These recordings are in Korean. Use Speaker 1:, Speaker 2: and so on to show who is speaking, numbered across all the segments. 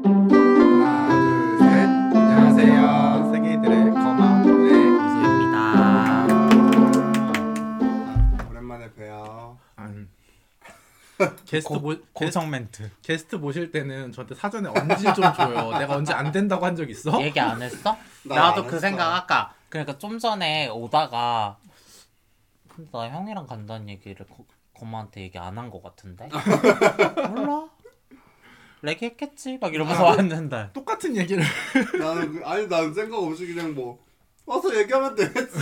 Speaker 1: 네. 게스트 모
Speaker 2: 고성 멘트.
Speaker 1: 게스트 모실 때는 저한테 사전에 언제 좀 줘요. 내가 언제 안 된다고 한 적 있어?
Speaker 3: 얘기 안 했어?
Speaker 4: 나
Speaker 3: 나도
Speaker 4: 안
Speaker 3: 그
Speaker 4: 했어.
Speaker 3: 생각 아까 그러니까 좀 전에 오다가 근데 나 형이랑 간다는 얘기를 거, 거마한테 얘기 안 한 것 같은데 몰라 아. 레게 했겠지 막 이러면서 왔는데
Speaker 1: 똑같은 얘기를
Speaker 4: 나는 그- 아니 난 생각 없이 그냥 뭐 와서 얘기하면 되겠지.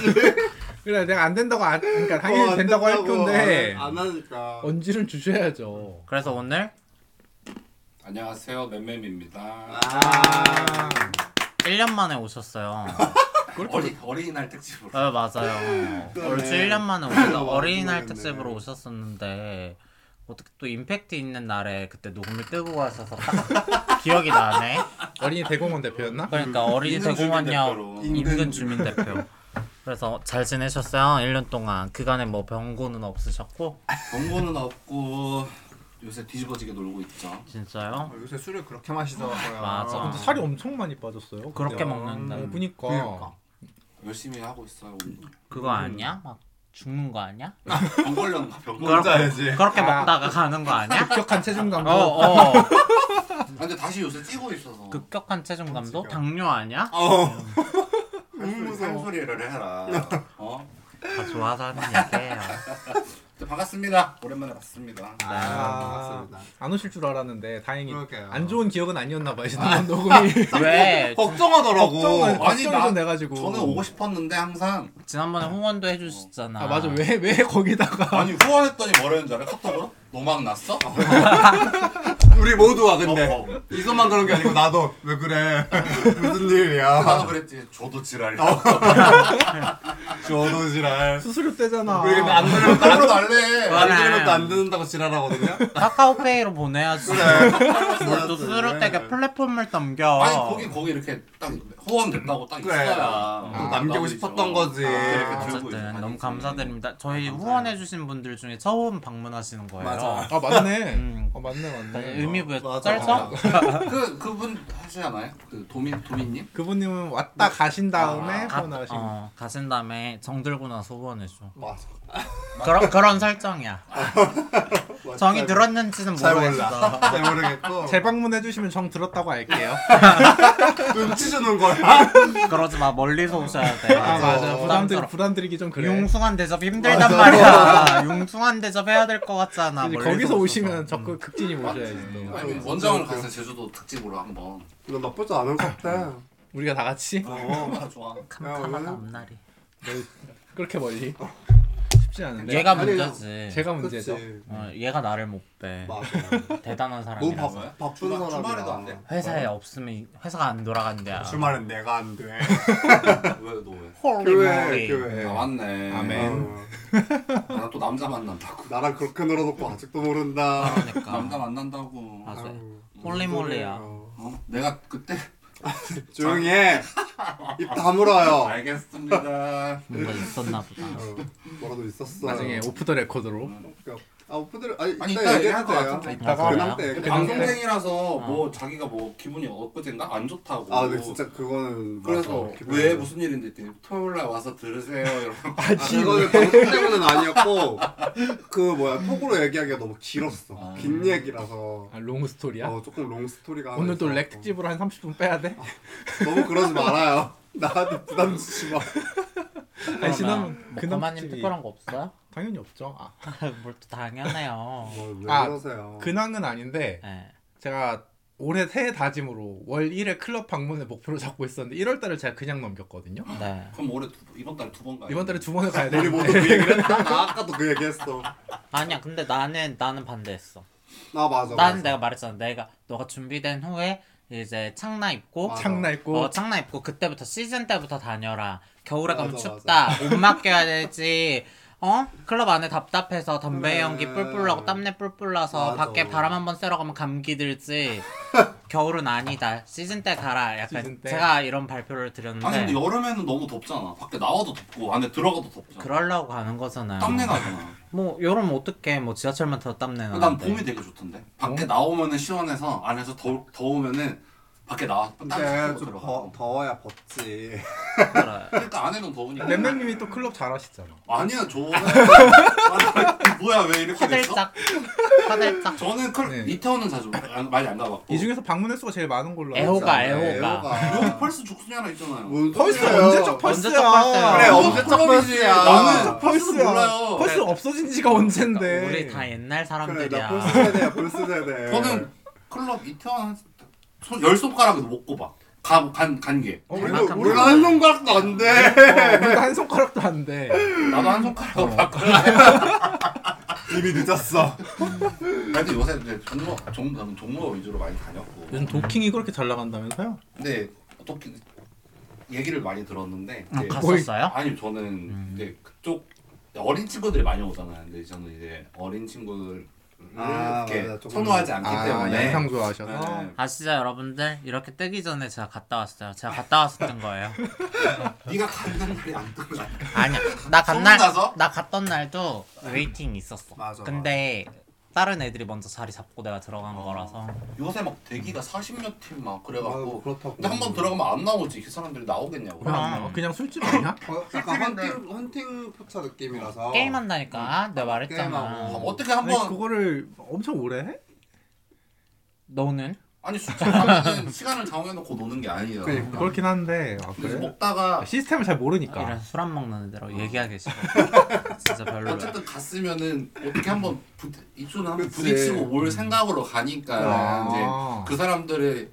Speaker 1: 그래 내가 안 된다고 안 그러니까
Speaker 4: 어,
Speaker 1: 당연히
Speaker 4: 안
Speaker 1: 된다고 할
Speaker 4: 된다고
Speaker 1: 건데
Speaker 4: 안, 안 하니까.
Speaker 1: 언지를 주셔야죠.
Speaker 3: 그래서 오늘
Speaker 5: 안녕하세요 맴맴입니다.
Speaker 4: 아.
Speaker 3: 1년 만에 오셨어요
Speaker 1: 그렇죠.
Speaker 5: 어리, 어린이날 특집으로
Speaker 3: 네 맞아요
Speaker 4: 그러네.
Speaker 3: 얼추 1년 만에
Speaker 4: 나
Speaker 3: 오셨
Speaker 4: 와서
Speaker 3: 어린이날
Speaker 4: 모르겠네.
Speaker 3: 특집으로 오셨었는데 어떻게 또 임팩트 있는 날에 그때 녹음을 뜨고 가셔서 딱 기억이 나네
Speaker 1: 어린이 대공원 대표였나?
Speaker 3: 그러니까 어린이
Speaker 5: 인근
Speaker 3: 대공원역
Speaker 5: 주민대표로.
Speaker 3: 인근 주민 대표. 그래서 잘 지내셨어요? 1년 동안 그간에 뭐 병고는 없으셨고
Speaker 5: 경고는 없고 요새 뒤집어지게 놀고 있죠.
Speaker 3: 진짜요?
Speaker 4: 아, 요새 술을 그렇게 마시더라고요.
Speaker 3: 맞아.
Speaker 1: 근데 살이 엄청 많이 빠졌어요.
Speaker 3: 그렇게
Speaker 1: 그때.
Speaker 3: 먹는다.
Speaker 1: 어, 그니까.
Speaker 4: 그러니까.
Speaker 5: 열심히 하고 있어요. 운동.
Speaker 3: 그거 아니야? 막 죽는 거 아니야?
Speaker 5: 병 걸렸나? 병
Speaker 3: 그렇게,
Speaker 5: 걸렸나?
Speaker 3: 그렇게
Speaker 1: 아.
Speaker 3: 먹다가 가는 거 아니야?
Speaker 1: 급격한 체중 감소.
Speaker 3: 어, 어.
Speaker 5: 근데 다시 요새 찌고 있어서
Speaker 3: 급격한 체중 감소? 당뇨 아니야?
Speaker 4: 어.
Speaker 5: 할소리, 할소리를 해라. 어?
Speaker 3: 다 좋아하는 얘기예요.
Speaker 5: 네, 반갑습니다. 오랜만에 봤습니다.
Speaker 4: 아, 맞습니다.
Speaker 1: 안 오실 줄 알았는데 다행히
Speaker 4: 그러니까요.
Speaker 1: 안 좋은 기억은 아니었나 봐. 이제 녹음이
Speaker 3: 왜?
Speaker 4: 어. 걱정하더라고.
Speaker 1: 걱정을
Speaker 5: 아니,
Speaker 1: 걱정이
Speaker 5: 나-
Speaker 1: 좀 돼가지고.
Speaker 5: 저는 오고 싶었는데 항상
Speaker 3: 지난번에 홍원도 해주셨잖아.
Speaker 1: 아 맞아 왜 왜 거기다가
Speaker 5: 아니 후원했더니 뭐라는 줄 알아? 카톡으로? 너막 났어?
Speaker 4: 우리 모두가 근데
Speaker 5: 어, 어.
Speaker 4: 이것만 그런 게 아니고 나도 왜 그래? 무슨
Speaker 5: 아, 나도
Speaker 4: 일이야?
Speaker 5: 그랬지. 저도 지랄.
Speaker 4: 저도 지랄.
Speaker 1: 수수료 떼잖아.
Speaker 4: 우리 근데 안 들으면 또-
Speaker 5: 나도 날래.
Speaker 4: 안 들으면 또 안 듣는다고 지랄하거든요. 네.
Speaker 3: 카카오페이로 보내야지. 뭘또
Speaker 4: 그래.
Speaker 3: 쓰러뜨게 플랫폼을 넘겨.
Speaker 5: 아니 거기 거기 이렇게 딱 후원 됐다고 딱
Speaker 4: 그래.
Speaker 5: 있어야
Speaker 4: 또 남기고 싶었던 거지.
Speaker 5: 이렇게 아, 들고 있는
Speaker 3: 아, 어쨌든 너무
Speaker 5: 거지.
Speaker 3: 감사드립니다. 저희 후원해주신 분들 중에 처음 방문하시는 거예요.
Speaker 4: 맞아.
Speaker 1: 아 맞네.
Speaker 3: 음.
Speaker 1: 어 맞네
Speaker 3: 네,
Speaker 1: 맞네.
Speaker 3: 의미부여
Speaker 4: 맞아.
Speaker 3: 짧죠?
Speaker 5: 그 그분 하지 않아요? 그 도민 도민님?
Speaker 1: 그분님은 왔다 가신 다음에
Speaker 3: 가,
Speaker 1: 후원하신. 거.
Speaker 3: 어, 가신 다음에 정들고 나서 후원해줘.
Speaker 4: 맞아.
Speaker 3: 그런 그런 설정이야. 정이
Speaker 4: 잘-
Speaker 3: 들었는지는
Speaker 4: 잘 몰라.
Speaker 3: 모르겠어.
Speaker 4: 잘 모르겠고
Speaker 1: 재방문해 주시면 정 들었다고 알게요.
Speaker 4: 눈치 주는 거야.
Speaker 3: 그러지 마 멀리서 오셔야 돼.
Speaker 1: 아 맞아. 부담들
Speaker 3: 부담스러워.
Speaker 1: 부담드리기 좀 그래.
Speaker 3: 융숭한 대접 힘들단 말이야. 융숭한 대접 해야 될 것 같잖아.
Speaker 1: 이제
Speaker 3: 멀리서 음.
Speaker 1: 거기서
Speaker 3: 오셔서.
Speaker 1: 오시면 적극 극진이 오셔야지. 또.
Speaker 5: 아니, 원정을 가서 제주도 특집으로 한번.
Speaker 4: 이거 나쁘지 않은 것 같아.
Speaker 1: 우리가 다 같이
Speaker 5: 어, 좋아.
Speaker 3: 캄캄하다 앞날이.
Speaker 1: 그렇게 멀리 쉽지 않은데.
Speaker 3: 얘가
Speaker 4: 아니,
Speaker 3: 문제지.
Speaker 1: 네. 제가
Speaker 4: 어. 그치.
Speaker 1: 문제죠.
Speaker 3: 어, 얘가 나를 못 빼.
Speaker 4: 맞아.
Speaker 3: 대단한
Speaker 4: 뭐, 너무
Speaker 3: 사람이라서.
Speaker 4: 바, 바쁜
Speaker 5: 주말-
Speaker 4: 사람이야.
Speaker 5: 주말에도 안 돼?
Speaker 3: 회사에 없으면 이- 회사가 안 돌아간대야.
Speaker 4: 주말엔 내가 안 돼. 네.
Speaker 5: 왜너 왜?
Speaker 4: 교회
Speaker 3: 홀리몰리.
Speaker 4: 교회.
Speaker 5: 나 왔네.
Speaker 1: 아멘.
Speaker 4: 어,
Speaker 5: 나 또 남자 만난다고.
Speaker 4: 나랑 그렇게 놀아놓고 아직도 모른다.
Speaker 5: 남자 만난다고.
Speaker 3: 아. 그러니까. 맞아.
Speaker 4: 아유,
Speaker 3: 홀리몰리야.
Speaker 4: 어,
Speaker 5: 어? 내가 그때
Speaker 4: 조용히 해. 입 다물어요.
Speaker 5: 알겠습니다.
Speaker 3: 뭔가 있었나 보다.
Speaker 4: 어, 뭐라도 있었어.
Speaker 1: 나중에 오프 더 레코드로.
Speaker 4: 아 오프들 아니
Speaker 5: 아니,
Speaker 4: 이따
Speaker 5: 이따
Speaker 4: 얘기해도
Speaker 5: 얘기할 것
Speaker 4: 돼요.
Speaker 5: 같은데.
Speaker 3: 이따가.
Speaker 4: 그냥 때 아, 얘기해.
Speaker 5: 방송쟁이라서 뭐 자기가 뭐 기분이 엊그젠가 안 좋다고.
Speaker 4: 아 근데 진짜 그거는
Speaker 5: 그래서
Speaker 4: 맞아.
Speaker 5: 왜 무슨 일인데 했더니 토요일 날 와서 들으세요 이러고
Speaker 4: 아, 이거는 방송 때문은 아니었고 그 뭐야 톡으로 얘기하기가 너무 길었어
Speaker 5: 아.
Speaker 4: 긴 얘기라서
Speaker 1: 아, 롱 스토리야.
Speaker 4: 어 조금 롱 스토리가
Speaker 1: 오늘 또
Speaker 4: 하나
Speaker 1: 렉
Speaker 4: 있어갖고.
Speaker 1: 특집으로 한 30분 빼야 돼.
Speaker 4: 너무 그러지 말아요 나한테 부담 주지 마
Speaker 1: 아니 지난번
Speaker 3: 그마님
Speaker 1: 특집이-
Speaker 3: 특별한 거 없어요?
Speaker 1: 당연히 없죠. 아,
Speaker 3: 뭘또 당연해요.
Speaker 4: 어, 왜
Speaker 1: 아,
Speaker 4: 그러세요
Speaker 1: 근황은 아닌데
Speaker 3: 네.
Speaker 1: 제가 올해 새해 다짐으로 월 1회 클럽 방문을 목표로 잡고 있었는데 1월 달을 제가 그냥 넘겼거든요.
Speaker 3: 네.
Speaker 5: 그럼 올해 두, 번- 이번 달에 두 번 가요.
Speaker 1: 이번 달에 두 번을 가야
Speaker 4: 우리
Speaker 1: 되는데
Speaker 4: 모두 그 얘기를 했다 나 아까도 그 얘기했어
Speaker 3: 아니야. 근데 나는 나는 반대했어.
Speaker 4: 나 맞아
Speaker 3: 나는
Speaker 4: 맞아.
Speaker 3: 내가 말했잖아. 내가 너가 준비된 후에 이제 창나 입고
Speaker 4: 맞아.
Speaker 1: 창나 있고
Speaker 3: 어, 창나 입고 그때부터 시즌 때부터 다녀라. 겨울에 가면
Speaker 4: 맞아,
Speaker 3: 춥다. 옷 맡겨야 되지. 어? 클럽 안에 답답해서 담배
Speaker 4: 그래.
Speaker 3: 연기 뿔뿔 나고 땀내 뿔뿔 나서
Speaker 4: 맞아.
Speaker 3: 밖에 바람 한 번 쐬러 가면 감기 들지. 겨울은 아니다. 시즌 때 가라. 약간
Speaker 1: 시즌 때.
Speaker 3: 제가 이런 발표를 드렸는데
Speaker 5: 아니 근데 여름에는 너무 덥잖아. 밖에 나와도 덥고 안에 들어가도 덥잖아.
Speaker 3: 그러려고 가는 거잖아요. 네.
Speaker 5: 땀내 나잖아.
Speaker 3: 뭐 여름 어떻게 뭐 지하철만 타도 땀내 나.
Speaker 5: 난 봄이 되게 좋던데. 밖에 나오면은 시원해서 안에서 더 더우면은 밖에 나와.
Speaker 4: 근데
Speaker 5: 딱
Speaker 4: 좀
Speaker 5: 들어가.
Speaker 4: 더, 더워야 벗지.
Speaker 3: 그래.
Speaker 5: 그러니까 안에는 더우니까.
Speaker 1: 램맨님이 또 클럽 잘 하시잖아.
Speaker 5: 아니야 저 뭐야 왜 이렇게 됐어?
Speaker 3: 화들짝 화들짝
Speaker 5: 저는 클
Speaker 1: 네.
Speaker 5: 이태원은 자주 안- 많이 안 가봤고
Speaker 1: 이 중에서 방문 횟수가 제일 많은 걸로. 알고 있어요.
Speaker 3: 애호가,
Speaker 4: 네,
Speaker 3: 애호가.
Speaker 5: 여기 펄스 족순이 하나 있잖아요
Speaker 4: 뭔
Speaker 1: 펄스
Speaker 4: 소리예요.
Speaker 1: 언제적
Speaker 3: 언제적 펄스예요?
Speaker 1: 네, 펄스야?
Speaker 4: 그래
Speaker 5: 어,
Speaker 4: 언제적
Speaker 5: 펄스지.
Speaker 4: 뭐, 펄스야.
Speaker 5: 나는
Speaker 1: 펄스
Speaker 5: 펄스 몰라요.
Speaker 1: 펄스 없어진 지가 언젠데.
Speaker 3: 그러니까 우리 다
Speaker 4: 그래 나
Speaker 3: 옛날 사람들이야
Speaker 4: 펄스 세대야 어, 펄스 세대.
Speaker 5: 저는 클럽 이태원 한열 손가락에도 못 꼽아 간간게
Speaker 1: 어,
Speaker 4: 우리도
Speaker 3: 장난감
Speaker 4: 우리는
Speaker 3: 같은
Speaker 4: 한
Speaker 3: 거.
Speaker 4: 손가락도 안 돼.
Speaker 1: 어, 우리도 한 손가락도 안 돼.
Speaker 5: 나도 한
Speaker 1: 어.
Speaker 5: 손가락으로 바꿔
Speaker 4: 이미 늦었어.
Speaker 5: 그래도 요새 이제 종로 아, 종 저는 종로 위주로 많이 다녔고
Speaker 1: 요즘 도킹이 그렇게 잘 나간다면서요?
Speaker 5: 근데 어떻게 얘기를 많이 들었는데
Speaker 3: 아,
Speaker 5: 뭐 이제
Speaker 3: 갔었어요?
Speaker 5: 아니 저는
Speaker 1: 음.
Speaker 5: 이제 그쪽 어린 친구들이 많이 오잖아요. 근데 저는 이제 어린 친구를
Speaker 4: 아,
Speaker 5: 이렇게
Speaker 4: 맞아, 조금-
Speaker 5: 선호하지 않기
Speaker 1: 아,
Speaker 5: 때문에
Speaker 1: 영상 좋아하셔서.
Speaker 5: 네.
Speaker 3: 아시죠 여러분들 이렇게 뜨기 전에 제가 갔다 왔어요 제가 갔다 왔었던 거예요
Speaker 5: 네가 간다는 말이 안 들어가.
Speaker 3: 아니야 나 간날
Speaker 5: 소문나서?
Speaker 3: 나 갔던 날도 웨이팅 있었어
Speaker 4: 맞아,
Speaker 3: 근데 다른 애들이 먼저 자리 잡고 내가 들어간 거라서
Speaker 5: 요새 막 대기가 40몇 팀 막
Speaker 4: 아이고,
Speaker 5: 그래가지고
Speaker 4: 그렇다고.
Speaker 5: 근데 한 번 들어가면 안 나오지. 그 사람들이 나오겠냐고.
Speaker 1: 왜안 나와? 뭐 그냥 술집 아니야?
Speaker 4: 어, 약간 헌팅 헌팅 포차 느낌이라서.
Speaker 3: 게임 한다니까 아, 내가 말했잖아
Speaker 4: 어. 게임하고.
Speaker 5: 어떻게
Speaker 1: 아니,
Speaker 5: 한번
Speaker 1: 그거를 엄청 오래 해?
Speaker 3: 너는
Speaker 5: 아니 술집 가면 시간을 정해놓고 노는 게 아니에요.
Speaker 4: 그러니까.
Speaker 1: 그렇긴 한데. 아,
Speaker 5: 그래서
Speaker 1: 그래?
Speaker 5: 먹다가
Speaker 1: 시스템을 잘 모르니까.
Speaker 3: 이런 술 안 먹는 애들하고 얘기하기 싫어 진짜 별로야
Speaker 5: 어쨌든 갔으면은 어떻게 한번 부, 입술은 한번
Speaker 4: 그치.
Speaker 5: 부딪히고 올 생각으로 가니까
Speaker 1: 아.
Speaker 5: 이제 그 사람들의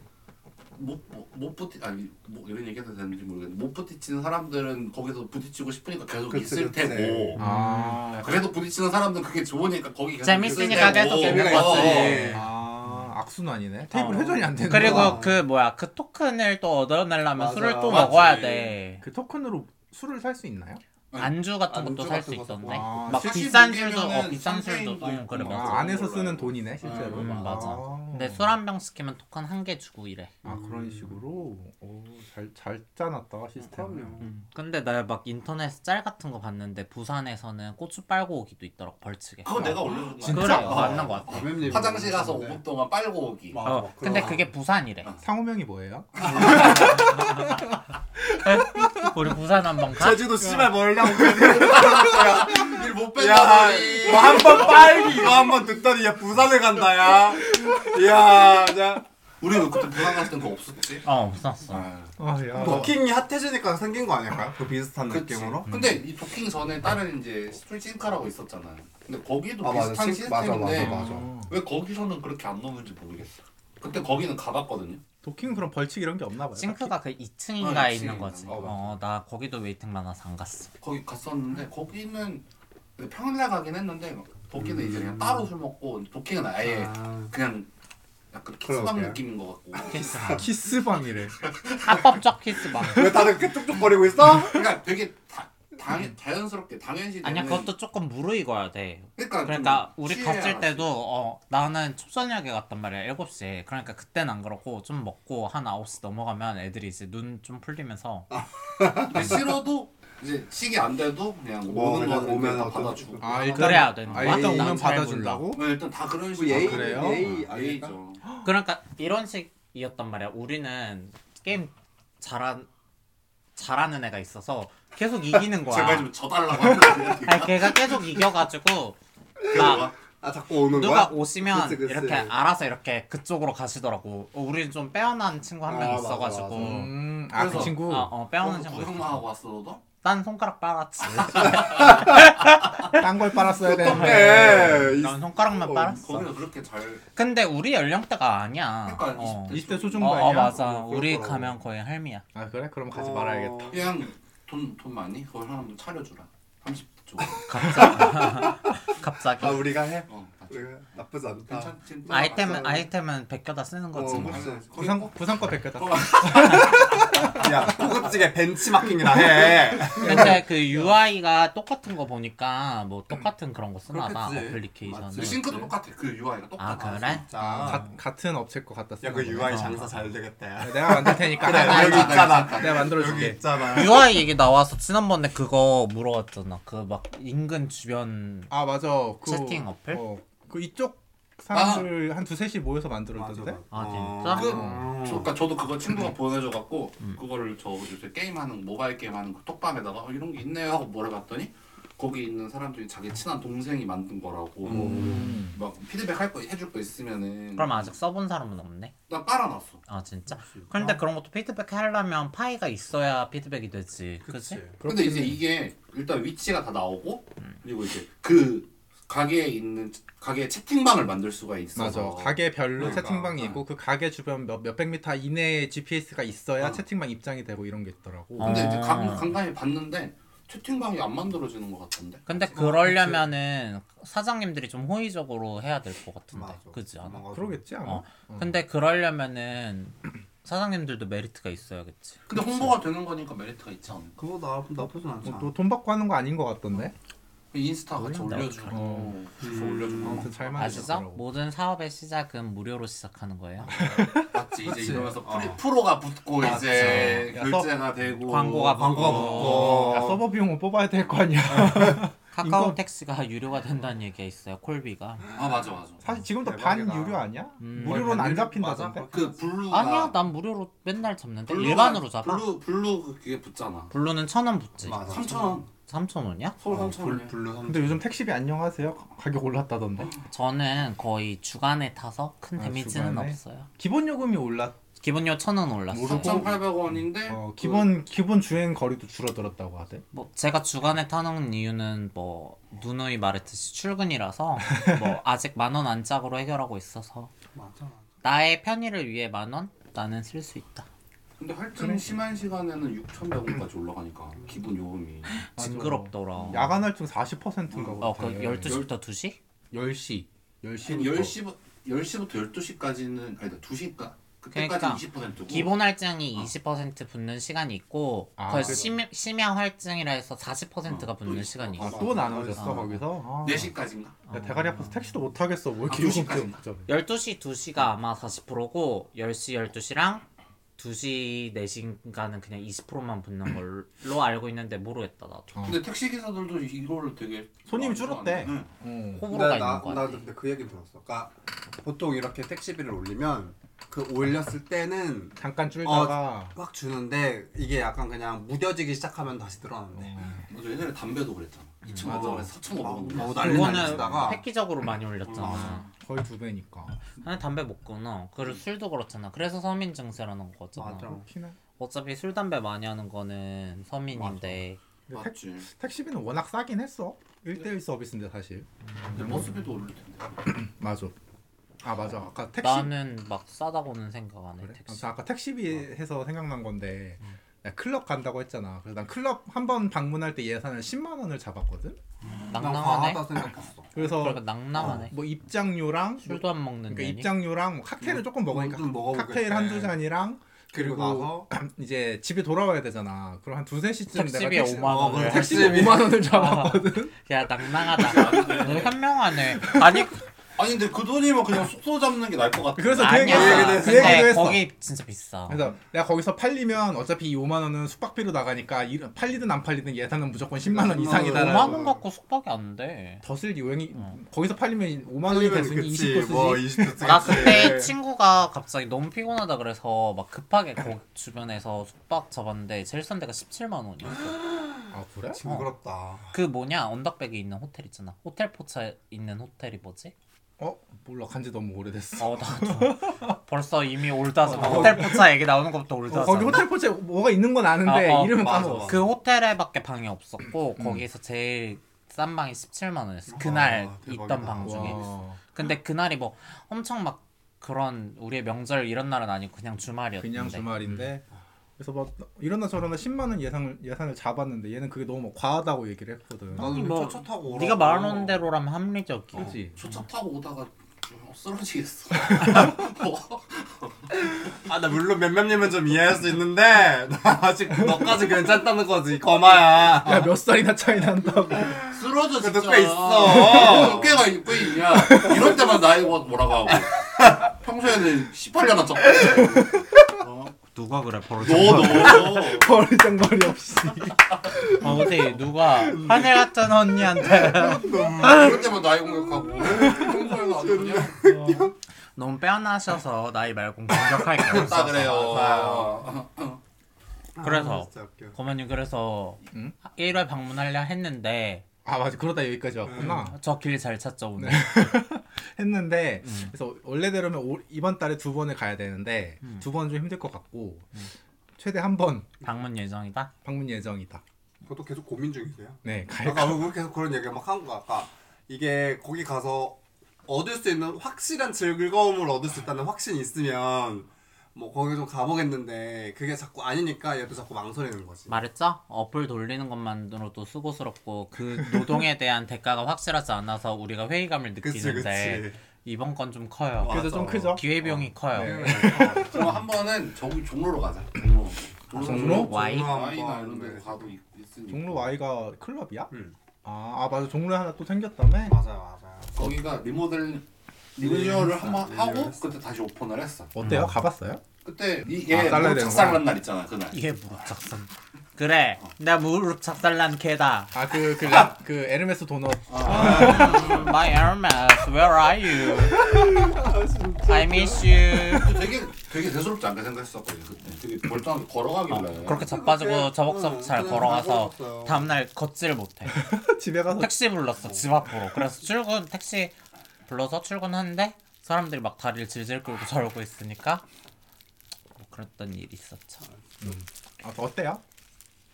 Speaker 5: 못못 부딪 아니 뭐 이런 얘기해도 되는지 모르겠는데 못 부딪히는 사람들은 거기서 부딪히고 싶으니까 계속
Speaker 4: 그치,
Speaker 5: 있을
Speaker 4: 그치.
Speaker 5: 테고
Speaker 1: 아.
Speaker 5: 그래도 부딪히는 사람들은 그게 좋으니까 거기 계속
Speaker 3: 재밌으니까
Speaker 5: 있을
Speaker 3: 계속
Speaker 5: 테고.
Speaker 4: 재미가
Speaker 5: 어,
Speaker 4: 있지.
Speaker 1: 네. 아, 악순환이네. 테이블 회전이 안 되는
Speaker 3: 그리고
Speaker 1: 거야.
Speaker 3: 그 뭐야 그 토큰을 또 얻어내려면
Speaker 4: 맞아.
Speaker 3: 술을 또
Speaker 5: 맞지.
Speaker 3: 먹어야 돼
Speaker 1: 그 토큰으로 술을 살 수 있나요?
Speaker 5: 네.
Speaker 3: 안주 같은 것도
Speaker 4: 안주
Speaker 3: 살 수
Speaker 4: 같은 것도
Speaker 3: 있던데
Speaker 1: 아,
Speaker 3: 막
Speaker 5: 사실
Speaker 3: 비싼
Speaker 5: 무게면은
Speaker 3: 술도 어 비싼 술도
Speaker 5: 선생님도
Speaker 3: 어 그래
Speaker 5: 있고.
Speaker 3: 맞아
Speaker 1: 아, 안에서 쓰는
Speaker 5: 몰라요.
Speaker 1: 돈이네 실제로.
Speaker 5: 음,
Speaker 3: 맞아.
Speaker 1: 아.
Speaker 3: 근데 술 한 병 시키면 토큰 한 개 주고 이래
Speaker 1: 아 그런 식으로 오잘잘 짜놨다 시스템.
Speaker 4: 그럼요.
Speaker 3: 음. 근데 내가 막 인터넷 짤 같은 거 봤는데 부산에서는 고추 빨고 오기도 있더라고 벌칙에
Speaker 5: 그거 내가 올려준 거야. 어.
Speaker 3: 그래
Speaker 1: 진짜?
Speaker 3: 그거 만난 거 같아
Speaker 4: 아맵님.
Speaker 5: 화장실 가서
Speaker 4: 네.
Speaker 5: 5분 동안 빨고 오기.
Speaker 4: 맞아,
Speaker 3: 어, 근데 그게 부산이래
Speaker 5: 아.
Speaker 1: 상호명이 뭐예요?
Speaker 3: 우리 부산 한번 가?
Speaker 4: 제주도 아, 씨발 멀다고.
Speaker 5: 일못
Speaker 4: 야,
Speaker 5: 뺀다더니.
Speaker 4: 뭐 한 번 빨기 이거 한 번 듣더니 야 부산에 간다 야. 야, 자
Speaker 5: 우리 왜 그때 부산 갔을 땐 그거 없었지?
Speaker 3: 어 없었어
Speaker 5: 아.
Speaker 1: 아야
Speaker 4: 도킹이 핫해지니까 생긴 거 아닐까요? 그 비슷한
Speaker 5: 그치. 음.
Speaker 4: 느낌으로.
Speaker 5: 근데 이 도킹 전에 다른 이제 스툴 싱카라고 있었잖아. 근데 거기도
Speaker 4: 아, 맞아.
Speaker 5: 비슷한
Speaker 4: 싱-
Speaker 5: 시스템인데
Speaker 4: 맞아, 맞아,
Speaker 5: 왜 거기서는 그렇게 안 넘는지 모르겠어. 그때 거기는 가봤거든요.
Speaker 1: 도킹 그런 벌칙 이런 게 없나 봐요.
Speaker 3: 싱크가 그
Speaker 5: 어,
Speaker 3: 2층인가에 있는
Speaker 5: 이층에
Speaker 3: 거지
Speaker 5: 있는 거. 어,
Speaker 3: 어나 거기도 웨이팅 많아서 안 갔어
Speaker 5: 거기 갔었는데 거기는 평일날 가긴 했는데 도킹은 이제 그냥 따로 술 먹고 도킹은 아예
Speaker 4: 음. 아,
Speaker 5: 그냥 약간 키스방
Speaker 4: 그러게요.
Speaker 5: 느낌인 것 같고.
Speaker 3: 키스방
Speaker 1: 키스방이래.
Speaker 3: 아, 합법적 키스방
Speaker 4: 왜 다들 이렇게 뚝뚝거리고 있어?
Speaker 5: 그러니까 되게 다, 당, 자연스럽게 당연시 되는.
Speaker 3: 아니야 그것도 조금 무르익어야 돼
Speaker 5: 그러니까, 좀
Speaker 3: 그러니까 우리
Speaker 5: 취해야
Speaker 3: 갔을 때도 어 나는 초저녁에 갔단 말이야 7시에 그러니까 그땐 안 그렇고 좀 먹고 한 9시 넘어가면 애들이 이제 눈 좀 풀리면서
Speaker 5: 근데 싫어도 이제 식이 안 돼도 그냥
Speaker 4: 뭐,
Speaker 5: 오는
Speaker 4: 그냥
Speaker 5: 거는
Speaker 4: 오면
Speaker 5: 오면 다
Speaker 4: 어떤-
Speaker 5: 받아주고.
Speaker 1: 아 일단
Speaker 3: 그래야 되는
Speaker 1: 아,
Speaker 3: 거야
Speaker 1: 일단
Speaker 3: 난
Speaker 1: 오면
Speaker 3: 잘 몰라. 어.
Speaker 1: 받아준다고?
Speaker 5: 네, 일단 다 그런 식으로
Speaker 4: 뭐 예의-
Speaker 5: 그래요?
Speaker 4: 예의
Speaker 5: 아,
Speaker 4: 아닐까?
Speaker 5: 예의죠.
Speaker 3: 그러니까 이런 식이었단 말이야 우리는 게임 잘한 잘하는 애가 있어서 계속 이기는 거야
Speaker 5: 제발 좀 져달라고 하는
Speaker 3: 아니 걔가 계속 이겨가지고 막
Speaker 4: 아 자꾸 오는
Speaker 3: 누가
Speaker 4: 거야?
Speaker 3: 오시면
Speaker 4: 그치, 그치.
Speaker 3: 이렇게 알아서 이렇게 그쪽으로 가시더라고 어, 우리는 좀 빼어난 친구 한 명
Speaker 4: 아, 맞아,
Speaker 3: 있어가지고
Speaker 4: 맞아.
Speaker 1: 음아그
Speaker 5: 그래서-
Speaker 1: 친구.
Speaker 3: 어, 어, 빼어난 친구
Speaker 5: 고생만 하고 왔어 너도?
Speaker 3: 난 손가락 빨았지.
Speaker 1: 딴 걸 빨았어야 되는데.
Speaker 4: 어떡해. 이-
Speaker 3: 난 손가락만
Speaker 4: 어,
Speaker 3: 빨았어.
Speaker 5: 거기는 그렇게 잘 근데
Speaker 3: 근데 우리 연령대가 아니야.
Speaker 5: 그러니까
Speaker 3: 어.
Speaker 5: 20대
Speaker 1: 20대
Speaker 3: 어,
Speaker 1: 소중한 거
Speaker 3: 어
Speaker 1: 아니야?
Speaker 3: 맞아.
Speaker 4: 그럴
Speaker 3: 우리
Speaker 4: 거라고.
Speaker 3: 가면 거의 할미야.
Speaker 1: 아 그래? 그럼 가지
Speaker 4: 어.
Speaker 1: 말아야겠다.
Speaker 5: 그냥 돈, 돈 많이? 거기 하나 좀 차려주라 30조
Speaker 3: 갑자기. 갑자기.
Speaker 4: 아 우리가 해.
Speaker 5: 어, 맞아.
Speaker 4: 우리가 나쁘지 않다.
Speaker 5: 괜찮지?
Speaker 3: 아이템은 아이템은 베껴다 쓰는 거지.
Speaker 4: 어,
Speaker 3: 뭐.
Speaker 4: 맞아.
Speaker 1: 부산 부산 거 뺏겼다.
Speaker 3: 어.
Speaker 4: 야 고급지게 벤치마킹이나 해.
Speaker 3: 근데 그 UI가 똑같은 거 보니까 뭐 똑같은 그런 거
Speaker 5: 아,
Speaker 3: 쓰나 봐.
Speaker 4: 그렇겠지.
Speaker 5: 그
Speaker 3: 어플리케이션은.
Speaker 4: 맞지.
Speaker 5: 싱크도 똑같아 그 UI가
Speaker 3: 아
Speaker 5: 똑같아
Speaker 3: 그래?
Speaker 4: 자,
Speaker 1: 가, 같은 업체 거 갖다 쓰.
Speaker 4: 야그 UI 장사 잘 되겠다. 야.
Speaker 1: 내가 만들 테니까.
Speaker 4: 그래
Speaker 1: 아,
Speaker 4: 여기
Speaker 1: 아,
Speaker 4: 있잖아.
Speaker 1: 아, 내가
Speaker 4: 여기
Speaker 1: 만들어줄게.
Speaker 4: 있잖아.
Speaker 3: UI 얘기 나와서 지난번에 그거 물어봤잖아. 그 막 인근 주변
Speaker 1: 아 맞아. 그,
Speaker 3: 채팅 어플?
Speaker 1: 어, 그 이쪽 사람들 한 두세 시 모여서 만들었던데
Speaker 3: 아, 진짜?
Speaker 4: 아,
Speaker 5: 그,
Speaker 1: 어.
Speaker 3: 어.
Speaker 4: 음.
Speaker 5: 저, 그러니까 저도 그거
Speaker 3: 음.
Speaker 5: 친구가 보내줘갖고 그거를 저 요새 게임하는 모바일 게임하는 그 톡방에다가 어, 이런 게 있네요 하고 물어봤더니 거기 있는 사람들이 자기 친한 동생이 만든 거라고
Speaker 4: 음.
Speaker 5: 막 피드백 할 거 해줄 거 있으면은
Speaker 3: 그럼 아직 써본 사람은 없네?
Speaker 5: 나 빨아놨어.
Speaker 3: 아 진짜? 그런데 그런 것도 피드백 하려면 파이가 있어야 피드백이 되지 그치?
Speaker 5: 근데 이제 이게 일단 위치가 다 나오고
Speaker 3: 음.
Speaker 5: 그리고 이제 그 가게에 있는 가게 채팅방을 만들 수가
Speaker 1: 맞아.
Speaker 5: 있어서
Speaker 1: 가게별로
Speaker 4: 그러니까.
Speaker 5: 응,
Speaker 1: 채팅방이
Speaker 5: 응.
Speaker 4: 아.
Speaker 1: 있고 그 가게 주변 몇 몇백 미터 이내에 GPS가 있어야
Speaker 4: 아.
Speaker 5: 응.
Speaker 1: 채팅방 입장이 되고 이런 게 있더라고.
Speaker 3: 어.
Speaker 5: 근데 이제
Speaker 3: 아.
Speaker 5: 간, 간간히 봤는데 채팅방이 안 만들어지는 것 같은데.
Speaker 3: 근데 그러려면은 사장님들이 좀 호의적으로 해야 될 것 같은데
Speaker 4: 맞아.
Speaker 3: 그지 않아?
Speaker 4: 뭔가
Speaker 1: 그러겠지 아마.
Speaker 3: 어. 근데 그러려면은 사장님들도 메리트가 있어야겠지
Speaker 5: 근데 홍보가 되는 거니까 메리트가 있지 않나?
Speaker 4: 그거 나 나쁘진 않잖아.
Speaker 1: 어, 또돈 받고 하는 거 아닌 것 같던데.
Speaker 5: 인스타 같이
Speaker 3: 몰라,
Speaker 5: 올려주고
Speaker 1: 어.
Speaker 5: 주소 올려주고
Speaker 1: 아무튼 잘
Speaker 3: 아시죠? 뭐.
Speaker 1: 만들었더라고.
Speaker 3: 모든 사업의 시작은 무료로 시작하는 거예요
Speaker 5: 맞지 이제
Speaker 1: 그치.
Speaker 5: 이러면서 프리,
Speaker 4: 어.
Speaker 5: 프로가 붙고 이제
Speaker 1: 야,
Speaker 5: 결제가 되고
Speaker 3: 광고가
Speaker 4: 광고가
Speaker 3: 붙고.
Speaker 4: 붙고.
Speaker 1: 어. 야, 서버 비용은 뽑아야 될 거 아니야.
Speaker 3: 카카오
Speaker 1: 인건-
Speaker 3: 택시가 유료가 된다는 얘기가 있어요 콜비가
Speaker 5: 아 맞아 맞아
Speaker 1: 사실 지금도
Speaker 4: 대박이다.
Speaker 1: 반 유료 아니야?
Speaker 3: 음.
Speaker 1: 무료로는 안
Speaker 4: 맞아.
Speaker 1: 잡힌다던데.
Speaker 5: 그 블루가
Speaker 3: 아니야 난 무료로 맨날 잡는데
Speaker 5: 블루가-
Speaker 3: 일반으로 잡아?
Speaker 5: 블루 블루 그게 붙잖아
Speaker 3: 블루는 천 원 붙지
Speaker 4: 맞아.
Speaker 5: 3천 원
Speaker 3: 3천 원이야?
Speaker 5: 서울
Speaker 4: 어,
Speaker 5: 3천 원이야
Speaker 4: 블- 블루 삼.
Speaker 1: 근데 요즘 택시비 안녕하세요. 가격 올랐다던데.
Speaker 3: 저는 거의 주간에 타서 큰
Speaker 1: 아,
Speaker 3: 데미지는
Speaker 1: 주간에?
Speaker 3: 없어요.
Speaker 1: 기본 요금이 올랐.
Speaker 3: 기본료 천 원 올랐어요.
Speaker 1: 모르고?
Speaker 5: 3,800원인데 그
Speaker 1: 어, 기본 기본 주행 거리도 줄어들었다고 하대.
Speaker 3: 뭐 제가 주간에 타는 이유는 뭐 누누이 말했듯이 출근이라서 뭐 아직 만 원 안짝으로 해결하고 있어서
Speaker 4: 맞아. 맞아.
Speaker 3: 나의 편의를 위해 만 원? 나는 쓸 수 있다.
Speaker 5: 근데 할증 심한 시간에는 6,100원까지 올라가니까 기본 요금이
Speaker 1: 맞아. 뭐
Speaker 3: 징그럽더라.
Speaker 1: 야간 활동 40%인가 보다.
Speaker 3: 어, 그 12시부터 2시?
Speaker 1: 10시. 10시부터.
Speaker 5: 10시부터 10시부터 12시까지는 아니다 2시까 그때까지
Speaker 3: 그러니까
Speaker 5: 20%고
Speaker 3: 기본 할증이 20% 붙는 시간이 있고
Speaker 1: 아,
Speaker 3: 그걸
Speaker 1: 그래도-
Speaker 3: 심야, 심야 할증이라 해서 40%가
Speaker 5: 어, 또
Speaker 3: 붙는
Speaker 5: 있어.
Speaker 3: 시간이
Speaker 5: 아,
Speaker 1: 아,
Speaker 3: 있어.
Speaker 1: 또 나눠졌어
Speaker 3: 아.
Speaker 1: 거기서. 아,
Speaker 5: 4시까지인가
Speaker 1: 야, 대가리 아파서 택시도 못 타겠어. 뭐
Speaker 5: 아,
Speaker 1: 이렇게 요금
Speaker 5: 2시까지
Speaker 1: 때문에. 진짜.
Speaker 3: 12시 2시가 아마 40%고 10시 12시랑 2시 4시인가는 그냥 20%만 붙는 걸로 알고 있는데 모르겠다 나도
Speaker 5: 근데 택시 기사들도 이걸 되게
Speaker 1: 손님이 줄었대.
Speaker 5: 응.
Speaker 1: 어.
Speaker 3: 호불호가
Speaker 4: 나,
Speaker 3: 있는 거
Speaker 4: 나
Speaker 3: 같아
Speaker 4: 근데 그 얘기 들었어. 그러니까 보통 이렇게 택시비를 올리면 그 올렸을 때는
Speaker 1: 잠깐 줄다가
Speaker 4: 확 주는데 이게 약간 그냥 무뎌지기 시작하면 다시 늘어나는데.
Speaker 5: 맞아 옛날에 담배도 그랬잖아 2,500원에 4,500원
Speaker 4: 어, 난리
Speaker 3: 그거는
Speaker 4: 날리다가.
Speaker 3: 획기적으로 많이 올렸잖아
Speaker 1: 거의 두 배니까.
Speaker 3: 근데 담배 못 끊어
Speaker 1: 음.
Speaker 3: 그리고 술도 그렇잖아 그래서 서민 증세라는 거잖아
Speaker 4: 맞아.
Speaker 1: 그렇긴 해.
Speaker 3: 어차피 술 담배 많이 하는 거는 서민인데
Speaker 1: 근데 택,
Speaker 5: 맞지
Speaker 1: 택시비는 워낙 싸긴 했어.
Speaker 4: 네.
Speaker 1: 1대1 서비스인데 사실.
Speaker 5: 근데 버스비도 올릴 텐데
Speaker 1: 맞아. 아 맞아. 아까 택시
Speaker 3: 나는 막 싸다고는 생각 안해
Speaker 1: 그래?
Speaker 3: 택시
Speaker 1: 아무튼 아까 택시비
Speaker 4: 어.
Speaker 1: 해서 생각난 건데
Speaker 4: 음.
Speaker 1: 나 클럽 간다고 했잖아. 그래서 난 클럽 한 번 방문할 때 예산을 10만 원을 잡았거든.
Speaker 4: 난
Speaker 3: 낭낭하네
Speaker 4: 과하다 생각했어.
Speaker 1: 그래서
Speaker 3: 그러니까 낭낭하네
Speaker 1: 뭐 입장료랑
Speaker 3: 술도 안 먹는
Speaker 1: 그러니까
Speaker 3: 년이
Speaker 1: 입장료랑 뭐 칵테일을 조금 먹으니까
Speaker 4: 좀 음. 먹어보겠다. 예.
Speaker 1: 칵테일 한두 잔이랑
Speaker 4: 그리고 나서
Speaker 1: 이제 집에 돌아와야 되잖아. 그럼 한 두세 시쯤
Speaker 3: 택시비에
Speaker 1: 내가 택시,
Speaker 3: 5만
Speaker 4: 어,
Speaker 3: 원을
Speaker 4: 그래.
Speaker 1: 택시비 5만 원을 잡았거든.
Speaker 3: 야 낭낭하다 너 현명하네 아니
Speaker 5: 아니 근데 그 돈이면 그냥 숙소 잡는 게 나을 것 같아.
Speaker 1: 그래서 그 얘기-
Speaker 4: 얘기도
Speaker 3: 아니야
Speaker 4: 했어.
Speaker 1: 얘기도
Speaker 3: 근데
Speaker 1: 했어.
Speaker 3: 거기 진짜 비싸
Speaker 1: 그래서 내가 거기서 팔리면 어차피 이 5만 원은 숙박비로 나가니까 이- 팔리든 안 팔리든 예산은 무조건 10만
Speaker 4: 음.
Speaker 1: 원
Speaker 4: 5만
Speaker 1: 이상이다라고.
Speaker 3: 5만원 갖고 숙박이 안돼
Speaker 1: 더슬 요행이
Speaker 3: 응.
Speaker 1: 거기서 팔리면 5만 원이 대수니 20% 쓰지.
Speaker 4: 뭐 20도 쓰지.
Speaker 3: 나 아,
Speaker 1: 네.
Speaker 3: 그때
Speaker 4: 네.
Speaker 3: 친구가 갑자기 너무 피곤하다 그래서 막 급하게 거 주변에서 숙박 잡았는데 제일 싼 데가 17만원이었어
Speaker 1: 아 그래?
Speaker 4: 징그럽다.
Speaker 3: 그 뭐냐 언덕백에 있는 호텔 있잖아 호텔 포차 있는 호텔이 뭐지?
Speaker 1: 어 몰라 간지 너무 오래됐어.
Speaker 3: 어 나도 벌써 이미 올드하잖아 호텔 포차 얘기 나오는 것부터
Speaker 1: 어, 거기
Speaker 3: 올드하잖아
Speaker 1: 호텔 포체 뭐가 있는 건 아는데
Speaker 3: 어, 어,
Speaker 1: 이름은
Speaker 4: 맞아,
Speaker 1: 까먹었어. 음.
Speaker 4: 맞아.
Speaker 3: 그 호텔에밖에 방이 없었고 거기에서 제일 싼 방이 17만 원이었어 그날
Speaker 4: 와, 대박이다.
Speaker 3: 있던
Speaker 1: 어,
Speaker 3: 방 중에
Speaker 1: 아, 와,
Speaker 3: 근데 그날이 뭐 엄청 막 그런 우리의 명절 이런 날은 아니고 그냥 주말이었는데
Speaker 1: 그냥 주말인데 그래서 막 이러나 저러나 10만 원 예상을 예산을 잡았는데 얘는 그게 너무 뭐 과하다고 얘기를 했거든.
Speaker 4: 나는
Speaker 3: 아니,
Speaker 4: 왜
Speaker 3: 뭐,
Speaker 4: 차차 타고
Speaker 3: 네가
Speaker 4: 오라고.
Speaker 3: 말하는 대로라면 합리적이야
Speaker 1: 그렇지.
Speaker 5: 초차 타고 오다가 어, 쓰러지겠어. 뭐,
Speaker 4: 아, 나 물론 몇몇님은 좀 이해할 수 있는데 나 아직 너까지 괜찮다는 거지 거마야.
Speaker 1: 야 몇 살이나 차이 난다고.
Speaker 5: 쓰러져 진짜.
Speaker 4: 그래도 꽤 있어.
Speaker 5: 꽤가 있고 있냐. 이럴 때만 나이가 뭐라고 하고. 평소에는 18년 왔잖아. 어?
Speaker 3: 누가 그래 버릇
Speaker 5: 너 너.
Speaker 1: 버리장머리 없이.
Speaker 3: 아 근데 누가 하늘 같은 언니한테
Speaker 5: 이럴 때만 나이 공격하고. 평소에는 나왔거든요.
Speaker 3: 너무 빼어나셔서 나이 말고 공격할 게
Speaker 4: 아,
Speaker 5: 딱
Speaker 3: 없어서
Speaker 5: 아, 그래요.
Speaker 3: 그래서.
Speaker 4: 진짜 웃겨.
Speaker 3: 고모님 그래서
Speaker 1: 응?
Speaker 3: 1회 방문하려 했는데
Speaker 1: 아 맞아 그러다 여기까지 왔구나
Speaker 3: 저 길 잘 찾죠 오늘
Speaker 1: 했는데 그래서 원래대로면 올- 이번 달에 두 번을 가야 되는데 두 번 좀 힘들 것 같고 최대 한 번
Speaker 3: 방문 예정이다
Speaker 1: 방문 예정이다.
Speaker 4: 그것도 계속 고민 중이세요?
Speaker 1: 네 가요.
Speaker 4: 아까 왜 계속 그런 얘기 막 한 거야 아까 이게 거기 가서 얻을 수 있는 확실한 즐거움을 얻을 수 있다는 확신이 있으면 뭐 거기 좀 가보겠는데 그게 자꾸 아니니까 얘도 자꾸 망설이는 거지
Speaker 3: 말했죠? 어플 돌리는 것만으로도 수고스럽고 그 노동에 대한 대가가 확실하지 않아서 우리가 회의감을
Speaker 4: 그치
Speaker 3: 느끼는데
Speaker 4: 그치
Speaker 3: 이번 건 좀 커요
Speaker 1: 그래서
Speaker 4: 맞아.
Speaker 1: 좀 크죠.
Speaker 3: 기회비용이 커요
Speaker 1: 네.
Speaker 4: 아,
Speaker 5: 그럼 한 번은 저기 종로로 가자. 종로.
Speaker 1: 아,
Speaker 4: 뭐,
Speaker 1: 종로?
Speaker 3: 와이?
Speaker 5: 와이나 이런 데 가도 있- 있으니까.
Speaker 1: 종로 Y가 클럽이야?
Speaker 4: 응.
Speaker 1: 아, 아 맞아 종로에 하나 또 생겼다며?
Speaker 4: 맞아요 맞아요
Speaker 5: 거기가
Speaker 1: 네,
Speaker 5: 리모델 리뉴얼을 한 번 하고
Speaker 4: 리뉴얼했어.
Speaker 5: 그때 다시 오픈을 했어.
Speaker 1: 어때요? 가봤어요?
Speaker 5: 그때
Speaker 1: 아,
Speaker 5: 이게
Speaker 1: 잘라야 되는
Speaker 5: 착살난 날 있잖아 그날.
Speaker 3: 이게 무릎 작살 그래 나 무릎 작살난 개다
Speaker 1: 아 그 그 그 에르메스 도넛
Speaker 5: 아,
Speaker 3: My Hermes where are you I miss you
Speaker 5: 되게 되게 대수롭지 않게 생각했었거든 그때.
Speaker 1: 네.
Speaker 5: 되게 멀쩡하게
Speaker 1: 아,
Speaker 5: 걸어가길래.
Speaker 3: 그렇게 자빠지고
Speaker 4: 그렇게,
Speaker 3: 저벅저벅 잘
Speaker 4: 응,
Speaker 3: 걸어가서
Speaker 4: 걸어갔어요.
Speaker 3: 다음날 걷지를 못해
Speaker 1: 집에 가서
Speaker 3: 택시 불렀어 집 앞으로 그래서 출근 택시 불러서 출근하는데 사람들이 막 다리를 질질 끌고 저러고 있으니까 뭐 그랬던 일이 있었죠
Speaker 1: 아 어때요?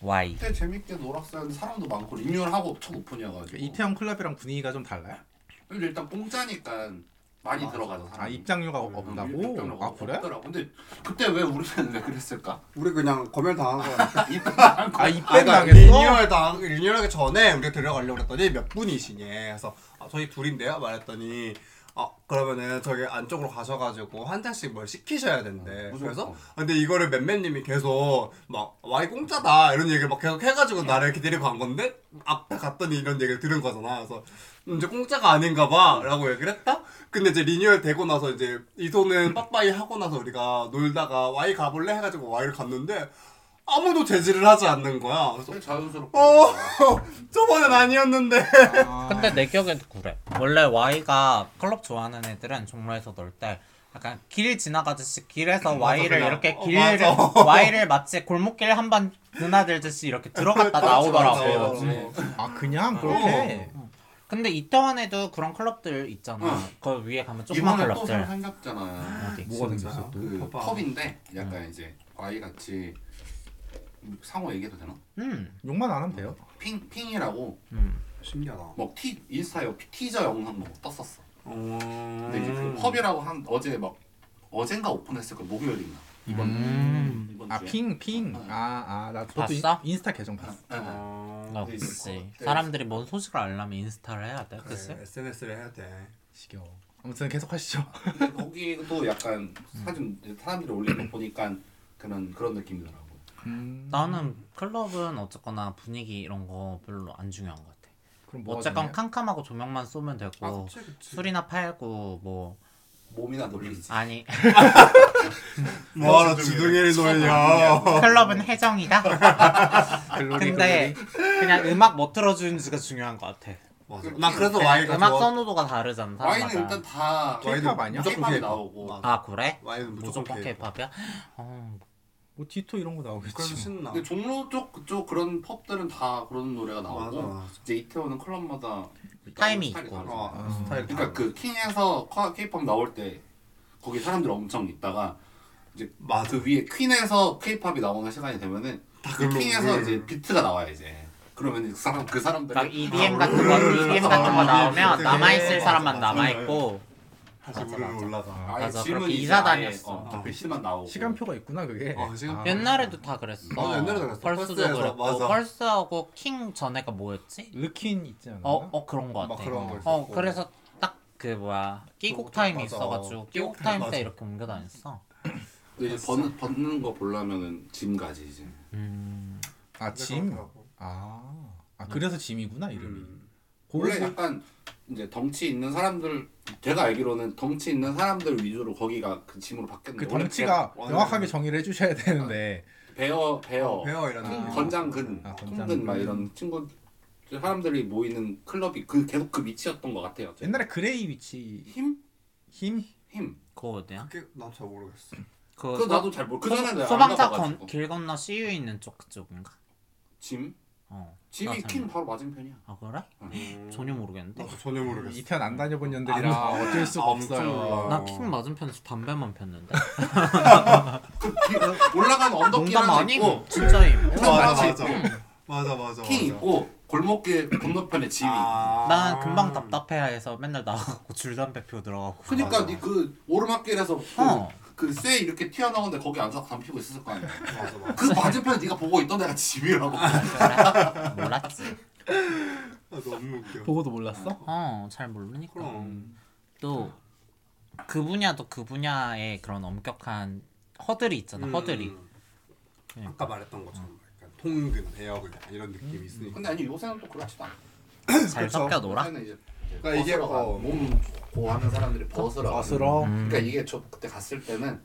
Speaker 3: 와이
Speaker 5: 그때 재밌게 놀았어요. 사람도 많고 리뉴얼하고 첫 오픈이어가지고.
Speaker 1: 그 이태원 클럽이랑 분위기가 좀 달라요?
Speaker 5: 근데 일단 공짜니까 많이 들어가서
Speaker 1: 아 입장료가 없다고? 아 그래?
Speaker 5: 없더라고. 근데 그때 왜 우리는 왜 그랬을까?
Speaker 4: 우리 그냥 검열 당한 거야
Speaker 5: 입장
Speaker 1: 아
Speaker 4: 아,
Speaker 1: 입밴
Speaker 4: 그러니까
Speaker 1: 당했어?
Speaker 4: 리뉴얼 당 리뉴얼하기 전에 우리가 데려가려고 그랬더니 몇 분이시냐 그래서 아, 저희 둘인데요 말했더니 아 그러면은 저기 안쪽으로 가셔가지고 한 잔씩 뭘 시키셔야 된대
Speaker 5: 무조건.
Speaker 4: 그래서 근데 이거를 맨맨님이 계속 막 와이 공짜다 이런 얘기를 막 계속 해가지고 나를 이렇게 데리고 간 건데 앞에 갔더니 이런 얘기를 들은 거잖아 그래서 음, 이제 공짜가 아닌가 봐 라고 얘기를 했다 근데 이제 리뉴얼 되고 나서 이제 이소는 빠빠이 하고 나서 우리가 놀다가 와이 가볼래 해가지고 와이를 갔는데 아무도 제지를 하지 않는 거야 그래서
Speaker 5: 자연스럽고.
Speaker 4: 어 저번엔 아니었는데
Speaker 3: 근데 내 기억에도 그래 원래 와이가 클럽 좋아하는 애들은 종로에서 놀 때 약간 길 지나가듯이 길에서 와이를
Speaker 4: 그냥.
Speaker 3: 이렇게
Speaker 4: 어,
Speaker 3: 길을
Speaker 4: 맞아.
Speaker 3: 와이를 마치 골목길 한 번 드나들듯이 이렇게 들어갔다
Speaker 4: 맞아,
Speaker 3: 네.
Speaker 5: 네,
Speaker 3: 나오더라고
Speaker 4: 맞아.
Speaker 1: 아 어, 그냥 그렇게?
Speaker 3: 근데 이태원에도 그런 클럽들 있잖아
Speaker 5: 응.
Speaker 3: 그 위에 가면 조그만
Speaker 5: 이번에 또
Speaker 3: 클럽들
Speaker 5: 생겼잖아.
Speaker 3: 어디
Speaker 1: 뭐가
Speaker 4: 진짜요?
Speaker 1: 생겼어 또?
Speaker 5: 그
Speaker 4: 봐봐.
Speaker 5: 펍인데 약간
Speaker 3: 음.
Speaker 5: 이제 아이 같이 상호 얘기해도 되나?
Speaker 3: 음
Speaker 1: 욕만 안 하면 돼요
Speaker 5: 핑 핑이라고
Speaker 4: 신기하다
Speaker 5: 뭐티 인스타에 티저 영상 뭐 떴었어. 근데 이제 그
Speaker 4: 음...
Speaker 5: 펍이라고 한 어제 막 어젠가 오픈했을 거야 목요일인가 이번
Speaker 3: 음.
Speaker 1: 어,
Speaker 5: 이번 주에.
Speaker 1: 아, 아핑핑아아나 저도 인-
Speaker 3: 봤어?
Speaker 1: 인스타 계정 봤어
Speaker 5: 네, 네.
Speaker 4: 어...
Speaker 3: 어, 그치 사람들이 뭔 소식을 알려면 인스타를 해야 돼 그치?
Speaker 4: 그래, SNS를 해야 돼
Speaker 1: 아, 시겨 아무튼 계속 하시죠
Speaker 5: 근데 거기도 약간 사진 사람들이 올리는 거 보니까 그런 그런 느낌이더라고.
Speaker 1: 음,
Speaker 3: 나는 클럽은 어쨌거나 분위기 이런 거 별로 안 중요한 것 같아
Speaker 1: 그럼 뭐가
Speaker 3: 어쨌건
Speaker 1: 좋냐?
Speaker 3: 캄캄하고 조명만 쏘면
Speaker 4: 아,
Speaker 3: 되고 술이나 팔고 뭐
Speaker 5: 몸이나 놀리지.
Speaker 3: 아니
Speaker 4: 뭐하러 주둥이를 놀려
Speaker 3: 클럽은 해정이다
Speaker 1: 글로리
Speaker 3: 아, 근데 그냥 음악 뭐 틀어주는지가 중요한 것 같아
Speaker 4: 맞아. 나 그래서 와이가
Speaker 3: 네, 음악
Speaker 4: 좋아
Speaker 3: 선호도가 다르잖아
Speaker 5: 와인은
Speaker 3: 사람마다.
Speaker 5: 일단 다
Speaker 1: 와인- K-pop 아니야?
Speaker 5: K-pop
Speaker 4: K-pop.
Speaker 5: 나오고.
Speaker 4: 맞아.
Speaker 3: 아 그래?
Speaker 4: 와인은 무조건 K-pop
Speaker 3: 무조건 케이팝이야? 어,
Speaker 1: 뭐 디토 이런 거
Speaker 4: 그래서
Speaker 1: 나오겠지
Speaker 4: 신나
Speaker 5: 근데 종로 쪽 그쪽 그런 펍들은 다 그런 노래가 나오고
Speaker 4: 맞아, 맞아.
Speaker 5: 이제 이태원은 클럽마다
Speaker 3: 그 타임이
Speaker 5: 스타일이
Speaker 3: 있고.
Speaker 5: 다르잖아.
Speaker 4: 어, 스타일
Speaker 5: 그러니까 그 퀸에서 케이팝 나올 때 거기 사람들 엄청 있다가 이제
Speaker 4: 맞아.
Speaker 5: 그 위에 퀸에서 케이팝이 나오는 시간이 되면은 그
Speaker 4: 글로-
Speaker 5: 퀸에서
Speaker 4: 음.
Speaker 5: 이제 비트가 나와요 이제 그러면 그 사람 그 사람들이
Speaker 3: 막 EDM
Speaker 5: 아,
Speaker 3: 같은 거
Speaker 4: 룰루루루
Speaker 3: EDM 같은 거
Speaker 4: 네. 맞아,
Speaker 3: 나오면
Speaker 4: 맞아.
Speaker 3: 남아 있을
Speaker 4: 맞아,
Speaker 3: 사람만
Speaker 4: 맞아.
Speaker 3: 남아 있고
Speaker 4: 다시
Speaker 3: 맞아,
Speaker 4: 물을
Speaker 3: 맞아.
Speaker 4: 올라가
Speaker 5: 아예
Speaker 3: 맞아,
Speaker 5: 질문이
Speaker 3: 그렇게
Speaker 5: 이제
Speaker 3: 이사
Speaker 5: 아예,
Speaker 3: 다녔어.
Speaker 5: 어, 글씨만 나오고
Speaker 1: 시간표가 있구나 그게
Speaker 4: 어, 시간표.
Speaker 1: 아,
Speaker 3: 옛날에도 다 그랬어.
Speaker 4: 맞아, 옛날에도 그랬어.
Speaker 3: 펄스도
Speaker 4: 펄스에서,
Speaker 3: 그랬고
Speaker 4: 맞아.
Speaker 3: 펄스하고 킹 전에가 뭐였지?
Speaker 1: 르킨 있지 않나?
Speaker 3: 어, 어 그런 거 같아.
Speaker 4: 막 그런 거
Speaker 3: 어
Speaker 4: 있었고.
Speaker 3: 그래서 딱 그 뭐야
Speaker 4: 어,
Speaker 3: 끼곡 타임이
Speaker 4: 맞아.
Speaker 3: 있어가지고 끼곡
Speaker 4: 끼곡 타임
Speaker 3: 타임 때
Speaker 4: 맞아.
Speaker 3: 이렇게 옮겨 다녔어.
Speaker 5: 근데 이제 번, 벗는 거 보려면은 짐 가지 이제
Speaker 3: 음,
Speaker 1: 아
Speaker 4: 네,
Speaker 1: 짐. 아,
Speaker 4: 음.
Speaker 1: 아 그래서 짐이구나 이름이.
Speaker 3: 음.
Speaker 5: 원래
Speaker 1: 그래서
Speaker 5: 약간 이제 덩치 있는 사람들 제가 알기로는 덩치 있는 사람들 위주로 거기가 그 짐으로 바뀌었는데
Speaker 1: 그
Speaker 5: 원래
Speaker 1: 덩치가
Speaker 4: 원래 아,
Speaker 1: 명확하게 정의를 해주셔야 되는데
Speaker 5: 베어 베어
Speaker 4: 배어 이런
Speaker 3: 음.
Speaker 5: 건장근
Speaker 1: 아, 건장근.
Speaker 5: 통근 막 이런 친구 사람들이 모이는 클럽이 그 계속 그 위치였던 것 같아요.
Speaker 4: 네.
Speaker 5: 제가.
Speaker 1: 옛날에 그레이 위치
Speaker 5: 힘?
Speaker 1: 힘
Speaker 5: 힘.
Speaker 3: 그거 어디야?
Speaker 4: 그게 난잘
Speaker 3: 음.
Speaker 4: 모르겠어.
Speaker 5: 그
Speaker 3: 소-
Speaker 5: 나도 잘 모르. 그 전에 내가 안
Speaker 3: 소방차
Speaker 5: 가봐가지고.
Speaker 3: 건, 길 건너 CU 있는 쪽 그쪽인가?
Speaker 5: 짐.
Speaker 3: 어.
Speaker 1: 아,
Speaker 5: 짐이
Speaker 3: 나
Speaker 5: 킴
Speaker 3: 잘
Speaker 5: 바로 맞은편이야.
Speaker 3: 아 그래?
Speaker 4: 음.
Speaker 3: 전혀 음. 모르겠는데.
Speaker 4: 나도 전혀 모르겠어.
Speaker 1: 이편 안 다녀본 년들이라 어쩔 수가
Speaker 4: 아, 엄청
Speaker 1: 없어요.
Speaker 4: 몰라.
Speaker 3: 나 킹 맞은편 담배만 폈는데.
Speaker 5: 그 올라가면 언덕길
Speaker 3: 농담
Speaker 5: 하나
Speaker 3: 아니?
Speaker 5: 있고
Speaker 3: 진짜임.
Speaker 5: 어,
Speaker 4: 맞아
Speaker 5: 맞지?
Speaker 4: 맞아.
Speaker 3: 응.
Speaker 4: 맞아 맞아.
Speaker 5: 킹 있고 골목길 건너편에 집이.
Speaker 4: 아.
Speaker 3: 난 금방 답답해해서 맨날 나가고 줄담배 피워 들어가고.
Speaker 5: 그러니까
Speaker 4: 맞아.
Speaker 5: 네그 오르막길에서
Speaker 3: 어.
Speaker 5: 그쇠 이렇게 튀어나오는데 거기 앉아서 담 피고 있었을 거 아니야.
Speaker 4: 맞아 맞아.
Speaker 5: 그 맞은편에 네가 보고 있던 데가 집이라고.
Speaker 3: 그래? 몰랐지.
Speaker 4: 아, 너무
Speaker 3: 음.
Speaker 4: 웃겨.
Speaker 1: 보고도 몰랐어?
Speaker 3: 어, 잘 모르니까.
Speaker 4: 그럼.
Speaker 3: 또 그 분야도 그 분야의 그런 엄격한 허들이 있잖아. 허들이. 네.
Speaker 4: 음.
Speaker 3: 그냥.
Speaker 4: 아까 말했던 것처럼 뭐 약간 통근해요 그냥 이런
Speaker 3: 음.
Speaker 4: 느낌이 있으니까.
Speaker 5: 근데 아니 요새는 또 그렇지도 않아.
Speaker 3: 잘
Speaker 1: 그쵸.
Speaker 3: 섞여 놀아.
Speaker 5: 요새는 이제
Speaker 4: 그러니까 이게
Speaker 5: 버스러 가.
Speaker 4: 어.
Speaker 5: 뭐 몸 보호하는 사람들이 버스러. 가는
Speaker 1: 버스러?
Speaker 5: 거야. 그러니까 이게 저 그때 갔을 때는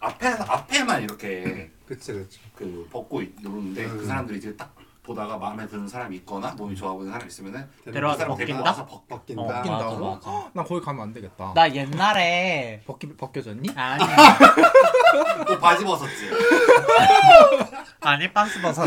Speaker 5: 앞에 앞에만 이렇게
Speaker 4: 그치 그치.
Speaker 5: 그 벗고 있- 노는데 그 사람들이 이제 딱 보다가 마음에 드는 사람이 있거나 몸이 좋아 보이는 사람이 있으면은
Speaker 3: 데려와서
Speaker 5: 그 사람 데리고
Speaker 3: 벗긴다?
Speaker 5: 와서 벗.
Speaker 4: 바뀐다.
Speaker 3: 어,
Speaker 1: 바뀐다.
Speaker 3: 맞아 맞아.
Speaker 1: 나 거기 가면 안 되겠다.
Speaker 3: 나 옛날에
Speaker 1: 벗기 벗겨졌니?
Speaker 3: 아니
Speaker 5: 또 바지 벗었지.
Speaker 3: 아니 빤스 벗어.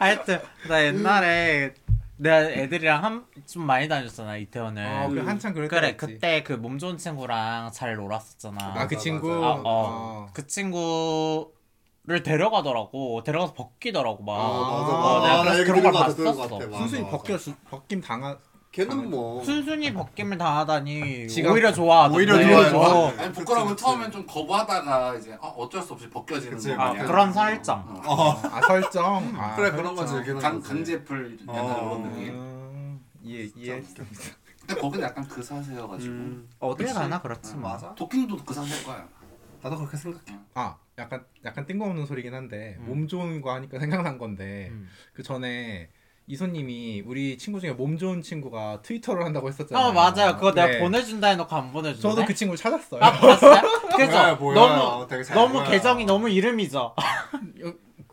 Speaker 3: 하여튼 나 옛날에 내가 애들이랑 한, 좀 많이 다녔잖아 이태원을.
Speaker 1: 어, 그래, 한창 그럴 때였지.
Speaker 3: 그래 그때 그 몸 좋은 친구랑 잘 놀았었잖아.
Speaker 1: 아 그
Speaker 4: 맞아,
Speaker 1: 친구.
Speaker 4: 맞아.
Speaker 3: 아, 어. 그 친구를 데려가더라고. 데려가서 벗기더라고 막. 어,
Speaker 4: 아, 맞아 맞아. 나
Speaker 1: 아,
Speaker 3: 내가 그래서
Speaker 4: 이거
Speaker 3: 그런
Speaker 4: 들은
Speaker 3: 걸
Speaker 4: 것 같아, 들은 것
Speaker 3: 봤었어.
Speaker 4: 같아. 맞아,
Speaker 1: 순순히
Speaker 4: 맞아.
Speaker 1: 벗겨 벗김 당한
Speaker 4: 걔는 뭐
Speaker 3: 순순히 벗김을 당하다니
Speaker 1: 지가-
Speaker 3: 오히려 좋아. 네. 어,
Speaker 4: 오히려
Speaker 3: 오히려
Speaker 4: 좋아요.
Speaker 3: 좋아.
Speaker 5: 아니 부끄러우면
Speaker 4: 그치, 그치.
Speaker 5: 처음엔 좀 거부하다가 이제 어, 어쩔 수 없이 벗겨지는
Speaker 4: 그치,
Speaker 5: 거
Speaker 3: 아,
Speaker 5: 아니야.
Speaker 3: 그런 살짝.
Speaker 5: 어.
Speaker 1: 아 설정. 아,
Speaker 4: 그래 그런 거
Speaker 3: 그렇죠.
Speaker 1: 설정.
Speaker 4: 즐기는
Speaker 5: 강
Speaker 4: 거지.
Speaker 5: 강제풀 약간
Speaker 4: 어.
Speaker 5: 이런 느낌.
Speaker 1: 음, 이해 이해.
Speaker 5: 근데 거기는 약간 그 사세여가지고
Speaker 4: 음,
Speaker 3: 어딜 가나 그렇지
Speaker 5: 응.
Speaker 3: 뭐.
Speaker 4: 맞아.
Speaker 5: 도킹도 그 사세일 거야.
Speaker 4: 나도 그렇게 생각해.
Speaker 1: 아 약간 약간 뜬금없는 소리긴 한데 몸 좋은 거 하니까 생각난 건데
Speaker 3: 음.
Speaker 1: 그 전에 이소님이 우리 친구 중에 몸 좋은 친구가 트위터를 한다고 했었잖아요.
Speaker 3: 어 맞아요. 그거
Speaker 1: 네.
Speaker 3: 내가 보내준다 해놓고 안 보내준다.
Speaker 1: 저도 그 친구를 찾았어요.
Speaker 3: 아 봤어요? 그죠?
Speaker 4: 뭐야, 뭐야.
Speaker 3: 너무
Speaker 4: 되게 잘
Speaker 3: 너무
Speaker 4: 보여요.
Speaker 3: 계정이 너무 이름이죠.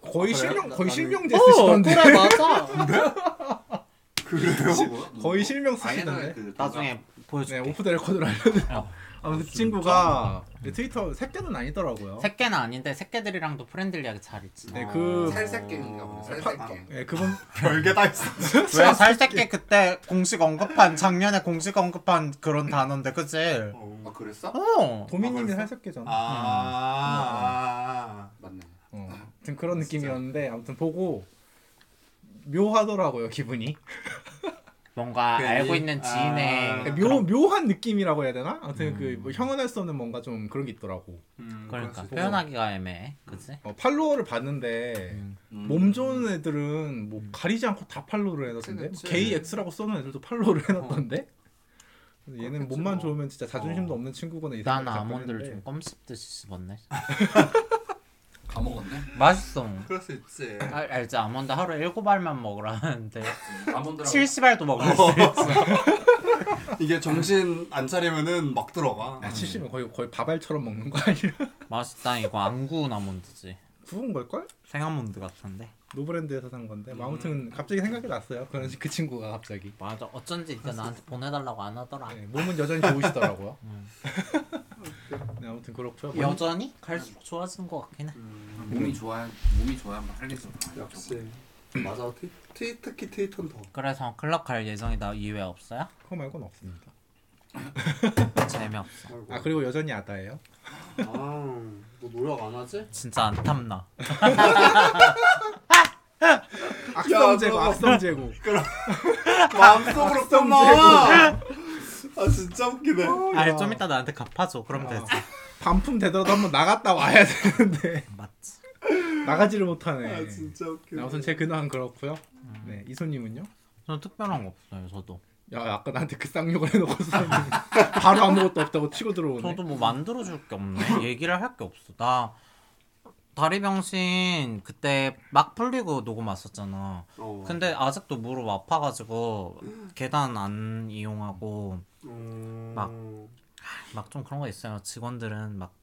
Speaker 1: 거의
Speaker 4: 아, 그래요?
Speaker 1: 실명
Speaker 4: 나- 나는-
Speaker 1: 거의
Speaker 3: 어,
Speaker 1: 실명제
Speaker 3: 오
Speaker 1: 쓰시던데
Speaker 3: 그래 맞아.
Speaker 4: 네. 그래요?
Speaker 1: 거의 실명 쓰시던데.
Speaker 5: 그
Speaker 3: 나중에
Speaker 1: 네
Speaker 3: 보여줄게.
Speaker 1: 오프 더 레코드로 알려드려요.
Speaker 3: 어. 음.
Speaker 1: 아무튼 그 친구가 트위터 새끼는 아니더라고요.
Speaker 3: 새끼는 아, 아닌데 새끼들이랑도 프렌들리하게 잘 있지. 어.
Speaker 1: 네, 그-
Speaker 5: 살새끼인가 보네. 살새끼.
Speaker 1: 예, 그분
Speaker 3: 아,
Speaker 4: 별게 다 있어.
Speaker 3: 왜 살새끼 그때 공식 언급한 작년에 공식 언급한 그런 단어인데 그치?
Speaker 4: 음.
Speaker 5: 아 그랬어?
Speaker 3: 어.
Speaker 1: 도민님이
Speaker 4: 아, 벌써?
Speaker 1: 살색계잖아.
Speaker 4: 아, 아,
Speaker 5: 맞네.
Speaker 1: 어, 아무튼 그런 느낌이었는데 아무튼 보고 묘하더라고요 기분이.
Speaker 3: 뭔가
Speaker 4: 괜히-
Speaker 3: 알고 있는 지인의
Speaker 4: 아.
Speaker 1: 묘
Speaker 3: 그런-
Speaker 1: 묘한 느낌이라고 해야 되나? 아무튼 그뭐 형언할 수 없는 뭔가 좀 그런 게 있더라고.
Speaker 4: 음, 그럴
Speaker 3: 그러니까
Speaker 4: 수 있어.
Speaker 3: 표현하기가 애매해. 그치?
Speaker 1: 어, 팔로워를 봤는데
Speaker 5: 음.
Speaker 1: 몸 좋은 애들은 뭐 가리지 않고 다 팔로우를 해놨던데 뭐
Speaker 4: 그치, 그치.
Speaker 1: 게이 X라고 써놓은 애들도 팔로우를 해놨던데 그래서 얘는
Speaker 4: 그렇겠지,
Speaker 1: 몸만
Speaker 4: 뭐.
Speaker 1: 좋으면 진짜 자존심도 없는 친구구나 이
Speaker 3: 난
Speaker 1: 생각
Speaker 3: 아몬드를 좀 껌씹듯이 씹었네.
Speaker 5: 까먹었네.
Speaker 3: 맛있어.
Speaker 4: 그럴 수 있지.
Speaker 3: 아, 알지 아몬드 하루 일곱 알만 먹으라는데
Speaker 5: 음, 아몬드랑
Speaker 3: 70알도 먹을 수 있어.
Speaker 4: 이게 정신 안 차리면은 막 들어가.
Speaker 1: 아 70은 거의 거의 밥알처럼 먹는 거 아니야?
Speaker 3: 맛있다 이거 안 구운 아몬드지.
Speaker 1: 구운 걸걸?
Speaker 3: 생아몬드 같은데.
Speaker 1: 노브랜드에서 산 건데 뭐 아무튼 갑자기 생각이 났어요 그런 그 친구가 갑자기
Speaker 3: 맞아. 어쩐지 이제 나한테 보내달라고 안 하더라.
Speaker 1: 네, 몸은 여전히 좋으시더라고요 네, 아무튼 그렇고요 뭐
Speaker 3: 여전히 갈수록 좋아지는 것 같긴
Speaker 1: 음.
Speaker 3: 해.
Speaker 5: 몸이 좋아야 몸이 좋아야 막 할리죠.
Speaker 4: 역시 맞아. 트, 트, 특히 트위터는 더.
Speaker 3: 그래서 클럽 갈 예정이다 이외 없어요?
Speaker 1: 그거 말고는 없습니다
Speaker 3: 재미없어.
Speaker 4: 아이고.
Speaker 1: 아 그리고 여전히 아다예요
Speaker 4: 아, 너 노력 안 하지?
Speaker 3: 진짜 안 탐나.
Speaker 1: 어, 악성
Speaker 4: 야,
Speaker 1: 제고
Speaker 4: 그거-
Speaker 1: 악성 제고
Speaker 4: 마음속으로 또 나와. 아 진짜 웃기네.
Speaker 3: 아니 좀 이따 나한테 갚아줘.
Speaker 1: 어.
Speaker 3: 그럼 되지.
Speaker 1: 반품 되더라도 한번 나갔다 와야 되는데
Speaker 3: 맞지.
Speaker 1: 나가지를 못하네
Speaker 4: 아 진짜 웃기네.
Speaker 1: 아무튼 제 근황은 그렇고요. 네 이소님은요?
Speaker 3: 저는 특별한 거 없어요. 저도.
Speaker 1: 야 아까 나한테 그 쌍욕을 해놓고 서 바로 아무것도 없다고 치고 들어오네.
Speaker 3: 저도 뭐 만들어줄 게 없네. 얘기를 할 게 없어. 나 다리병신 그때 막 풀리고 녹음 왔었잖아.
Speaker 4: 어.
Speaker 3: 근데 아직도 무릎 아파가지고 계단 안 이용하고
Speaker 4: 음...
Speaker 3: 막. 막 좀 그런 거 있어요. 직원들은 막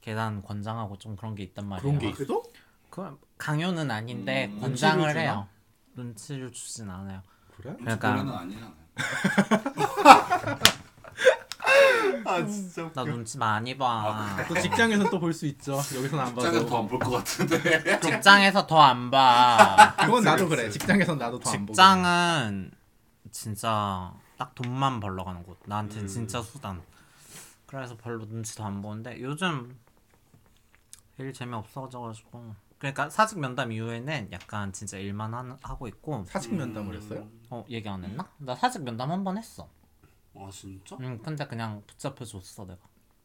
Speaker 3: 계단 권장하고 좀 그런 게 있단 말이에요.
Speaker 1: 그런 게 있어?
Speaker 3: 그 강요는 아닌데
Speaker 5: 음,
Speaker 3: 권장을
Speaker 1: 눈치를 주나?
Speaker 3: 해요. 눈치를 주진 않아요.
Speaker 1: 그래?
Speaker 5: 그러니까
Speaker 3: 그러니까
Speaker 5: 아니잖아요.
Speaker 4: 아 진짜
Speaker 3: 나 눈치 많이 봐.
Speaker 1: 또 직장에서 또 볼 수 있죠. 여기서는 안
Speaker 5: 짜게
Speaker 1: 봐도.
Speaker 5: 더안볼것 같은데.
Speaker 3: 직장에서 더 안 봐.
Speaker 1: 그건 나도 그래. 직장에서 나도 더 안 보고.
Speaker 3: 직장은 진짜 딱 돈만 벌러 가는 곳. 나한테 는 진짜 수단. 그래서 별로 눈치도 안 보는데 요즘 일 재미없어져가지고 그러니까 사직 면담 이후에는 약간 진짜 일만 하는, 하고 있고
Speaker 1: 사직 면담을
Speaker 4: 음.
Speaker 1: 했어요?
Speaker 3: 어 얘기 안 했나? 나 사직 면담 한 번 했어.
Speaker 4: 아 진짜?
Speaker 3: 응 근데 그냥 붙잡혀 줬어 내가.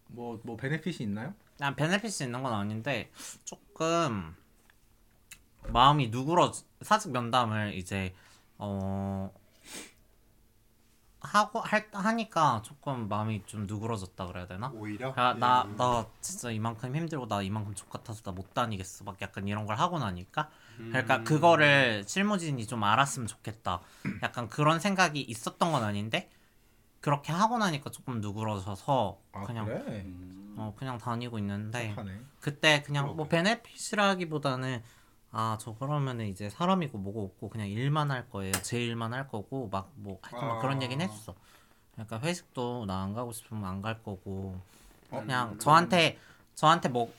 Speaker 1: 뭐뭐 베네핏이 있나요?
Speaker 3: 난 베네핏이 있는 건 아닌데 조금 마음이 누그러 사직 면담을 이제 어 하고 할 하니까 조금 마음이 좀 누그러졌다 그래야 되나?
Speaker 4: 오히려?
Speaker 3: 야나나 진짜 이만큼 힘들고 나 이만큼 족 같아서 나 못 다니겠어 막 약간 이런 걸 하고 나니까 그러니까 그거를 실무진이 좀 알았으면 좋겠다 약간 그런 생각이 있었던 건 아닌데 그렇게 하고 나니까 조금 누그러져서
Speaker 1: 아
Speaker 3: 그냥
Speaker 1: 그래.
Speaker 5: 음.
Speaker 1: 어,
Speaker 3: 어 그냥 다니고 있는데
Speaker 1: 하네.
Speaker 3: 그때 그냥 뭐 베네핏이라기보다는 아 저 그러면은 이제 사람이고 뭐고 없고 그냥 일만 할 거예요 제 일만 할 거고 막 뭐 하여튼 막 그런
Speaker 4: 아.
Speaker 3: 얘기는 했어 그러니까 회식도 나 안 가고 싶으면 안 갈 거고 그냥 저한테 저한테 뭐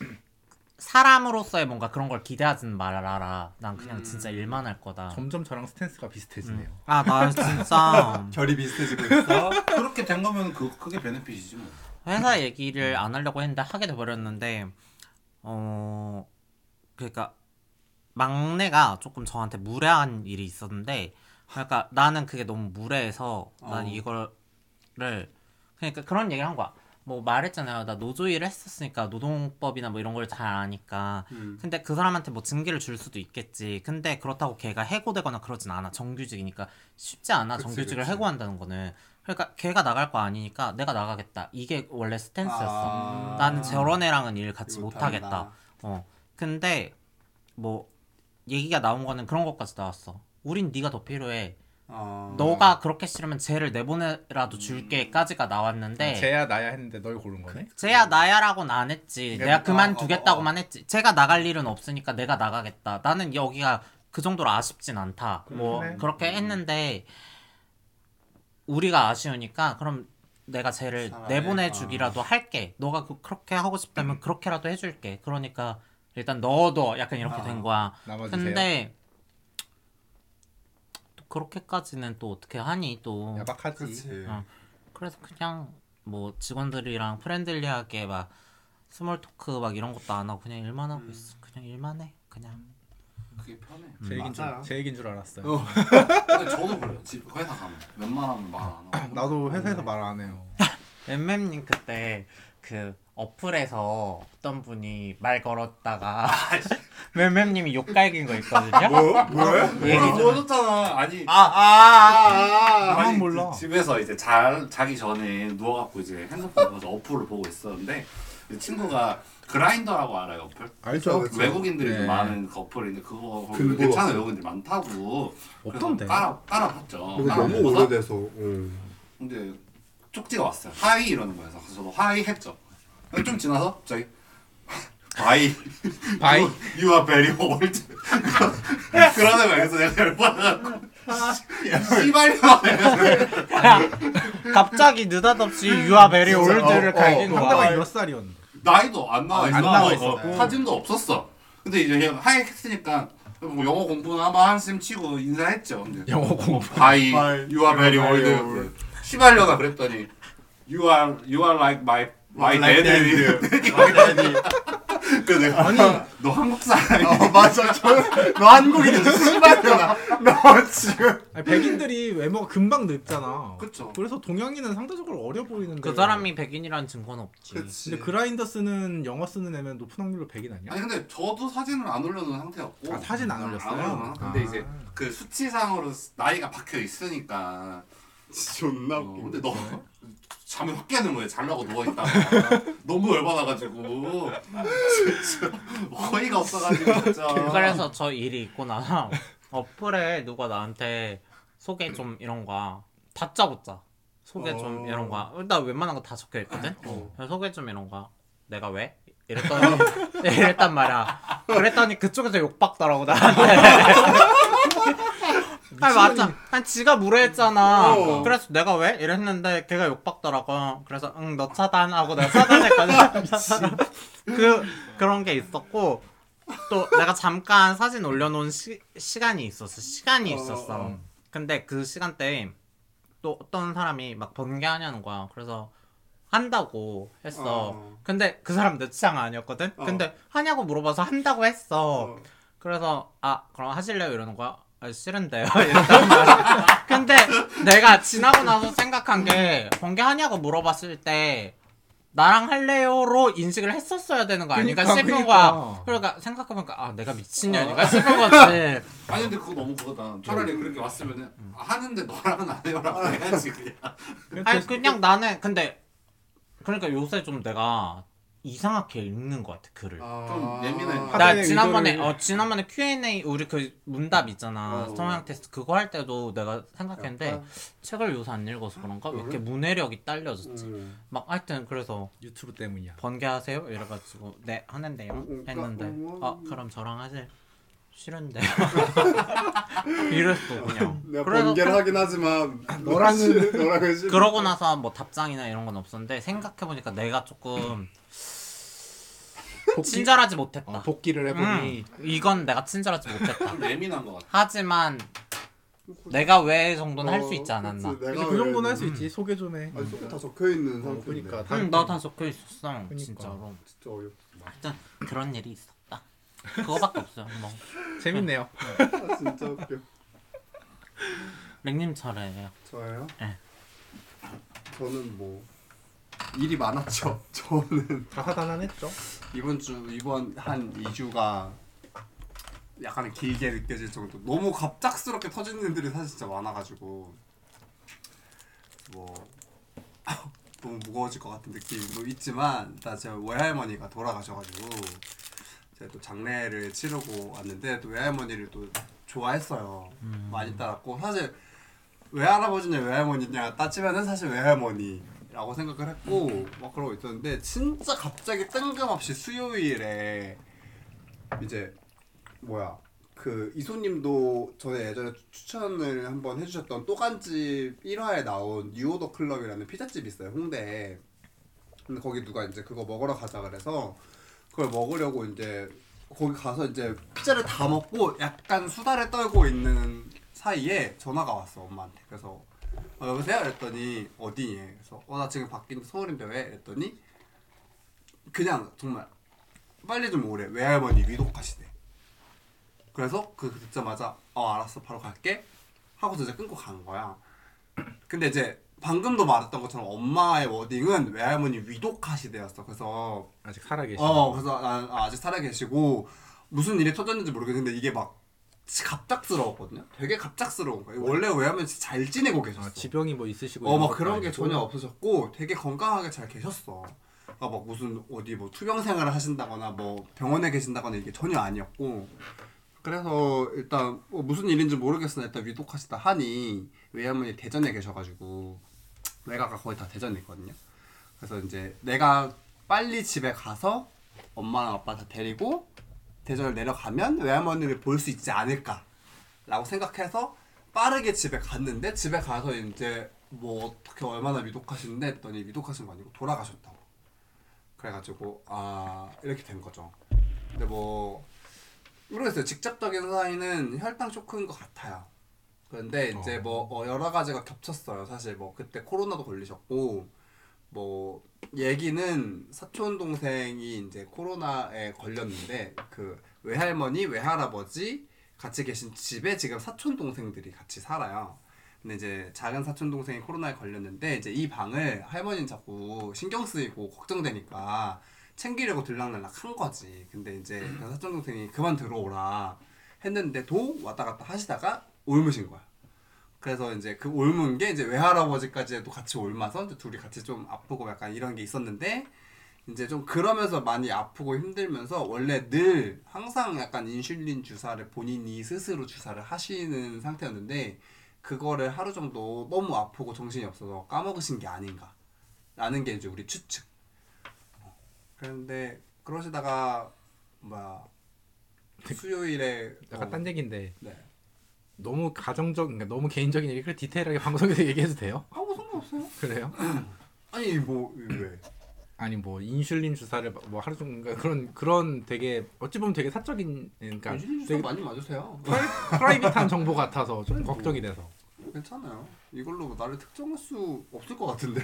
Speaker 3: 사람으로서의 뭔가 그런 걸 기대하지는 말아라 난 그냥 진짜 일만 할 거다
Speaker 1: 점점 저랑 스탠스가 비슷해지네요.
Speaker 3: 아 나 진짜
Speaker 4: 결이 비슷해지고 있어?
Speaker 5: 그렇게 된 거면 그 그게 베네핏이지 뭐.
Speaker 3: 회사 얘기를 안 하려고 했는데 하게 돼버렸는데 어 그러니까 막내가 조금 저한테 무례한 일이 있었는데 그러니까 나는 그게 너무 무례해서 난
Speaker 4: 어.
Speaker 3: 이거를 그러니까 그런 얘기를 한 거야 뭐 말했잖아요 나 노조 일을 했었으니까 노동법이나 뭐 이런 걸 잘 아니까
Speaker 4: 음.
Speaker 3: 근데 그 사람한테 뭐 징계를 줄 수도 있겠지 근데 그렇다고 걔가 해고되거나 그러진 않아 정규직이니까 쉽지 않아
Speaker 4: 그치,
Speaker 3: 정규직을
Speaker 4: 그치.
Speaker 3: 해고한다는 거는 그러니까 걔가 나갈 거 아니니까 내가 나가겠다 이게 원래 스탠스였어
Speaker 4: 아.
Speaker 3: 나는 저런 애랑은 일 같이
Speaker 4: 못하겠다.
Speaker 3: 못하겠다 어 근데 뭐 얘기가 나온 거는 그런 것까지 나왔어 우린 네가 더 필요해
Speaker 4: 어.
Speaker 3: 너가 그렇게 싫으면 쟤를 내보내라도 줄게까지가 나왔는데
Speaker 1: 아, 쟤야 나야 했는데 널 고른 거네.
Speaker 3: 쟤야 나야라고는 안 했지.
Speaker 1: 그러니까
Speaker 3: 내가
Speaker 4: 나-
Speaker 3: 그만두겠다고만 했지. 쟤가 나갈 일은 없으니까 내가 나가겠다. 나는 여기가 그 정도로 아쉽진 않다. 뭐
Speaker 1: 그러네.
Speaker 3: 그렇게 했는데 우리가 아쉬우니까 그럼 내가 쟤를
Speaker 4: 차라리,
Speaker 3: 내보내 주기라도 할게. 너가 그, 그렇게 하고 싶다면 그렇게라도 해줄게. 그러니까 일단 넣어둬. 약간 이렇게
Speaker 4: 아.
Speaker 3: 된 거야.
Speaker 1: 남아주세요.
Speaker 3: 근데 또 그렇게까지는 또 어떻게 하니 또
Speaker 1: 야박하지.
Speaker 4: 그치
Speaker 3: 어. 그래서 그냥 뭐 직원들이랑 프렌들리하게 막 스몰 토크 막 이런 것도 안 하고 그냥 일만 하고 있어. 그냥 일만 해. 그냥
Speaker 5: 그게 편해.
Speaker 1: 음, 제 얘긴 줄,
Speaker 4: 맞아요.
Speaker 1: 제 얘긴 줄 알았어요.
Speaker 4: 어.
Speaker 5: 근데 저도 그래요. 집 회사 가면 웬만하면 말 안 하고.
Speaker 1: 나도 회사에서 말 안 해요.
Speaker 3: 엠엠님 그때 그 어플에서 어떤 분이 말 걸었다가 뭐? 엠엠님이 욕 갈긴 거 있거든요.
Speaker 4: 뭐?
Speaker 3: 그
Speaker 5: 왜?
Speaker 3: 얘기 좀-
Speaker 5: 보여줬잖아. 아니.
Speaker 4: 아아아아
Speaker 1: 나만
Speaker 5: 아니,
Speaker 1: 몰라.
Speaker 5: 그 집에서 이제 잘 자기 전에 누워갖고 이제 핸드폰 보면서 어플을 보고 있었는데 이 친구가 그라인더라고 알아요 어플?
Speaker 4: 그쵸.
Speaker 1: 알죠.
Speaker 5: 그렇죠. 외국인들이
Speaker 1: 네.
Speaker 5: 많은 그 어플인데 그거 거기
Speaker 2: 근거.
Speaker 5: 괜찮은 외국인들 많다고 그래서
Speaker 1: 없던데.
Speaker 5: 깔아 깔아봤죠.
Speaker 2: 근데
Speaker 5: 깔아봤어서
Speaker 2: 너무 오래돼서 응.
Speaker 5: 근데 쪽지가 왔어요. 하이 이러는 거예요. 그래서 저도 하이 했죠. 근데 좀 지나서 저기 바이
Speaker 1: 바이.
Speaker 5: You are very old. 그러는 거에서 내가 열받아갖고 씨발이야.
Speaker 3: 갑자기 느닷없이 유아베리 올드를
Speaker 1: 어,
Speaker 3: 갈긴
Speaker 1: 상대방이
Speaker 3: 거야.
Speaker 1: 몇 살이었는데.
Speaker 5: 나이도 안 나와 있어.
Speaker 1: 안 나와
Speaker 5: 어,
Speaker 1: 있었고.
Speaker 5: 사진도 없었어. 근데 이제 그냥 하이 했으니까 뭐 영어 공부는 아마 한쌤 치고 인사했죠. 근데
Speaker 1: 영어 공부.
Speaker 5: 바이
Speaker 4: Bye.
Speaker 5: You are very
Speaker 4: You are very
Speaker 5: old. 씨발려나 그랬더니 You are you are like my my
Speaker 4: Like
Speaker 5: daddy.
Speaker 4: 아니
Speaker 5: 그 내가 아니 너 한국 사람이
Speaker 4: 어 맞아 저너 한국인인데 신발이야 너 지금
Speaker 1: 아니, 백인들이 외모가 금방 늙잖아.
Speaker 5: 그쵸.
Speaker 1: 그래서 동양인은 상대적으로 어려 보이는데.
Speaker 3: 그 사람이 백인이라는 증거는 없지.
Speaker 1: 근데 그라인더 쓰는 영어 쓰는 애면 높은 확률로 백인 아니야?
Speaker 5: 아니 근데 저도 사진을 안 올려놓은 상태였고
Speaker 1: 아, 사진 안 올렸어요?
Speaker 5: 안 올려놓은 상태. 근데
Speaker 1: 아.
Speaker 5: 이제 그 수치상으로 나이가 박혀 있으니까
Speaker 4: 존나
Speaker 5: 어, 근데 너무 잠이 확 깨는 거예요 잘라고 누워있다가 너무 열받아가지고 진짜 어이가 없어가지고 진짜
Speaker 3: 그래서 저 일이 있고 나서 어플에 누가 나한테 소개 좀 이런 거야 다짜고짜 소개 좀
Speaker 4: 어.
Speaker 3: 이런 거야 나 웬만한 거 다 적혀 있거든
Speaker 5: 어.
Speaker 3: 그래서 소개 좀 이런 거야 내가 왜 이랬더니 이랬단 말이야 그랬더니 그쪽에서 욕 박더라고 나한테 아니 맞아. 아니 지가 무례했잖아.
Speaker 5: 어.
Speaker 3: 그래서 내가 왜 이랬는데 걔가 욕박더라고. 그래서 응 너 차단하고 내가 차단했거든. 그 그런 게 있었고 또 내가 잠깐 사진 올려놓은 시, 시간이 있었어. 시간이 있었어. 근데 그 시간 때또 어떤 사람이 막 번개하냐는 거야. 그래서 한다고 했어.
Speaker 4: 어.
Speaker 3: 근데 그 사람 내 취향 아니었거든.
Speaker 4: 어.
Speaker 3: 근데 하냐고 물어봐서 한다고 했어.
Speaker 4: 어.
Speaker 3: 그래서 아 그럼 하실래요 이러는 거야 아, 싫은데요 이랬단 말이야. 근데 내가 지나고 나서 생각한 게 번개하냐고 물어봤을 때 나랑 할래요로 인식을 했었어야 되는 거 아닌가
Speaker 1: 그러니까, 그니까,
Speaker 3: 싶은
Speaker 1: 그니까. 어.
Speaker 3: 거야 그러니까 생각해보니까 아 내가 미친년인가 싶은 거지
Speaker 5: 아니 근데 그거 너무 그거다. 차라리 그렇게 왔으면은 아, 하는데 너랑은 안
Speaker 4: 아.
Speaker 5: 해요라고 해야지 그냥.
Speaker 3: 아니 그냥 나는 근데 그러니까 요새 좀 내가 이상하게 읽는 것 같아 글을
Speaker 5: 좀 예민해.
Speaker 3: 나
Speaker 1: 하빈의
Speaker 3: 지난번에
Speaker 1: 의도를-
Speaker 3: 어 지난번에 Q&A 우리 그 문답 있잖아
Speaker 4: 어.
Speaker 3: 성향 테스트 그거 할 때도 내가 생각했는데 책을 요새 안 읽어서 그런가 왜
Speaker 1: 음.
Speaker 3: 이렇게 문해력이
Speaker 4: 음.
Speaker 3: 딸려졌지 막 하여튼 그래서
Speaker 1: 유튜브 때문이야.
Speaker 3: 번개하세요 이래가지고 네
Speaker 4: 음,
Speaker 3: 하는데요 했는데 아 그럼 저랑 하실 싫은데 이랬어 그냥
Speaker 4: 내가
Speaker 3: 그래서
Speaker 4: 번개를 하긴 하지만
Speaker 1: 너랑은-
Speaker 4: 너랑은 싫-
Speaker 3: 그러고 나서 뭐 답장이나 이런 건 없었는데 생각해보니까 내가 조금
Speaker 1: 복귀,
Speaker 3: 친절하지 못했다
Speaker 4: 아,
Speaker 1: 어, 복귀를 해보니
Speaker 3: 음, 이건 내가 친절하지 못했다
Speaker 5: 좀 예민한 것 같아.
Speaker 3: 하지만 내가 왜 정도는 할 수 있지
Speaker 4: 어,
Speaker 3: 않았나
Speaker 4: 그치, 내가
Speaker 1: 이제 그
Speaker 4: 왜-
Speaker 1: 정도는 할 수 있지. 소개 좀 해.
Speaker 4: 아니 속에 다 적혀 있는
Speaker 1: 어,
Speaker 4: 상태인데
Speaker 1: 그러니까 다
Speaker 3: 응, 음, 나다 적혀 있었어 진짜로
Speaker 4: 진짜 어이없다
Speaker 3: 하여튼 그런 일이 있었다 그거밖에 없어요 뭐
Speaker 1: 재밌네요.
Speaker 4: 아, 진짜 웃겨
Speaker 3: 랭님 차례예요
Speaker 4: 저예요?
Speaker 3: 예.
Speaker 4: 저는 뭐 일이 많았죠 저는
Speaker 1: 다사다난했죠.
Speaker 4: 이번 주 이번 한 2주가 약간 길게 느껴질 정도 너무 갑작스럽게 터지는 일들이 사실 진짜 많아가지고 뭐 너무 무거워질 것 같은 느낌도 있지만 일단 제 외할머니가 돌아가셔가지고 제가 또 장례를 치르고 왔는데 또 외할머니를 또 좋아했어요 많이 따랐고 사실 외할아버지냐 외할머니냐 따지면은 사실 외할머니라고 생각을 했고 막 그러고 있었는데 진짜 갑자기 뜬금없이 수요일에 이제 뭐야 그 이소님도 전에 예전에 추- 추천을 한번 해주셨던 또간집 1화에 나온 뉴오더 클럽이라는 피자집이 있어요 홍대에 근데 거기 누가 이제 그거 먹으러 가자 그래서 그걸 먹으려고 이제 거기 가서 이제 피자를 다 먹고 약간 수다를 떨고 있는 사이에 전화가 왔어 엄마한테 그래서 어, 여보세요? 그랬더니 어디니? 그래서 어 나 지금 바뀐 서울인데 왜? 그랬더니 그냥 정말 빨리 좀 오래 외할머니 위독하시대 그래서 그 듣자마자 어 알았어 바로 갈게 하고 진짜 끊고 간 거야 근데 이제 방금도 말했던 것처럼 엄마의 워딩은 외할머니 위독하시대였어 그래서
Speaker 1: 아직 살아계시.
Speaker 4: 어, 그래서 난 아직 살아 계시고 무슨 일이 터졌는지 모르겠는데 이게 막 갑작스러웠거든요. 되게 갑작스러운 거예요. 원래 왜냐면 진짜 잘 지내고 계셨어.
Speaker 1: 아, 지병이 뭐 있으시고.
Speaker 4: 어,
Speaker 1: 이런
Speaker 4: 막
Speaker 1: 것도
Speaker 4: 그런 게
Speaker 1: 아니고.
Speaker 4: 전혀 없으셨고 되게 건강하게 잘 계셨어. 아, 막 무슨 어디 뭐 투병 생활을 하신다거나 뭐 병원에 계신다거나 이게 전혀 아니었고 그래서 일단 뭐 무슨 일인지 모르겠으나 일단 위독하시다 하니 외할머니 대전에 계셔가지고 외가가 거의 다 대전에 있거든요. 그래서 이제 내가 빨리 집에 가서 엄마랑 아빠 다 데리고 대전을 내려가면 외할머니를 볼 수 있지 않을까라고 생각해서 빠르게 집에 갔는데 집에 가서 이제 뭐 어떻게 얼마나 위독하신데 했더니 위독하신 거 아니고 돌아가셨다고 그래가지고 아 이렇게 된 거죠 근데 뭐 모르겠어요 직접적인 사이는 혈당 쇼크인 것 같아요 그런데 이제 뭐 어, 여러 가지가 겹쳤어요 사실 뭐 그때 코로나도 걸리셨고 뭐 얘기는 사촌 동생이 이제 코로나에 걸렸는데 그 외할머니 외할아버지 같이 계신 집에 지금 사촌 동생들이 같이 살아요. 근데 이제 작은 사촌 동생이 코로나에 걸렸는데 이제 이 방을 할머니는 자꾸 신경 쓰이고 걱정되니까 챙기려고 들락날락 한 거지. 근데 이제 그 사촌 동생이 그만 들어오라 했는데도 왔다 갔다 하시다가 옮으신 거야. 그래서 이제 그 옮은 게 이제 외할아버지까지도 같이 옮아서 이제 둘이 같이 좀 아프고 약간 이런 게 있었는데 이제 좀 그러면서 많이 아프고 힘들면서 원래 늘 항상 약간 인슐린 주사를 본인이 스스로 주사를 하시는 상태였는데 그거를 하루 정도 너무 아프고 정신이 없어서 까먹으신 게 아닌가 라는 게 이제 우리 추측 어, 그런데 그러시다가 뭐야 수요일에
Speaker 1: 약간
Speaker 4: 어,
Speaker 1: 딴 얘기인데
Speaker 4: 네.
Speaker 1: 너무 가정적, 그러니까 너무 개인적인 얘기를 디테일하게 방송에서 얘기해도 돼요?
Speaker 4: 아무 상관없어요.
Speaker 1: 그래요?
Speaker 4: 아니 뭐 왜?
Speaker 1: 아니 뭐 인슐린 주사를 뭐 하루 종일 그러니까 그런 그런 되게 어찌 보면 되게 사적인 그러니까
Speaker 4: 연신 주사
Speaker 1: 되게
Speaker 4: 많이 맞으세요.
Speaker 1: 프라이- 프라이빗한 정보 같아서 좀 걱정이 돼서
Speaker 4: 괜찮아요. 이걸로 뭐 나를 특정할 수 없을 것 같은데.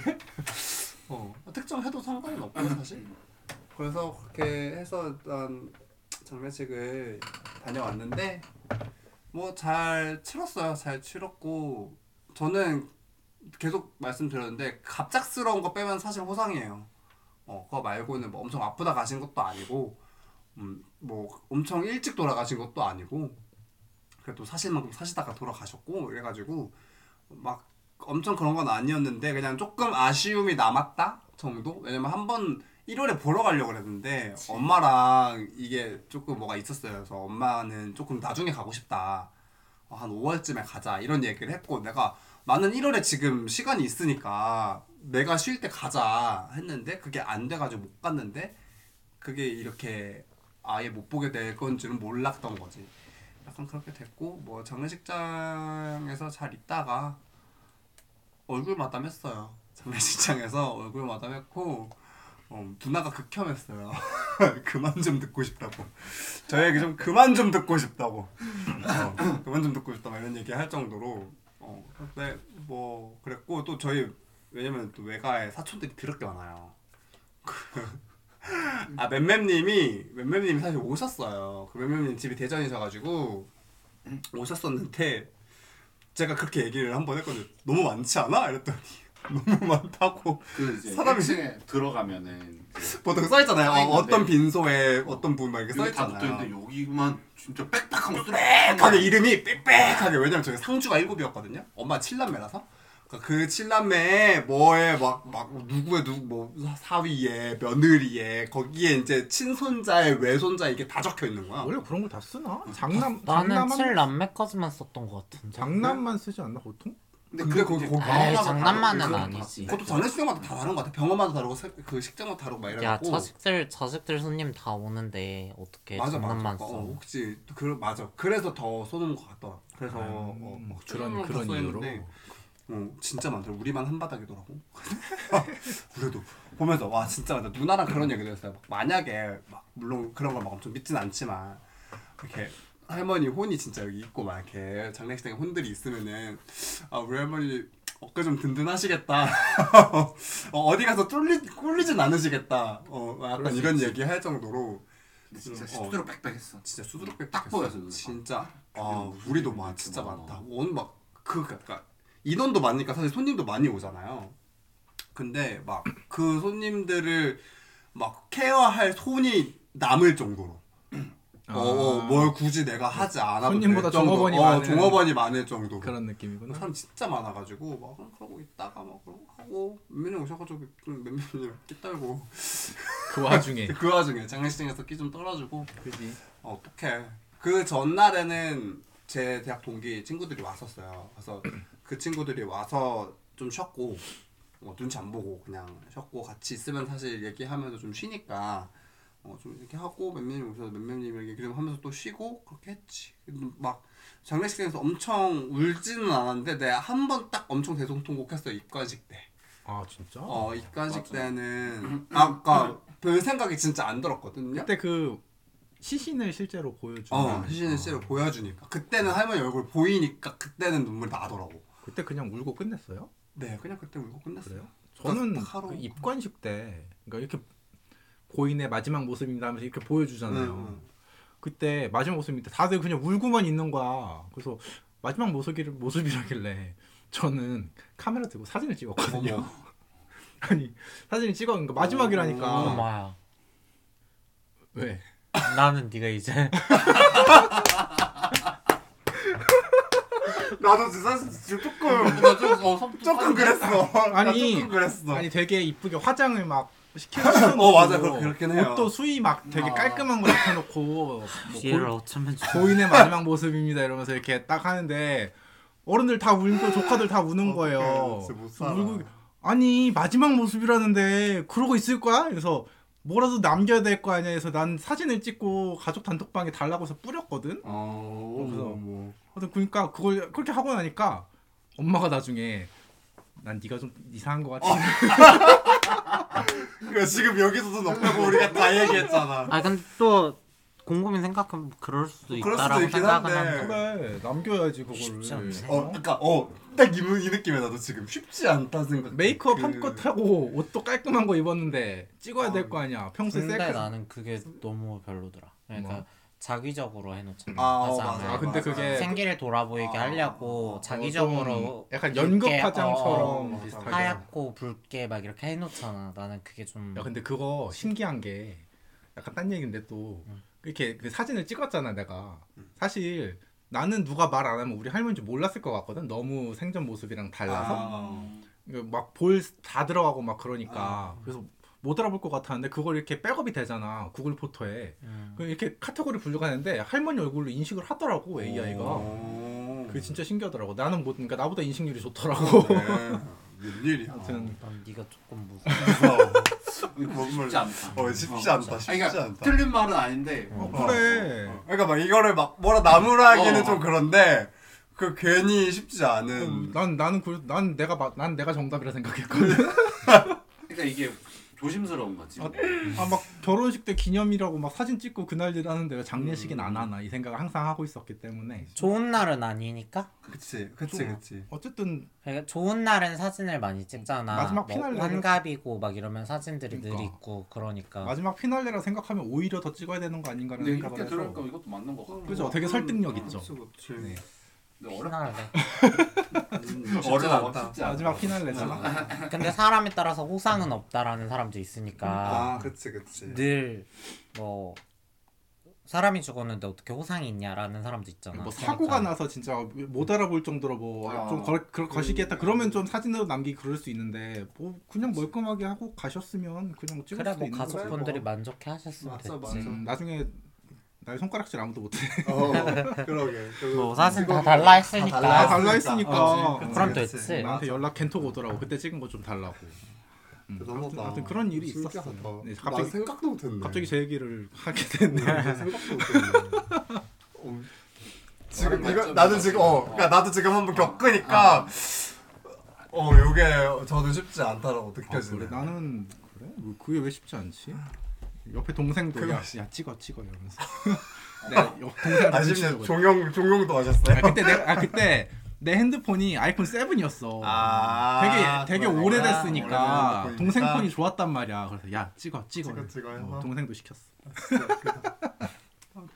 Speaker 4: 어,
Speaker 5: 아,
Speaker 4: 특정해도 상관은 없고 사실. 그래서 그렇게 해서 일단 장례식을 다녀왔는데 뭐 잘 치렀어요. 잘 치렀고 저는 계속 말씀드렸는데 갑작스러운 거 빼면 사실 호상이에요. 어, 그거 말고는 뭐 엄청 아프다 가신 것도 아니고 음, 뭐 엄청 일찍 돌아가신 것도 아니고 그래도 사실만큼 사시다가 돌아가셨고 이래가지고 막 엄청 그런 건 아니었는데 그냥 조금 아쉬움이 남았다 정도 왜냐면 한 번 1월에 보러 가려고 그랬는데 엄마랑 이게 조금 뭐가 있었어요 그래서 엄마는 조금 나중에 가고 싶다 어, 한 5월쯤에 가자 이런 얘기를 했고 내가 나는 1월에 지금 시간이 있으니까 내가 쉴 때 가자 했는데 그게 안 돼가지고 못 갔는데 그게 이렇게 아예 못 보게 될 건 줄은 몰랐던 거지 약간 그렇게 됐고 뭐 장례식장에서 잘 있다가 얼굴 마담했어요. 장례식장에서 얼굴 마담했고 어, 누나가 극혐했어요. 그만 좀 듣고 싶다고. 저 얘기 좀 그만 좀 듣고 싶다고. 어, 그만 좀 듣고 싶다 막 이런 얘기 할 정도로. 어, 근데 뭐 그랬고 또 저희 왜냐면 또 외가에 사촌들이 드럽게 많아요. 아 맴맴님이 맴맴님이 사실 오셨어요. 그 맴맴님 집이 대전이셔가지고 오셨었는데 제가 그렇게 얘기를 한 번 했거든요. 너무 많지 않아? 이랬더니 너무 많다고
Speaker 5: 그 이제
Speaker 4: 사람이-
Speaker 5: 1층에 들어가면은 이제
Speaker 4: 보통 써있잖아요.
Speaker 5: 써있는데.
Speaker 4: 어, 떤 빈소에 어떤 분 막 이렇게
Speaker 5: 여기 다 붙어 있는데
Speaker 4: 써있잖아요.
Speaker 5: 여기만 진짜 빽빽한 거
Speaker 4: 빽빽하게
Speaker 3: 음.
Speaker 5: 쓰레기
Speaker 4: 이름이 빽빽하게 왜냐면 저희 상주가 일곱이었거든요. 엄마 칠남매라서 그러니까 그 칠남매에 뭐에 막 막 누구의 누구 뭐 사위에 며느리에 거기에 이제 친손자에 외손자 이게 다 적혀 있는 거야.
Speaker 1: 원래 그런 거 다 쓰나?
Speaker 4: 아,
Speaker 1: 장남
Speaker 3: 나는
Speaker 1: 장남만
Speaker 3: 7남매까지만 썼던 것 같은데
Speaker 1: 장남만 쓰지 않나 보통?
Speaker 4: 근데 거기 거기
Speaker 3: 에이
Speaker 4: 하나가
Speaker 3: 아, 장난만은
Speaker 4: 그건
Speaker 3: 아니지
Speaker 4: 그것도 장례식장마다 다 다른 것 같아. 병원마다 다르고 세- 그 식장마다 다르고 막
Speaker 3: 야
Speaker 4: 이래갖고.
Speaker 3: 자식들 자식들 손님 다 오는데 어떻게
Speaker 4: 맞아 맞아.
Speaker 3: 예, 장난만 써
Speaker 4: 어, 혹시 그 맞아. 그래서 더 쏘는 것 같더라. 그래서 어, 막
Speaker 1: 음, 그런
Speaker 4: 쏘는
Speaker 1: 그런
Speaker 4: 거
Speaker 1: 이유로
Speaker 4: 쏘였는데, 어, 진짜 많더라. 우리만 한 바닥이더라고. 그래도 보면서 와 진짜 많다. 누나랑 그런 얘기도 했어요. 막 만약에 막 물론 그런 걸 막 엄청 믿진 않지만 이렇게 할머니 혼이 진짜 여기 있고 막 이렇게 장례식장에 혼들이 있으면은 아 우리 할머니 어깨 좀 든든하시겠다. 어, 어디 가서 쫄리 꿀리진 않으시겠다. 어 약간 이런 얘기 할 정도로
Speaker 5: 근데 진짜
Speaker 4: 어.
Speaker 5: 실제로 빽빽했어
Speaker 4: 진짜 수두룩하게
Speaker 5: 딱 보여서 그거.
Speaker 4: 진짜 아
Speaker 5: 그냥 무슨
Speaker 4: 우리도
Speaker 5: 일이
Speaker 4: 막
Speaker 5: 있지,
Speaker 4: 진짜
Speaker 5: 뭐.
Speaker 4: 많다 오늘 막그 그러니까 인원도 많으니까 사실 손님도 많이 오잖아요 근데 막 그 손님들을 막 케어할 손이 남을 정도로
Speaker 1: 아,
Speaker 4: 어뭘 굳이 내가 하지 않아도
Speaker 1: 손님보다
Speaker 4: 될 정도.
Speaker 1: 종업원이
Speaker 4: 어,
Speaker 1: 많은-
Speaker 4: 종업원이 많을 정도로
Speaker 1: 그런 느낌이구나.
Speaker 4: 사람 진짜 많아가지고 막 그냥 그러고 있다가 막 그러고 하고 몇명 오셔가지고 몇몇이 끼 떨고
Speaker 1: 그 와중에
Speaker 4: 그 와중에 장례식장에서 끼 좀 떨어지고
Speaker 1: 그지.
Speaker 4: 어떡해. 그 전날에는 제 대학 동기 친구들이 왔었어요. 그래서 그 친구들이 와서 좀 쉬었고 어, 눈치 안 보고 그냥 쉬었고 뭐 같이 있으면 사실 얘기하면서 좀 쉬니까 어, 좀 이렇게 하고 몇몇님 오셔서 몇몇님에게 얘기 좀 하면서 또 쉬고 그렇게 했지. 근데 막 장례식장에서 엄청 울지는 않았는데 내가 한 번 딱 엄청 대성통곡했어요. 입관식 때.
Speaker 1: 아 진짜?
Speaker 4: 어, 입관식
Speaker 5: 맞아.
Speaker 1: 음,
Speaker 4: 때는 아까 별 생각이 진짜 안 들었거든요.
Speaker 1: 그때 그 시신을 실제로 보여주는
Speaker 4: 어, 시신을 실제로 보여주니까 그때는 할머니 얼굴 보이니까 그때는 눈물이 나더라고.
Speaker 1: 그때 그냥 울고 끝냈어요?
Speaker 4: 네, 그냥 그때 울고 끝났어요.
Speaker 1: 그래요? 저는
Speaker 4: 그러니까 딱 하루.
Speaker 1: 그 입관식 때 그러니까 이렇게 고인의 마지막 모습입니다 하면서 이렇게 보여주잖아요.
Speaker 4: 응, 응.
Speaker 1: 그때 마지막 모습인데 다들 그냥 울고만 있는 거야. 그래서 마지막 모습이 모습이라길래 저는 카메라 들고 사진을 찍었거든요.
Speaker 4: 어머.
Speaker 1: 아니 사진을 찍어 그러니까
Speaker 4: 어.
Speaker 1: 마지막이라니까
Speaker 4: 어머.
Speaker 3: 엄마야
Speaker 1: 왜?
Speaker 3: 나는 네가 이제
Speaker 4: 나도 진짜 지금 조금
Speaker 5: 어, 나좀
Speaker 4: 조금 그랬어. 나
Speaker 1: 아니,
Speaker 4: 조금 그랬어.
Speaker 1: 아니 되게 이쁘게 화장을 막 시켜놓고
Speaker 4: 어, 맞아. 그렇- 그렇긴 해요. 어.
Speaker 1: 옷도 수위 막 되게
Speaker 5: 아.
Speaker 1: 깔끔한 거 입혀놓고 뭐
Speaker 3: 얘를
Speaker 1: 골-
Speaker 3: 어쩌면 좋아
Speaker 1: 고인의 마지막 모습입니다 이러면서 이렇게 딱 하는데 어른들 다 울고 조카들 다 우는 거예요.
Speaker 4: 어떡해, 진짜 못 살아.
Speaker 1: 울고 아니 마지막 모습이라는데 그러고 있을 거야? 그래서 뭐라도 남겨야 될 거 아니야 해서 난 사진을 찍고 가족 단톡방에 달라고 해서 뿌렸거든.
Speaker 4: 어,
Speaker 1: 그래서
Speaker 4: 뭐.
Speaker 1: 하여튼 그러니까 그걸 그렇게 하고 나니까 엄마가 나중에 난 네가 좀 이상한 것 같아.
Speaker 4: 그러니까 지금 여기서도 높다고 우리가 다
Speaker 1: 어?
Speaker 4: 얘기했잖아.
Speaker 3: 아 근데 또 곰곰이 생각하면 그럴 수도
Speaker 4: 그럴 수도
Speaker 3: 있다라고
Speaker 4: 있긴
Speaker 3: 생각은
Speaker 4: 한데.
Speaker 1: 음,
Speaker 3: 한데
Speaker 1: 그래 남겨야지 그거를.
Speaker 3: 쉽지 않지.
Speaker 4: 어, 그러니까 어딱이 이 느낌이야 나도 지금 쉽지 않다 생각.
Speaker 1: 메이크업
Speaker 4: 그-
Speaker 1: 한껏 하고 옷도 깔끔한 거 입었는데 찍어야 될 거 아니야. 평소에
Speaker 3: 근데
Speaker 1: 셀카.
Speaker 3: 나는 그게 너무 별로더라. 그러니까
Speaker 1: 뭐?
Speaker 3: 자기적으로 해놓잖아.
Speaker 4: 아, 어,
Speaker 3: 화장을.
Speaker 4: 맞아.
Speaker 1: 아, 근데
Speaker 4: 맞아.
Speaker 1: 그게
Speaker 3: 생기를 돌아보이게
Speaker 4: 아,
Speaker 3: 하려고
Speaker 1: 어,
Speaker 3: 자기적으로
Speaker 1: 좀 약간
Speaker 3: 붉게,
Speaker 1: 연극
Speaker 3: 어,
Speaker 1: 화장처럼
Speaker 4: 어,
Speaker 1: 비슷하게.
Speaker 3: 하얗고 붉게 막 이렇게 해놓잖아. 나는 그게 좀
Speaker 1: 야 근데 그거 신기한 게 약간 딴 얘기인데 또 이렇게 그 사진을 찍었잖아 내가 사실 나는 누가 말 안 하면 우리 할머니인 줄 몰랐을 것 같거든 너무 생전 모습이랑 달라서 그
Speaker 4: 아,
Speaker 1: 막볼 다 들어가고 막 그러니까 그래서 못 알아볼 것 같았는데 그걸 이렇게 백업이 되잖아 구글 포토에
Speaker 3: 음.
Speaker 1: 그럼 이렇게 카테고리 분류가는데 할머니 얼굴로 인식을 하더라고 AI가
Speaker 4: 오.
Speaker 1: 그게 진짜 신기하더라고 나는 못 그러니까 나보다 인식률이 좋더라고
Speaker 4: 어. 네. 웬일이야.
Speaker 1: 아무튼
Speaker 3: 난 네가 조금 뭐 무서워.
Speaker 4: 뭔
Speaker 5: 쉽지
Speaker 4: 말이야.
Speaker 5: 않다.
Speaker 4: 어 쉽지 않다. 쉽지
Speaker 5: 아니, 그러니까
Speaker 4: 않다.
Speaker 5: 틀린 말은 아닌데 뭐
Speaker 1: 어,
Speaker 4: 어,
Speaker 1: 그래
Speaker 4: 어. 그러니까 막 이거를 막 뭐라 나무라 하기는
Speaker 5: 어.
Speaker 4: 좀 그런데 그 괜히 쉽지
Speaker 1: 음,
Speaker 4: 않은.
Speaker 1: 난 나는 그, 난 내가 마- 난 내가 정답이라 생각했거든.
Speaker 5: 그러니까 이게 조심스러운 거지.
Speaker 1: 아 막 결혼식 때 기념이라고 막 사진 찍고 그날들 하는데 왜 장례식엔 안 하나 이 생각을 항상 하고 있었기 때문에
Speaker 3: 좋은 날은 아니니까.
Speaker 4: 그치 그치
Speaker 1: 좀-
Speaker 4: 그치.
Speaker 1: 어쨌든
Speaker 3: 그러니까 좋은 날은 사진을 많이 찍잖아.
Speaker 1: 마지막
Speaker 3: 뭐
Speaker 1: 피날레를-
Speaker 3: 환갑이고 막 이러면 사진들이 늘
Speaker 1: 그러니까.
Speaker 3: 있고 그러니까.
Speaker 1: 마지막 피날레라 생각하면 오히려 더 찍어야 되는 거 아닌가라는
Speaker 5: 근데 이렇게
Speaker 1: 생각을
Speaker 5: 네, 들어올까
Speaker 1: 해서
Speaker 5: 이것도 맞는 거 같아.
Speaker 1: 그죠? 되게 설득력 있죠.
Speaker 4: 그치, 그치.
Speaker 1: 네.
Speaker 5: 근데 어렵
Speaker 3: 피날레.
Speaker 5: 어려워.
Speaker 4: 않다.
Speaker 5: 쉽지 않아.
Speaker 1: 마지막 피날레잖아.
Speaker 3: 근데 사람에 따라서 호상은 없다라는 사람도 있으니까
Speaker 4: 아 그치 그치.
Speaker 1: 네.
Speaker 3: 늘 뭐 사람이 죽었는데 어떻게 호상이 있냐라는 사람도 있잖아. 그러니까
Speaker 1: 뭐 사고가 나서 진짜 못 알아볼 정도로
Speaker 5: 아,
Speaker 1: 뭐좀 걸, 걸, 거시기했다 그러면 좀 사진으로 남기 그럴 수 있는데 뭐 그냥 멀끔하게 하고 가셨으면 그냥 찍을
Speaker 3: 그래
Speaker 1: 수도
Speaker 3: 뭐
Speaker 1: 있는 거야.
Speaker 3: 가족분들이
Speaker 4: 뭐.
Speaker 3: 만족해 하셨으면
Speaker 4: 맞아,
Speaker 3: 됐지.
Speaker 4: 맞아.
Speaker 1: 음, 나중에 나의 손가락질 아무도 못해.
Speaker 4: 어 그러게. 그거
Speaker 3: 뭐 사진 다
Speaker 4: 찍어보면
Speaker 3: 달라 했으니까. 그러니까.
Speaker 4: 다
Speaker 1: 아,
Speaker 4: 달라
Speaker 1: 달라
Speaker 4: 했으니까.
Speaker 1: 했으니까. 음,
Speaker 4: 그치,
Speaker 3: 그럼
Speaker 4: 그치.
Speaker 3: 됐지.
Speaker 1: 나한테 연락 캔톡 오더라고. 그때 찍은 거 좀 달라고. 음,
Speaker 4: 너무하다.
Speaker 1: 아무튼, 아무튼 그런 일이
Speaker 4: 신기하다.
Speaker 1: 있었어. 네,
Speaker 4: 난
Speaker 1: 갑자기
Speaker 4: 생각도 못했네.
Speaker 1: 갑자기 제 얘기를 하게 됐네.
Speaker 4: 네, 생각도 못했네. 어, 지금
Speaker 5: 어려운
Speaker 4: 이거
Speaker 5: 관점이
Speaker 4: 나도 지금 어,
Speaker 5: 나왔어.
Speaker 4: 그러니까 나도 지금 한번 겪으니까 어, 요게 저도 쉽지 않다라고
Speaker 1: 아,
Speaker 4: 느껴지네.
Speaker 1: 그래 나는 그래 뭐, 그게 왜 쉽지 않지? 옆에 동생도
Speaker 4: 그거-
Speaker 1: 야, 야 찍어 찍어 이러면서 내가 옆 동생한테
Speaker 4: 아쉽네.
Speaker 1: 훔치려고
Speaker 4: 종용 종용도
Speaker 1: 아,
Speaker 4: 하셨어요.
Speaker 1: 그때 내가 아 그때 내 핸드폰이 아이폰 7이었어.
Speaker 4: 아,
Speaker 1: 되게 되게
Speaker 4: 그러네.
Speaker 1: 오래됐으니까
Speaker 4: 오래된
Speaker 1: 동생
Speaker 4: 핸드폰이니까.
Speaker 1: 폰이 좋았단 말이야. 그래서 야 찍어 찍어.
Speaker 4: 뭐 찍어, 찍어 해서.
Speaker 1: 어, 동생도 시켰어.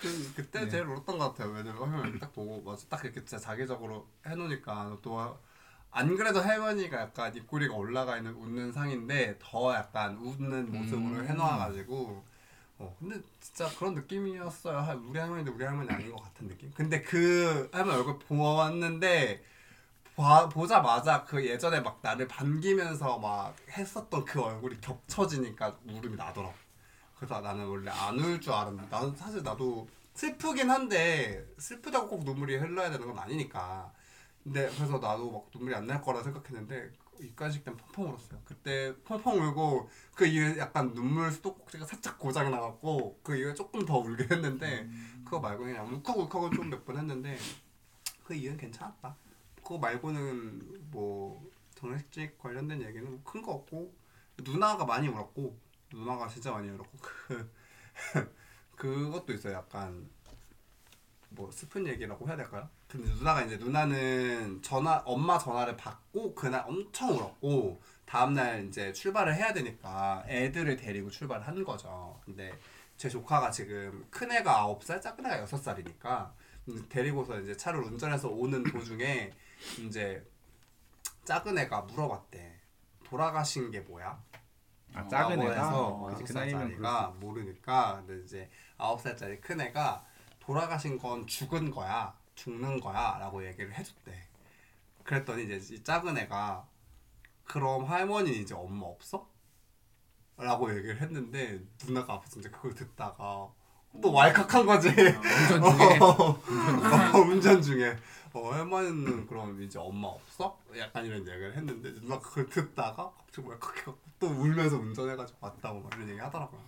Speaker 4: 그- 그때
Speaker 1: 네.
Speaker 4: 제일 울었던 것 같아요. 왜냐면 할머니 딱 보고 맞아 딱 이렇게 진짜 자기적으로 해놓으니까 또 안 그래도 할머니가 약간 입꼬리가 올라가 있는 웃는 상인데 더 약간 웃는 모습으로
Speaker 1: 음.
Speaker 4: 해놓아가지고 어 근데 진짜 그런 느낌이었어요. 하- 우리 할머니도 우리 할머니 아닌 것 같은 느낌. 근데 그 할머니 얼굴 보았는데 봐- 보자마자 그 예전에 막 나를 반기면서 막 했었던 그 얼굴이 겹쳐지니까 울음이 나더라고. 그래서 나는 원래 안 울 줄 알았는데 나는 사실 나도 슬프긴 한데 슬프다고 꼭 눈물이 흘러야 되는 건 아니니까 근데 그래서 나도 막 눈물이 안 날 거라 생각했는데 입간식 때 펑펑 울었어요 그때 펑펑 울고 그 이후에 약간 눈물 수도꼭지가 살짝 고장 나갖고 그 이후에 조금 더 울긴 했는데 그거 말고 그냥 울컥울컥은 좀 몇 번 했는데 그 이후엔 괜찮았다 그거 말고는 뭐 장례식 관련된 얘기는 큰 거 없고 누나가 많이 울었고 누나가 진짜 많이 울었고 그 그것도 있어요 약간 뭐 슬픈 얘기라고 해야 될까요? 근데 누나가 이제 누나는 전화 엄마 전화를 받고 그날 엄청 울었고 다음날 이제 출발을 해야 되니까 애들을 데리고 출발을 한 거죠. 근데 제 조카가 지금 큰 애가 9살, 작은 애가 6살이니까 음, 데리고서 이제 차를 운전해서 오는 도중에 이제 작은 애가 물어봤대. 돌아가신 게 뭐야?
Speaker 1: 아 작은
Speaker 4: 라고
Speaker 1: 애가
Speaker 4: 해서
Speaker 1: 어,
Speaker 4: 아홉
Speaker 1: 이제 그 나이면 그럴
Speaker 4: 살짜리가 모르니까 근데 이제 아홉 살짜리 큰 애가 돌아가신 건 죽은 거야 죽는 거야라고 얘기를 해줬대. 그랬더니 이제 이 작은 애가 그럼 할머니는 이제 엄마 없어? 라고 얘기를 했는데 누나가 앞에서 이제 그걸 듣다가 또 왈칵한 거지.
Speaker 1: 아, 운전 중에
Speaker 4: 어, 운전 중에 어, 할머니는 그럼 이제 엄마 없어? 약간 이런 얘기를 했는데 누나 그걸 듣다가 갑자기 막 그렇게 갖고 또 울면서 운전해가지고 왔다고 막 이런 얘기 하더라고요.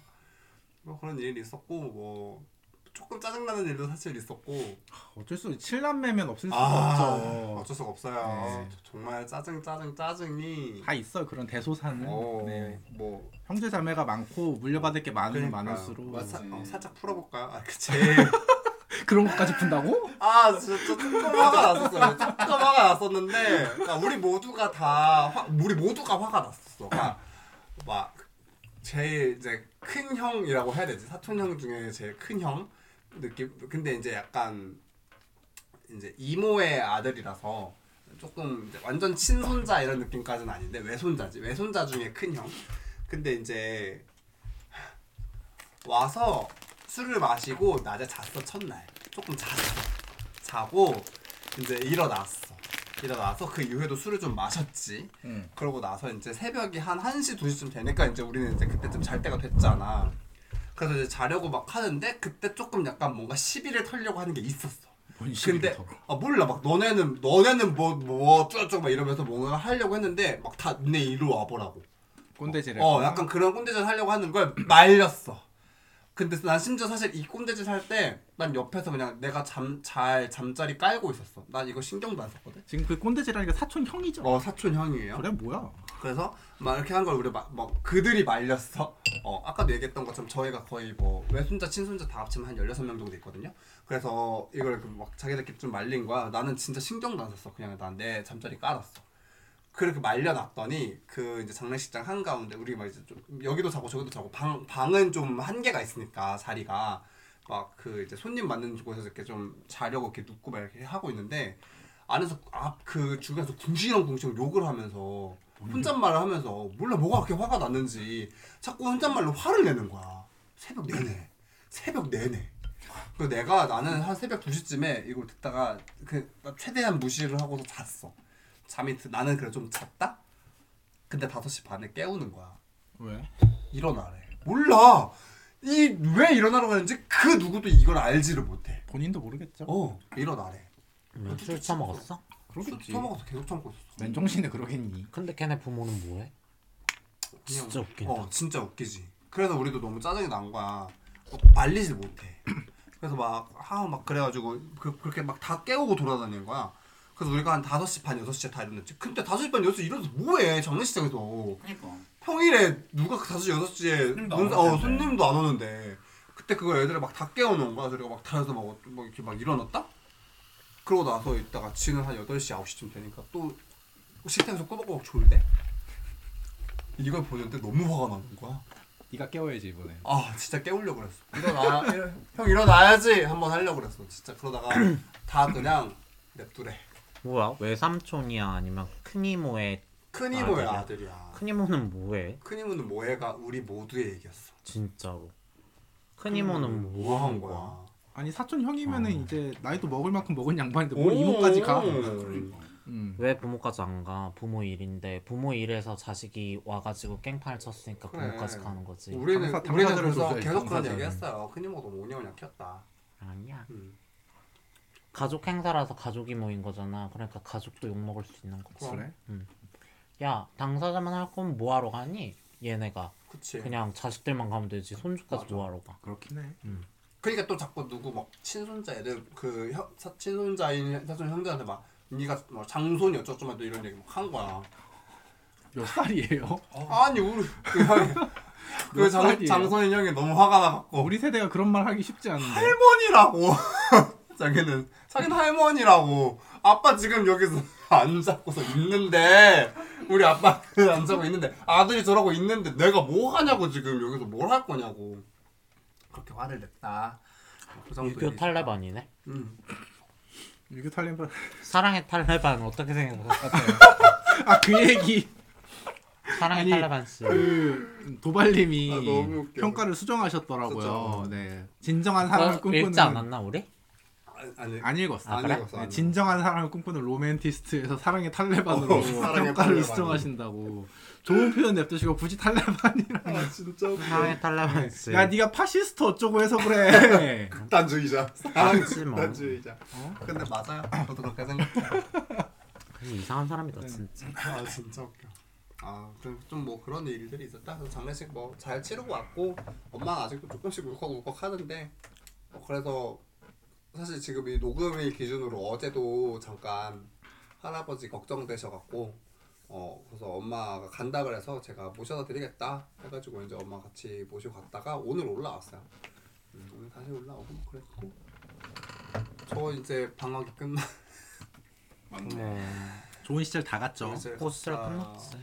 Speaker 4: 뭐 그런 일이 있었고 뭐 조금 짜증나는 일도 사실 있었고
Speaker 1: 어쩔 수 없. 7남매면 없을 수가
Speaker 4: 아,
Speaker 1: 없죠.
Speaker 4: 어쩔 수가 없어요.
Speaker 1: 네.
Speaker 4: 저- 정말 짜증 짜증 짜증이
Speaker 1: 다 있어 그런 대소사는.
Speaker 4: 어,
Speaker 1: 네.
Speaker 4: 뭐
Speaker 1: 형제 자매가 많고 물려받을 게 많으면
Speaker 4: 그러니까요.
Speaker 1: 많을수록
Speaker 4: 뭐 사,
Speaker 5: 그렇지.
Speaker 4: 어, 살짝 풀어볼까요? 아, 그치.
Speaker 1: 그런 것까지 푼다고?
Speaker 4: 아, 진짜 저 조금 화가 났었어요. 조금 화가 났었는데, 그러니까 우리 모두가 다, 화, 우리 모두가 화가 났었어. 그러니까 막 제일 이제 큰 형이라고 해야 되지 사촌 형 중에 제일 큰 형 느낌. 근데 이제 약간 이제 이모의 아들이라서 조금 이제 완전 친손자 이런 느낌까지는 아닌데 외손자지 외손자 중에 큰 형. 근데 이제 와서 술을 마시고 낮에 잤어 첫날 조금 잤어 자고 이제 일어났어 일어나서 그 이후에도 술을 좀 마셨지
Speaker 1: 응.
Speaker 4: 그러고 나서 이제 새벽이 한 1시, 2시쯤 되니까 이제 우리는 이제 그때쯤 잘 때가 됐잖아. 그래서 이제 자려고 막 하는데 그때 조금 약간 뭔가 시비를 털려고 하는 게 있었어. 근데
Speaker 1: 뭔 시비부터.
Speaker 4: 아 몰라 막 너네는 너네는 뭐뭐 쭈쭈 막 이러면서 뭔가 하려고 했는데 막 다 내 이로 와보라고.
Speaker 1: 꼰대질을.
Speaker 4: 어 약간 그런 꼰대질 하려고 하는 걸 말렸어. 근데 난 심지어 사실 이 꼰대질 할 때 난 옆에서 그냥 내가 잠 잘 잠자리 깔고 있었어. 난 이거 신경도 안 썼거든.
Speaker 1: 지금 그 꼰대질하니까 사촌 형이죠.
Speaker 4: 어 사촌 형이에요.
Speaker 1: 그래 뭐야?
Speaker 4: 그래서 막 이렇게 한 걸 우리 막, 막 그들이 말렸어. 어, 아까도 얘기했던 것처럼 저희가 거의 뭐 외손자, 친손자 다 합치면 한 16명 정도 있거든요. 그래서 이걸 그막 자기들끼리 좀 말린 거야. 나는 진짜 신경도 안 썼어. 그냥 난 내 잠자리 깔았어. 그렇게 말려놨더니 그 이제 장례식장 한가운데 우리 막 이제 좀 여기도 자고 저기도 자고 방 방은 좀 한계가 있으니까 자리가 막 그 이제 손님 맞는 곳에서 이렇게 좀 자려고 이렇게 눕고 막 이렇게 하고 있는데 안에서 아, 앞그 중간에서 궁시렁궁시렁 욕을 하면서 혼잣말을 하면서 몰라 뭐가 그렇게 화가 났는지 자꾸 혼잣말로 화를 내는 거야 새벽 내내 새벽 내내 그 내가 나는 한 새벽 2시쯤에 이걸 듣다가 그나 최대한 무시를 하고서 잤어 잠이 드, 나는 그래 좀 잤다? 근데 5시 반에 깨우는 거야.
Speaker 1: 왜?
Speaker 4: 일어나래. 몰라. 이 왜 일어나라고 하는지 그 누구도 이걸 알지를 못해.
Speaker 1: 본인도 모르겠죠.
Speaker 4: 어, 일어나래.
Speaker 3: 술 처먹었어?
Speaker 4: 술
Speaker 1: 그러겠지.
Speaker 4: 처먹어서 계속 참고 있었어.
Speaker 1: 맨정신에 그러겠니?
Speaker 3: 근데 걔네 부모는 뭐해? 진짜 웃긴다.
Speaker 4: 어, 진짜 웃기지. 그래서 우리도 너무 짜증이 난 거야. 어, 말리질 못해. 그래서 막, 아, 막 그래가지고 그, 그렇게 막 다 깨우고 돌아다니는 거야. 그래서 우리가 한 5시 반, 6시에 다 일어났지. 근데 5시 반, 6시 일어나서 뭐해, 장례식장에서.
Speaker 5: 그러니까
Speaker 4: 평일에 누가 그 5시, 6시에
Speaker 5: 손님도
Speaker 4: 눈,
Speaker 5: 안
Speaker 4: 어,
Speaker 5: 오는데.
Speaker 4: 손님도 안 오는데 그때 그거 애들을 막 다 깨워놓은 거야 그리고 막 달아서 막, 어- 막 이렇게 막 일어났다? 그러고 나서 이따가 지는 한 8시, 9시쯤 되니까 또 식당에서 꼬박꼬박 졸대? 이걸 보는데 너무 화가 나는 거야
Speaker 1: 네가 깨워야지 이번에.
Speaker 4: 아 진짜 깨우려고 그랬어 일어나 일어- 형 일어나야지 한번 하려고 그랬어 진짜 그러다가 다 그냥 냅두래
Speaker 3: 뭐야? 외삼촌이야? 아니면 큰이모의
Speaker 4: 큰 이모야
Speaker 3: 아,
Speaker 4: 아들이야
Speaker 3: 큰이모는 뭐해?
Speaker 4: 큰 이모는 뭐해가 우리 모두의 얘기였어
Speaker 3: 진짜로
Speaker 1: 그-
Speaker 3: 큰이모는
Speaker 4: 뭐
Speaker 3: 뭐한
Speaker 4: 한
Speaker 3: 거야?
Speaker 4: 거야
Speaker 1: 아니 사촌 형이면은 이제 나이도 먹을 만큼 먹은 양반인데 뭘그 이모까지 가?
Speaker 4: 어. 오.
Speaker 5: 그러니까
Speaker 1: 음.
Speaker 3: 왜 부모까지 안 가? 부모 일인데 부모 일에서 자식이 와가지고 깽판을 쳤으니까
Speaker 4: 그래.
Speaker 3: 부모까지 가는 거지
Speaker 4: 우리는
Speaker 1: 당사-
Speaker 4: 우리는
Speaker 1: 당사자를
Speaker 4: 그래서
Speaker 1: 조사해,
Speaker 4: 계속 그런
Speaker 1: 당사자를.
Speaker 4: 얘기했어요. 큰이모 너무 오냐오냐 켰다.
Speaker 3: 아니야
Speaker 4: 음.
Speaker 3: 가족 행사라서 가족이 모인 거잖아 그러니까 가족도 욕먹을 수 있는 거지
Speaker 1: 그래?
Speaker 3: 야 당사자만 할 거면 뭐하러 가니? 얘네가
Speaker 4: 그치. 그냥.
Speaker 3: 그냥 자식들만 가면 되지 손주까지 뭐하러 가
Speaker 1: 그렇긴 해.
Speaker 4: 그러니까 또 자꾸 누구 막 친손자 애들 그 형, 사, 친손자인 사촌 형들한테 막 네가 뭐 장손이 어쩌고저쩌고 또 이런 얘기 막 한 거야.
Speaker 1: 몇 살이에요?
Speaker 4: 아니 우리 그 형이 그
Speaker 1: 어. 몇
Speaker 4: 장,
Speaker 1: 살이에요?
Speaker 4: 장손인 형이 너무 화가 나갖고
Speaker 1: 우리 세대가 그런 말 하기 쉽지 않은데.
Speaker 4: 할머니라고 자기는 자기는 할머니라고 아빠 지금 여기서 안 잡고서 있는데 우리 아빠 안 자고 있는데 아들이 저러고 있는데 내가 뭐 하냐고 지금 여기서 뭘 할 거냐고 그렇게 화를 냈다 그 정도
Speaker 3: 유교 탈레반이네
Speaker 4: 음.
Speaker 1: 유교 탈림반.
Speaker 3: 사랑의 탈레반 어떻게 생각하세요?
Speaker 1: 아그 얘기.
Speaker 3: 사랑의
Speaker 1: 아니,
Speaker 3: 탈레반 씨
Speaker 1: 그
Speaker 4: 아, 너무
Speaker 1: 도발님이
Speaker 4: 웃겨.
Speaker 1: 평가를 수정하셨더라고요.
Speaker 4: 수정.
Speaker 1: 네. 진정한 사랑을
Speaker 3: 그거 아, 읽지
Speaker 1: 꿈꾸는
Speaker 3: 않았나 우리?
Speaker 4: 아니, 아니
Speaker 1: 안 읽었어.
Speaker 4: 안
Speaker 3: 그래?
Speaker 4: 읽었어 안
Speaker 1: 네,
Speaker 4: 읽었어.
Speaker 1: 진정한 사랑을 꿈꾸는 로맨티스트에서 사랑의 탈레반으로
Speaker 4: 어, 사랑의
Speaker 1: 평가를
Speaker 4: 탈레반으로.
Speaker 1: 수정하신다고 좋은 표현 냅두시고 굳이 탈레반이라
Speaker 4: 아 진짜
Speaker 3: 사랑의 탈레반 씨
Speaker 1: 네. 야 네가 파시스트 어쩌고 해서 그래
Speaker 4: 단주의자
Speaker 1: 아,
Speaker 3: 그렇지 뭐
Speaker 4: 단주의자 근데 맞아요 저도 그렇게 생각해요
Speaker 3: 그냥 이상한 사람이다 진짜
Speaker 4: 아 진짜 웃겨. 아좀뭐 그런 일들이 있었다. 그래서 장례식 뭐 잘 치르고 왔고 엄마는 아직도 조금씩 울컥울컥 하는데 그래서 사실 지금 이 녹음일 기준으로 어제도 잠깐 할아버지 걱정되셔갖고 어 그래서 엄마가 간다 그래서 제가 모셔다 드리겠다 해가지고 이제 엄마 같이 모시고 갔다가 오늘 올라왔어요. 음, 오늘 다시 올라오고 뭐 그랬고 저 이제 방학이 끝나.
Speaker 5: 맞네.
Speaker 1: 좋은 시절 다
Speaker 3: 그렇죠. 네.
Speaker 1: 갔죠.
Speaker 4: 이제
Speaker 3: 고스트를
Speaker 4: 갔다.
Speaker 3: 끝났지.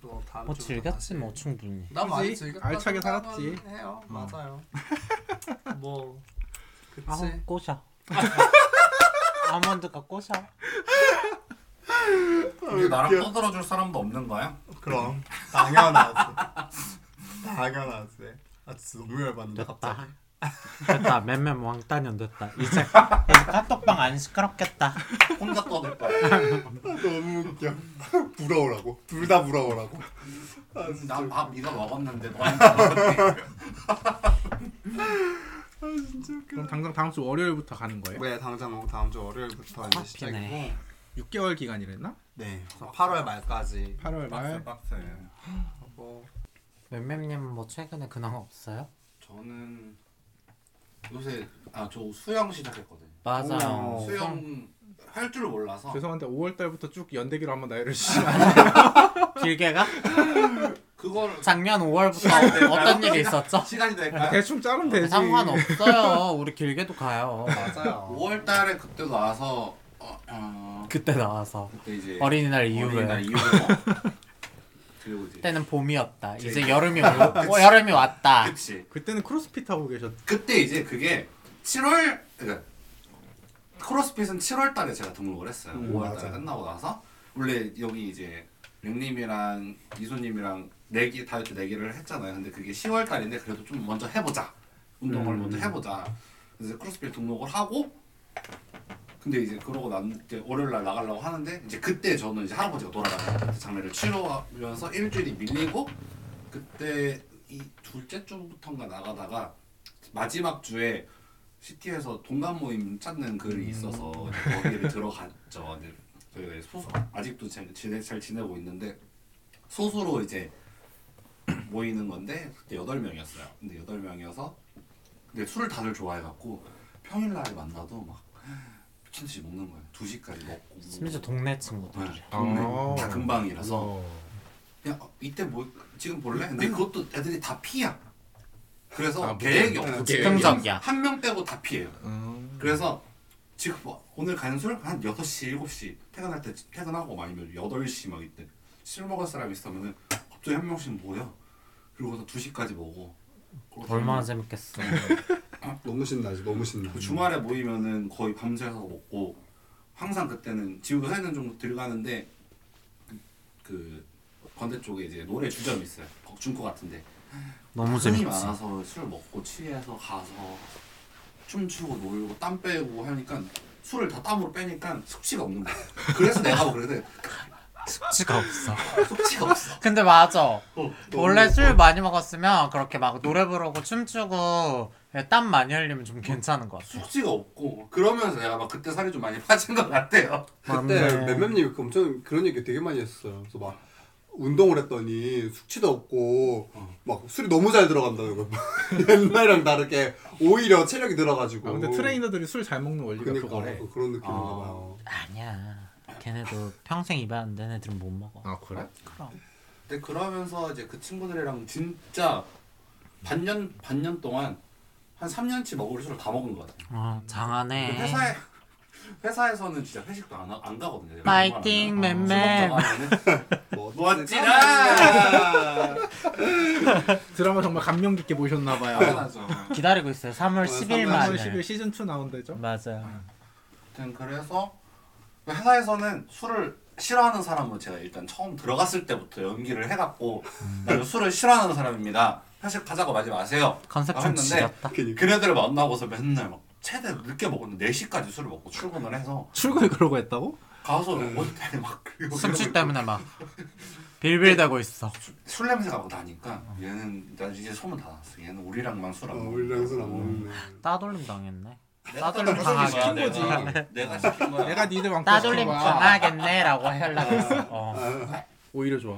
Speaker 4: 또 다음
Speaker 3: 뭐
Speaker 4: 주부터
Speaker 3: 즐겼지
Speaker 4: 다시.
Speaker 3: 뭐 어. 충분히.
Speaker 4: 나 많이
Speaker 1: 그지?
Speaker 4: 즐겼다.
Speaker 1: 알차게
Speaker 4: 생각은
Speaker 1: 살았지.
Speaker 4: 해요. 맞아요. 뭐 그치.
Speaker 3: 아우 꼬셔. 아몬드가 꼬셔.
Speaker 5: 그러니까. 이게 나랑 떠들어줄 사람도 없는 거야?
Speaker 3: 음.
Speaker 4: 그럼 당연하지. 당연하지. 아 진짜 너무 열받는데 갑자기.
Speaker 3: 됐다 맴맴 왕따년 됐다. 이제 아, 이제 카톡방 안 시끄럽겠다.
Speaker 5: 혼자 떠들 거야.
Speaker 4: 너무 웃겨. 부러우라고. 둘 다 부러우라고.
Speaker 5: 아, 난밥 네가 먹었는데 너는 안 먹었니?
Speaker 1: 그럼 당장 다음 주 월요일부터 가는 거예요?
Speaker 4: 네 당장 다음 주 월요일부터
Speaker 3: 아,
Speaker 4: 이제 시작이고.
Speaker 3: 코앞이네.
Speaker 1: 6개월 기간이랬나?
Speaker 4: 네. 8월 말까지.
Speaker 1: 8월
Speaker 5: 빡세
Speaker 1: 말.
Speaker 5: 빡세.
Speaker 4: 뭐
Speaker 3: 맴맴님은 뭐 최근에 근황 없어요?
Speaker 5: 저는 요새 아 저 수영 시작했거든요. 어.
Speaker 3: 맞아요. 어,
Speaker 5: 수영 할 줄 몰라서
Speaker 1: 죄송한데 5월 달부터 쭉 연대기로 한번 나열해 주시.
Speaker 3: 길게가?
Speaker 5: 그걸
Speaker 3: 작년 5월부터 어떤 일이 있었죠?
Speaker 5: 시간이
Speaker 3: 아,
Speaker 5: 될까요?
Speaker 1: 대충 자르면
Speaker 3: 네.
Speaker 1: 되지.
Speaker 3: 상관없어요. 우리 길게도 가요.
Speaker 4: 맞아요.
Speaker 5: 5월 달에 그때 나와서 어, 어
Speaker 3: 그때 나와서
Speaker 5: 그때 이제
Speaker 3: 네. 어린이날 이후에
Speaker 5: 어린이날 이후에 그리고 이제
Speaker 3: 그때는 봄이었다. 이제
Speaker 5: 그치.
Speaker 3: 여름이 오, 어, 여름이 왔다.
Speaker 5: 그치
Speaker 1: 그때는 크로스핏 하고 계셨.
Speaker 5: 그때 이제 그게 7월 그러니까 크로스핏은 7월 달에 제가 등록을 했어요. 5월 달에 끝나고 나서 원래 여기 이제 링님이랑 이소님이랑 내기 다이어트 내기를 했잖아요. 근데 그게 10월 달인데 그래도 좀 먼저 해보자 운동을 먼저 해보자. 그래서 크로스핏 등록을 하고 근데 이제 그러고 난 이제 월요일 날 나가려고 하는데 이제 그때 저는 이제 할아버지가 돌아가요. 그때 장례를 치르면서 일주일이 밀리고 그때 이 둘째 주부터인가 나가다가 마지막 주에 시티에서 동반 모임 찾는
Speaker 1: 음.
Speaker 5: 글이 있어서 거기를 들어갔죠. 근데 저희가 소수 아직도 잘, 지내, 잘 지내고 있는데 소수로 이제 모이는 건데 그때 여덟 명이었어요. 근데 여덟 명이어서 근데 술을 다들 좋아해갖고 평일 날에 만나도 막 미친 듯이 먹는 거예요. 2 시까지 먹고
Speaker 3: 심지어 동네 친구들.
Speaker 5: 네, 동네
Speaker 1: 아.
Speaker 5: 다 근방이라서
Speaker 1: 어.
Speaker 5: 야 어, 이때 뭐 지금 볼래? 근데 그것도 애들이 다 피야. 그래서
Speaker 1: 아,
Speaker 5: 계획이
Speaker 1: 무슨-
Speaker 5: 없어.
Speaker 1: 계획이
Speaker 3: 없어.
Speaker 5: 한 명 빼고 다 피해요.
Speaker 1: 음.
Speaker 5: 그래서 지금 뭐 오늘 가는 술한 6시, 7시 퇴근할 때 퇴근하고 아니면 8시 막 이때 술 먹을 사람 있으면은 갑자기 한 명씩 모여. 그리고서 2시까지 먹어. 그러고
Speaker 3: 음. 얼마나 재밌겠어.
Speaker 4: 너무 신나지. 너무 신나.
Speaker 5: 그 주말에 모이면은 거의 밤새서 먹고 항상 그때는 지우고 사는 정도 들어가는데 그- 그 반대쪽에 이제 노래 주점이 있어요. 중고 같은데
Speaker 3: 너무
Speaker 5: 손이
Speaker 3: 재밌지.
Speaker 5: 많아서 술 먹고 취해서 가서 춤추고 놀고 땀 빼고 하니까 술을 다 땀으로 빼니까 숙취가 없는 거야. 그래서 내가 뭐 그래도
Speaker 3: 숙취가 없어.
Speaker 5: 숙취가 없어.
Speaker 3: 근데 맞아.
Speaker 5: 어,
Speaker 3: 원래 술 많이 먹었으면 그렇게 막 노래 부르고 춤추고 땀 많이 흘리면 좀 괜찮은 것 같아.
Speaker 5: 숙취가 없고 그러면서 내가 막 그때 살이 좀 많이 빠진 것 같아요.
Speaker 4: 그때 맴맴님이 그 엄청 그런 얘기 되게 많이 했어요. 그래서 막 운동을 했더니 숙취도 없고 막 술이 너무 잘 들어간다는 거. 옛날이랑 다르게 오히려 체력이 들어가지고.
Speaker 1: 아 근데 트레이너들이 술 잘 먹는 원리가
Speaker 4: 그러니까
Speaker 1: 그거래.
Speaker 4: 그- 그런 느낌인가
Speaker 5: 아.
Speaker 4: 봐요.
Speaker 3: 아니야. 걔네도 평생 입안 된 애들은 못 먹어.
Speaker 1: 아 그래?
Speaker 3: 그럼.
Speaker 5: 근데 그러면서 이제 그 친구들이랑 진짜 반년 반년 동안 한 3년치 먹을 술을 다 먹은 것 같아요.
Speaker 3: 어,
Speaker 5: 그
Speaker 3: 장안에.
Speaker 5: 회사에 회사에서는 진짜 회식도 안, 하- 안 가거든요. 뭐 제가
Speaker 3: 파이팅,
Speaker 5: 정말 안 가요.
Speaker 3: 맴맴.
Speaker 5: 술 먹자고 하면은 어, 멋지다.
Speaker 1: 드라마 정말 감명 깊게 보셨나 봐요.
Speaker 5: 당연하죠.
Speaker 3: 기다리고 있어요. 3월
Speaker 1: 다음
Speaker 3: 10일만을.
Speaker 1: 10일 시즌 2 나온다죠?
Speaker 3: 맞아요.
Speaker 5: 아무튼 그래서 회사에서는 술을 싫어하는 사람은 제가 일단 처음 들어갔을 때부터 연기를 해갖고
Speaker 3: 음.
Speaker 5: 나는 술을 싫어하는 사람입니다. 회식 가자고 하지 마세요.
Speaker 3: 컨셉 좀
Speaker 5: 했는데
Speaker 3: 지렸다.
Speaker 4: 그니까.
Speaker 5: 그네들 만나고서 맨날 막 최대 늦게 먹었는데 4시까지 술을 먹고 출근을 해서
Speaker 1: 출근을 그러고 했다고?
Speaker 5: 가서
Speaker 3: 음.
Speaker 5: 호텔에 막뭐 그리고
Speaker 3: 숨쉴 때문에 막 빌빌대고 있어.
Speaker 5: 술 냄새가 막 나니까 얘는 나 이제 소문 다 났어. 얘는 우리랑만 술안
Speaker 4: 어,
Speaker 5: 먹어.
Speaker 4: 우리랑 술안 먹네.
Speaker 3: 따돌림 당했네.
Speaker 5: 내가
Speaker 3: 따돌림
Speaker 5: 따돌림
Speaker 3: 당하게.
Speaker 5: 음. 시킨 거지. 내가 시킨 거야.
Speaker 1: 내가 니들 왕따
Speaker 5: 아.
Speaker 3: 따돌림
Speaker 1: 시켜봐.
Speaker 3: 당하겠네라고 하려고 했어. 어.
Speaker 1: 오히려 좋아.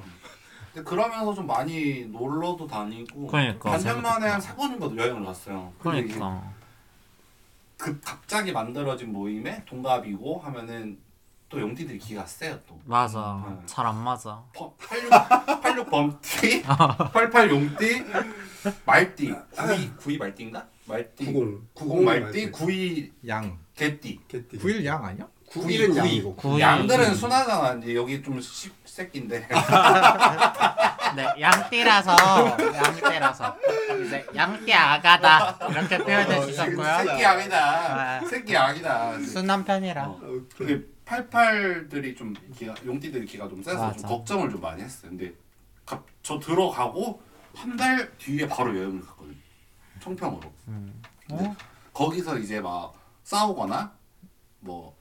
Speaker 5: 근데 그러면서 좀 많이 놀러도 다니고
Speaker 3: 그러니까,
Speaker 5: 반년 만에
Speaker 3: 재밌겠다.
Speaker 5: 한 세 번인가 여행을 갔어요. 근데 이게
Speaker 3: 그러니까
Speaker 5: 그 갑자기 만들어진 모임에 동갑이고 하면은 또 용띠들이 기가 세요 또.
Speaker 3: 맞아
Speaker 5: 음.
Speaker 3: 잘 안 맞아
Speaker 5: 86, 86 범띠, 88 용띠, 말띠, 92, 92 말띠인가? 말띠,
Speaker 2: 90.
Speaker 5: 90 말띠, 92
Speaker 1: 양.
Speaker 5: 개띠.
Speaker 2: 개띠.
Speaker 1: 9일 양 아니야?
Speaker 2: 9일은
Speaker 5: 구이.
Speaker 2: 양이고.
Speaker 3: 구이. 음.
Speaker 5: 양들은 순하잖아. 이제 여기 좀 시, 새끼인데.
Speaker 3: 아, 네 양띠라서 양띠라서 이제 양띠 아가다 이렇게 표현해 주셨고요
Speaker 5: 새끼 악이다.
Speaker 3: 네.
Speaker 5: 새끼 악이다.
Speaker 3: 순한 편이라
Speaker 4: 아,
Speaker 2: 오케이.
Speaker 5: 그게 88들이 좀 기가, 용띠들이 기가 좀 세서 좀
Speaker 3: 맞아.
Speaker 5: 걱정을 좀 많이 했어요. 근데 갑, 저 들어가고 한 달 뒤에 바로 여행을 갔거든요. 청평으로.
Speaker 3: 어?
Speaker 5: 거기서 이제 막 싸우거나 뭐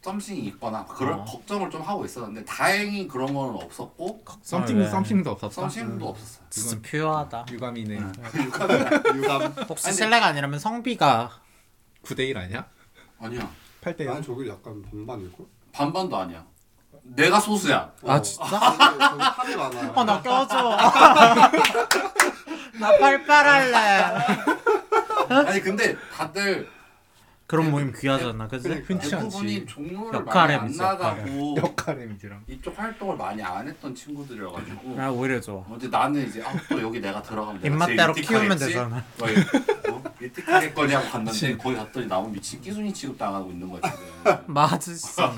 Speaker 5: 점싱이 있거나 그럴
Speaker 3: 어.
Speaker 5: 걱정을 좀 하고 있었는데 다행히 그런 건 없었고
Speaker 1: 썸씽도
Speaker 3: 왜?
Speaker 1: 썸씽도 없었어.
Speaker 3: 음.
Speaker 5: 점싱도 없었어요.
Speaker 3: 진짜 퓨어하다
Speaker 1: 유감이네.
Speaker 5: 유감
Speaker 3: 혹시 실례가 아니라면 성비가
Speaker 1: 9대 1 아니야?
Speaker 5: 아니야
Speaker 1: 8대 1.
Speaker 2: 난 저기 약간 반반일걸?
Speaker 5: 반반도 아니야. 내가 소수야.
Speaker 4: 어.
Speaker 3: 아, 진짜?
Speaker 2: 저기 합이 많아.
Speaker 3: 어 나 껴줘 나 팔팔할래
Speaker 5: 아니 근데 다들
Speaker 3: 그런 모임 귀하잖아 그지?
Speaker 1: 흔치
Speaker 5: 대부분이
Speaker 1: 않지.
Speaker 5: 종로를 많이
Speaker 3: 역할의
Speaker 5: 안
Speaker 3: 미지,
Speaker 5: 나가고
Speaker 1: 역할엠이지랑.
Speaker 5: 이쪽 활동을 많이 안 했던 친구들이어가지고
Speaker 3: 나 오히려 좋아
Speaker 5: 근데 나는 이제 아, 또 여기 내가 들어가면 내가
Speaker 3: 입맛대로
Speaker 5: 제일
Speaker 3: 키우면
Speaker 5: 띠까겠지?
Speaker 3: 되잖아.
Speaker 5: 뭐, 이렇게, 뭐, 일찍하겠거니 하고 갔는데 거기 갔더니 나무 미친 끼순이 취급 당하고 있는 거지
Speaker 3: 맞았어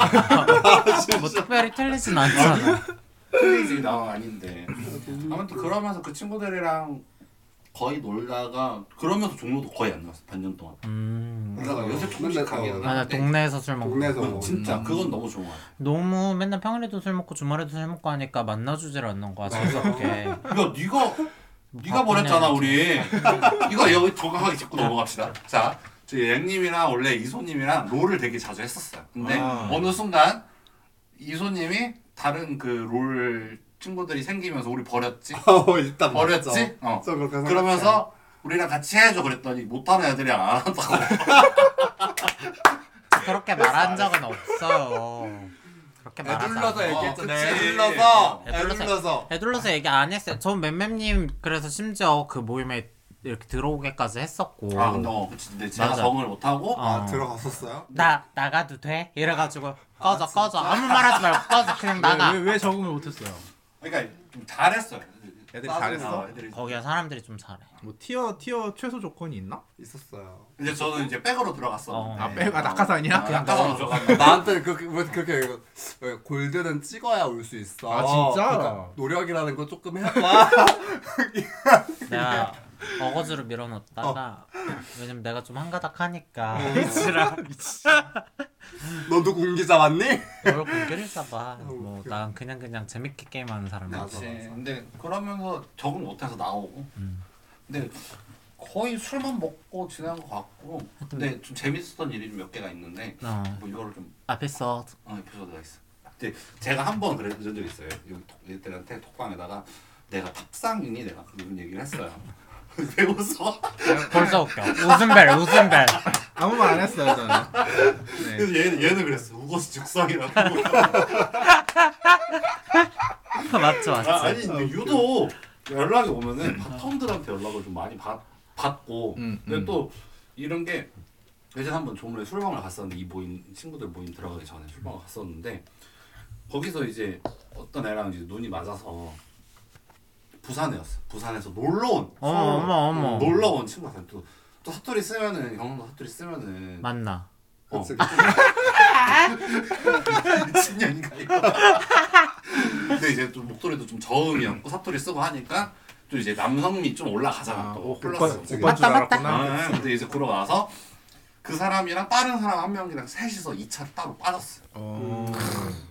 Speaker 3: 뭐 특별히 틀리진 않잖아
Speaker 5: 클레이지 나와 아닌데 아무튼 그러면서 그 친구들이랑 거의 놀다가 그러면서 종로도 거의 안 나왔어 반년 동안
Speaker 3: 음
Speaker 5: 그러다가 요새 조금씩
Speaker 2: 맨날
Speaker 5: 가기는
Speaker 2: 어,
Speaker 3: 맞아
Speaker 5: 하는데
Speaker 3: 동네에서 술 먹고
Speaker 2: 동네에서
Speaker 5: 어,
Speaker 2: 뭐.
Speaker 5: 진짜
Speaker 3: 음.
Speaker 5: 그건 너무 좋아
Speaker 3: 너무 맨날 평일에도 술 먹고 주말에도 술 먹고 하니까 만나주질 않는 거야 자연스럽게
Speaker 5: 야 네가 네가 버렸잖아 우리 이거 여기 건강하게 짚고 넘어갑시다 자 저희 양님이랑 원래 이소님이랑 롤을 되게 자주 했었어요 근데
Speaker 1: 아.
Speaker 5: 어느 순간 이소님이 다른 그 롤 친구들이 생기면서 우리 버렸지
Speaker 2: 어, 일단
Speaker 5: 버렸지?
Speaker 2: 맞죠.
Speaker 5: 어.
Speaker 2: 저 그렇게 생각해.
Speaker 5: 그러면서 우리랑 같이 해줘 그랬더니 못하는 애들이랑 안 한다고
Speaker 3: 그렇게 말한 적은 없어요 그렇게 말하지
Speaker 4: 애둘러서
Speaker 3: 않아
Speaker 4: 얘기했잖아.
Speaker 5: 어, 그치.
Speaker 4: 애둘러서.
Speaker 5: 네,
Speaker 3: 애둘러서.
Speaker 4: 애둘러서.
Speaker 3: 애둘러서 얘기 안 했어요 전 맴맴님 그래서 심지어 그 모임에 이렇게 들어오게까지 했었고
Speaker 5: 아 근데 어 그치 근데 제가
Speaker 3: 맞아.
Speaker 5: 적응을 못하고
Speaker 3: 어.
Speaker 2: 아, 들어갔었어요?
Speaker 3: 나 나가도 돼? 이래가지고 꺼져 꺼져 아무 말하지 말고 꺼져 그냥 나가
Speaker 1: 왜, 왜, 왜 적응을 못했어요?
Speaker 5: 그러니까 좀 잘했어요
Speaker 1: 애들이
Speaker 5: 짜증나,
Speaker 1: 네, 잘했어?
Speaker 5: 애들이.
Speaker 3: 거기가 사람들이 좀 잘해
Speaker 1: 뭐 티어 티어 최소 조건이 있나?
Speaker 2: 있었어요.
Speaker 5: 근데 저는 이제 백으로 들어갔어
Speaker 1: 아 빼가 낙하산이야?
Speaker 5: 아, 낙하산으로 들어갔나
Speaker 4: 나한테 그렇게 왜 그렇게 얘기해요? 왜 골드는 찍어야 올 수 있어.
Speaker 1: 아, 진짜?
Speaker 4: 그러니까 노력이라는 거 조금 해봐.
Speaker 3: 내가 어거지로 밀어넣었다가 왜냐면 내가 좀 한가닥 하니까 미치라
Speaker 4: 너도 공기자 맞니?
Speaker 3: 뭘 공개를 잡아 뭐난 그냥 그냥 재밌게 게임하는 사람이야
Speaker 5: 그치. 네, 근데 그러면서 적응 못해서 나오고. 근데 거의 술만 먹고 지낸 것 같고. 근데 좀 재밌었던 일이 좀 몇 개가 있는데
Speaker 3: 어
Speaker 5: 뭐 이거를 좀
Speaker 3: 앞에서
Speaker 5: 어, 에피소드가 있어. 근데 제가 한 번 그랬던 적이 있어요. 여기 톡- 얘들한테 톡방에다가 내가 탑상이니 내가 그런 얘기를 했어요. 왜 웃어?
Speaker 3: 벌써 웃겨 웃음벨 웃음벨
Speaker 1: 아무 말 안 했어요 저는. 네.
Speaker 5: 그래서 얘는, 얘는 그랬어. 웃어서 즉상이라고.
Speaker 3: 맞죠
Speaker 5: 아, 아니
Speaker 3: 맞죠
Speaker 5: 근데 유독 연락이 오면은
Speaker 3: 음.
Speaker 5: 바텀들한테 연락을 좀 많이 받, 받고
Speaker 1: 음,
Speaker 5: 근데
Speaker 1: 음.
Speaker 5: 또 이런 게 예전에 한번 종로에 술방을 갔었는데 이 모임 친구들 모임 들어가기 전에 술방을 갔었는데 거기서 이제 어떤 애랑 이제 눈이 맞아서 부산에였어 부산에서 놀러 온
Speaker 3: 어머 어머 어머
Speaker 5: 놀러 온 친구한테 또, 또 사투리 쓰면은 경상도 사투리 쓰면은
Speaker 3: 맞나
Speaker 5: 어.
Speaker 2: 그치,
Speaker 5: 미친년인가 이거. 근데 이제 좀 목소리도 좀 저음이었고 사투리 쓰고 하니까 또 이제 남성미 좀 올라가잖아
Speaker 1: 아,
Speaker 5: 또
Speaker 1: 오빠
Speaker 5: 플러스.
Speaker 1: 오빠 줄 알았구나.
Speaker 5: 아, 근데 이제 그러고 나서 그 사람이랑 다른 사람 한 명이랑 셋이서 2차 따로 빠졌어요.
Speaker 1: 어.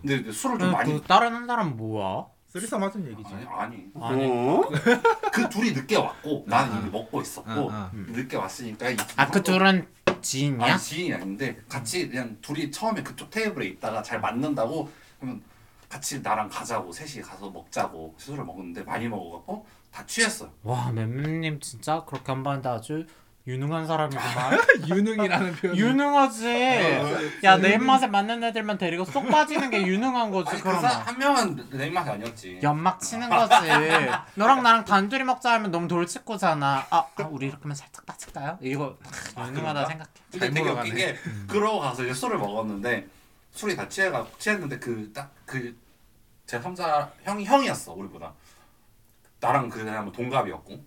Speaker 5: 근데 이제 술을 좀
Speaker 3: 그
Speaker 5: 많이
Speaker 3: 따르는 사람 뭐야
Speaker 1: 쓰리썸 하던 얘기지.
Speaker 5: 아니 아니
Speaker 3: 아니
Speaker 2: 어?
Speaker 5: 그 둘이 늦게 왔고 나는 이미 먹고 있었고
Speaker 1: 아, 아.
Speaker 5: 늦게 왔으니까 이-
Speaker 3: 아 그 둘은 지인이야?
Speaker 5: 아니 지인이 아닌데 같이 그냥 둘이 처음에 그쪽 테이블에 있다가 잘 맞는다고 그러면 같이 나랑 가자고 셋이 가서 먹자고 술을 먹었는데 많이 먹어갖고 다 취했어요.
Speaker 3: 와 맴님 진짜 그렇게 한번데 아주 유능한 사람이구만.
Speaker 1: 유능이라는 어. 예. 표현.
Speaker 3: 유능하지. 야 내 입맛에 맞는 애들만 데리고 쏙 빠지는 게 유능한 거지.
Speaker 5: 아니 그
Speaker 3: 그러면
Speaker 5: 사- 한 명은 내 입맛이 아니었지.
Speaker 3: 연막 치는 거지. 너랑 나랑 단둘이 먹자 하면 너무 돌직구잖아. 아, 아, 우리 이렇게면 살짝 빠질까요? 이거 아, 유능하다 생각해.
Speaker 5: 근데 되게
Speaker 1: 잘못
Speaker 5: 웃긴 게 그러고 가서 이제 술을 먹었는데 술이 다 취해가 취했는데 그 딱 그 제 3자 형이 형이었어 우리보다 나랑 그 사람은 동갑이었고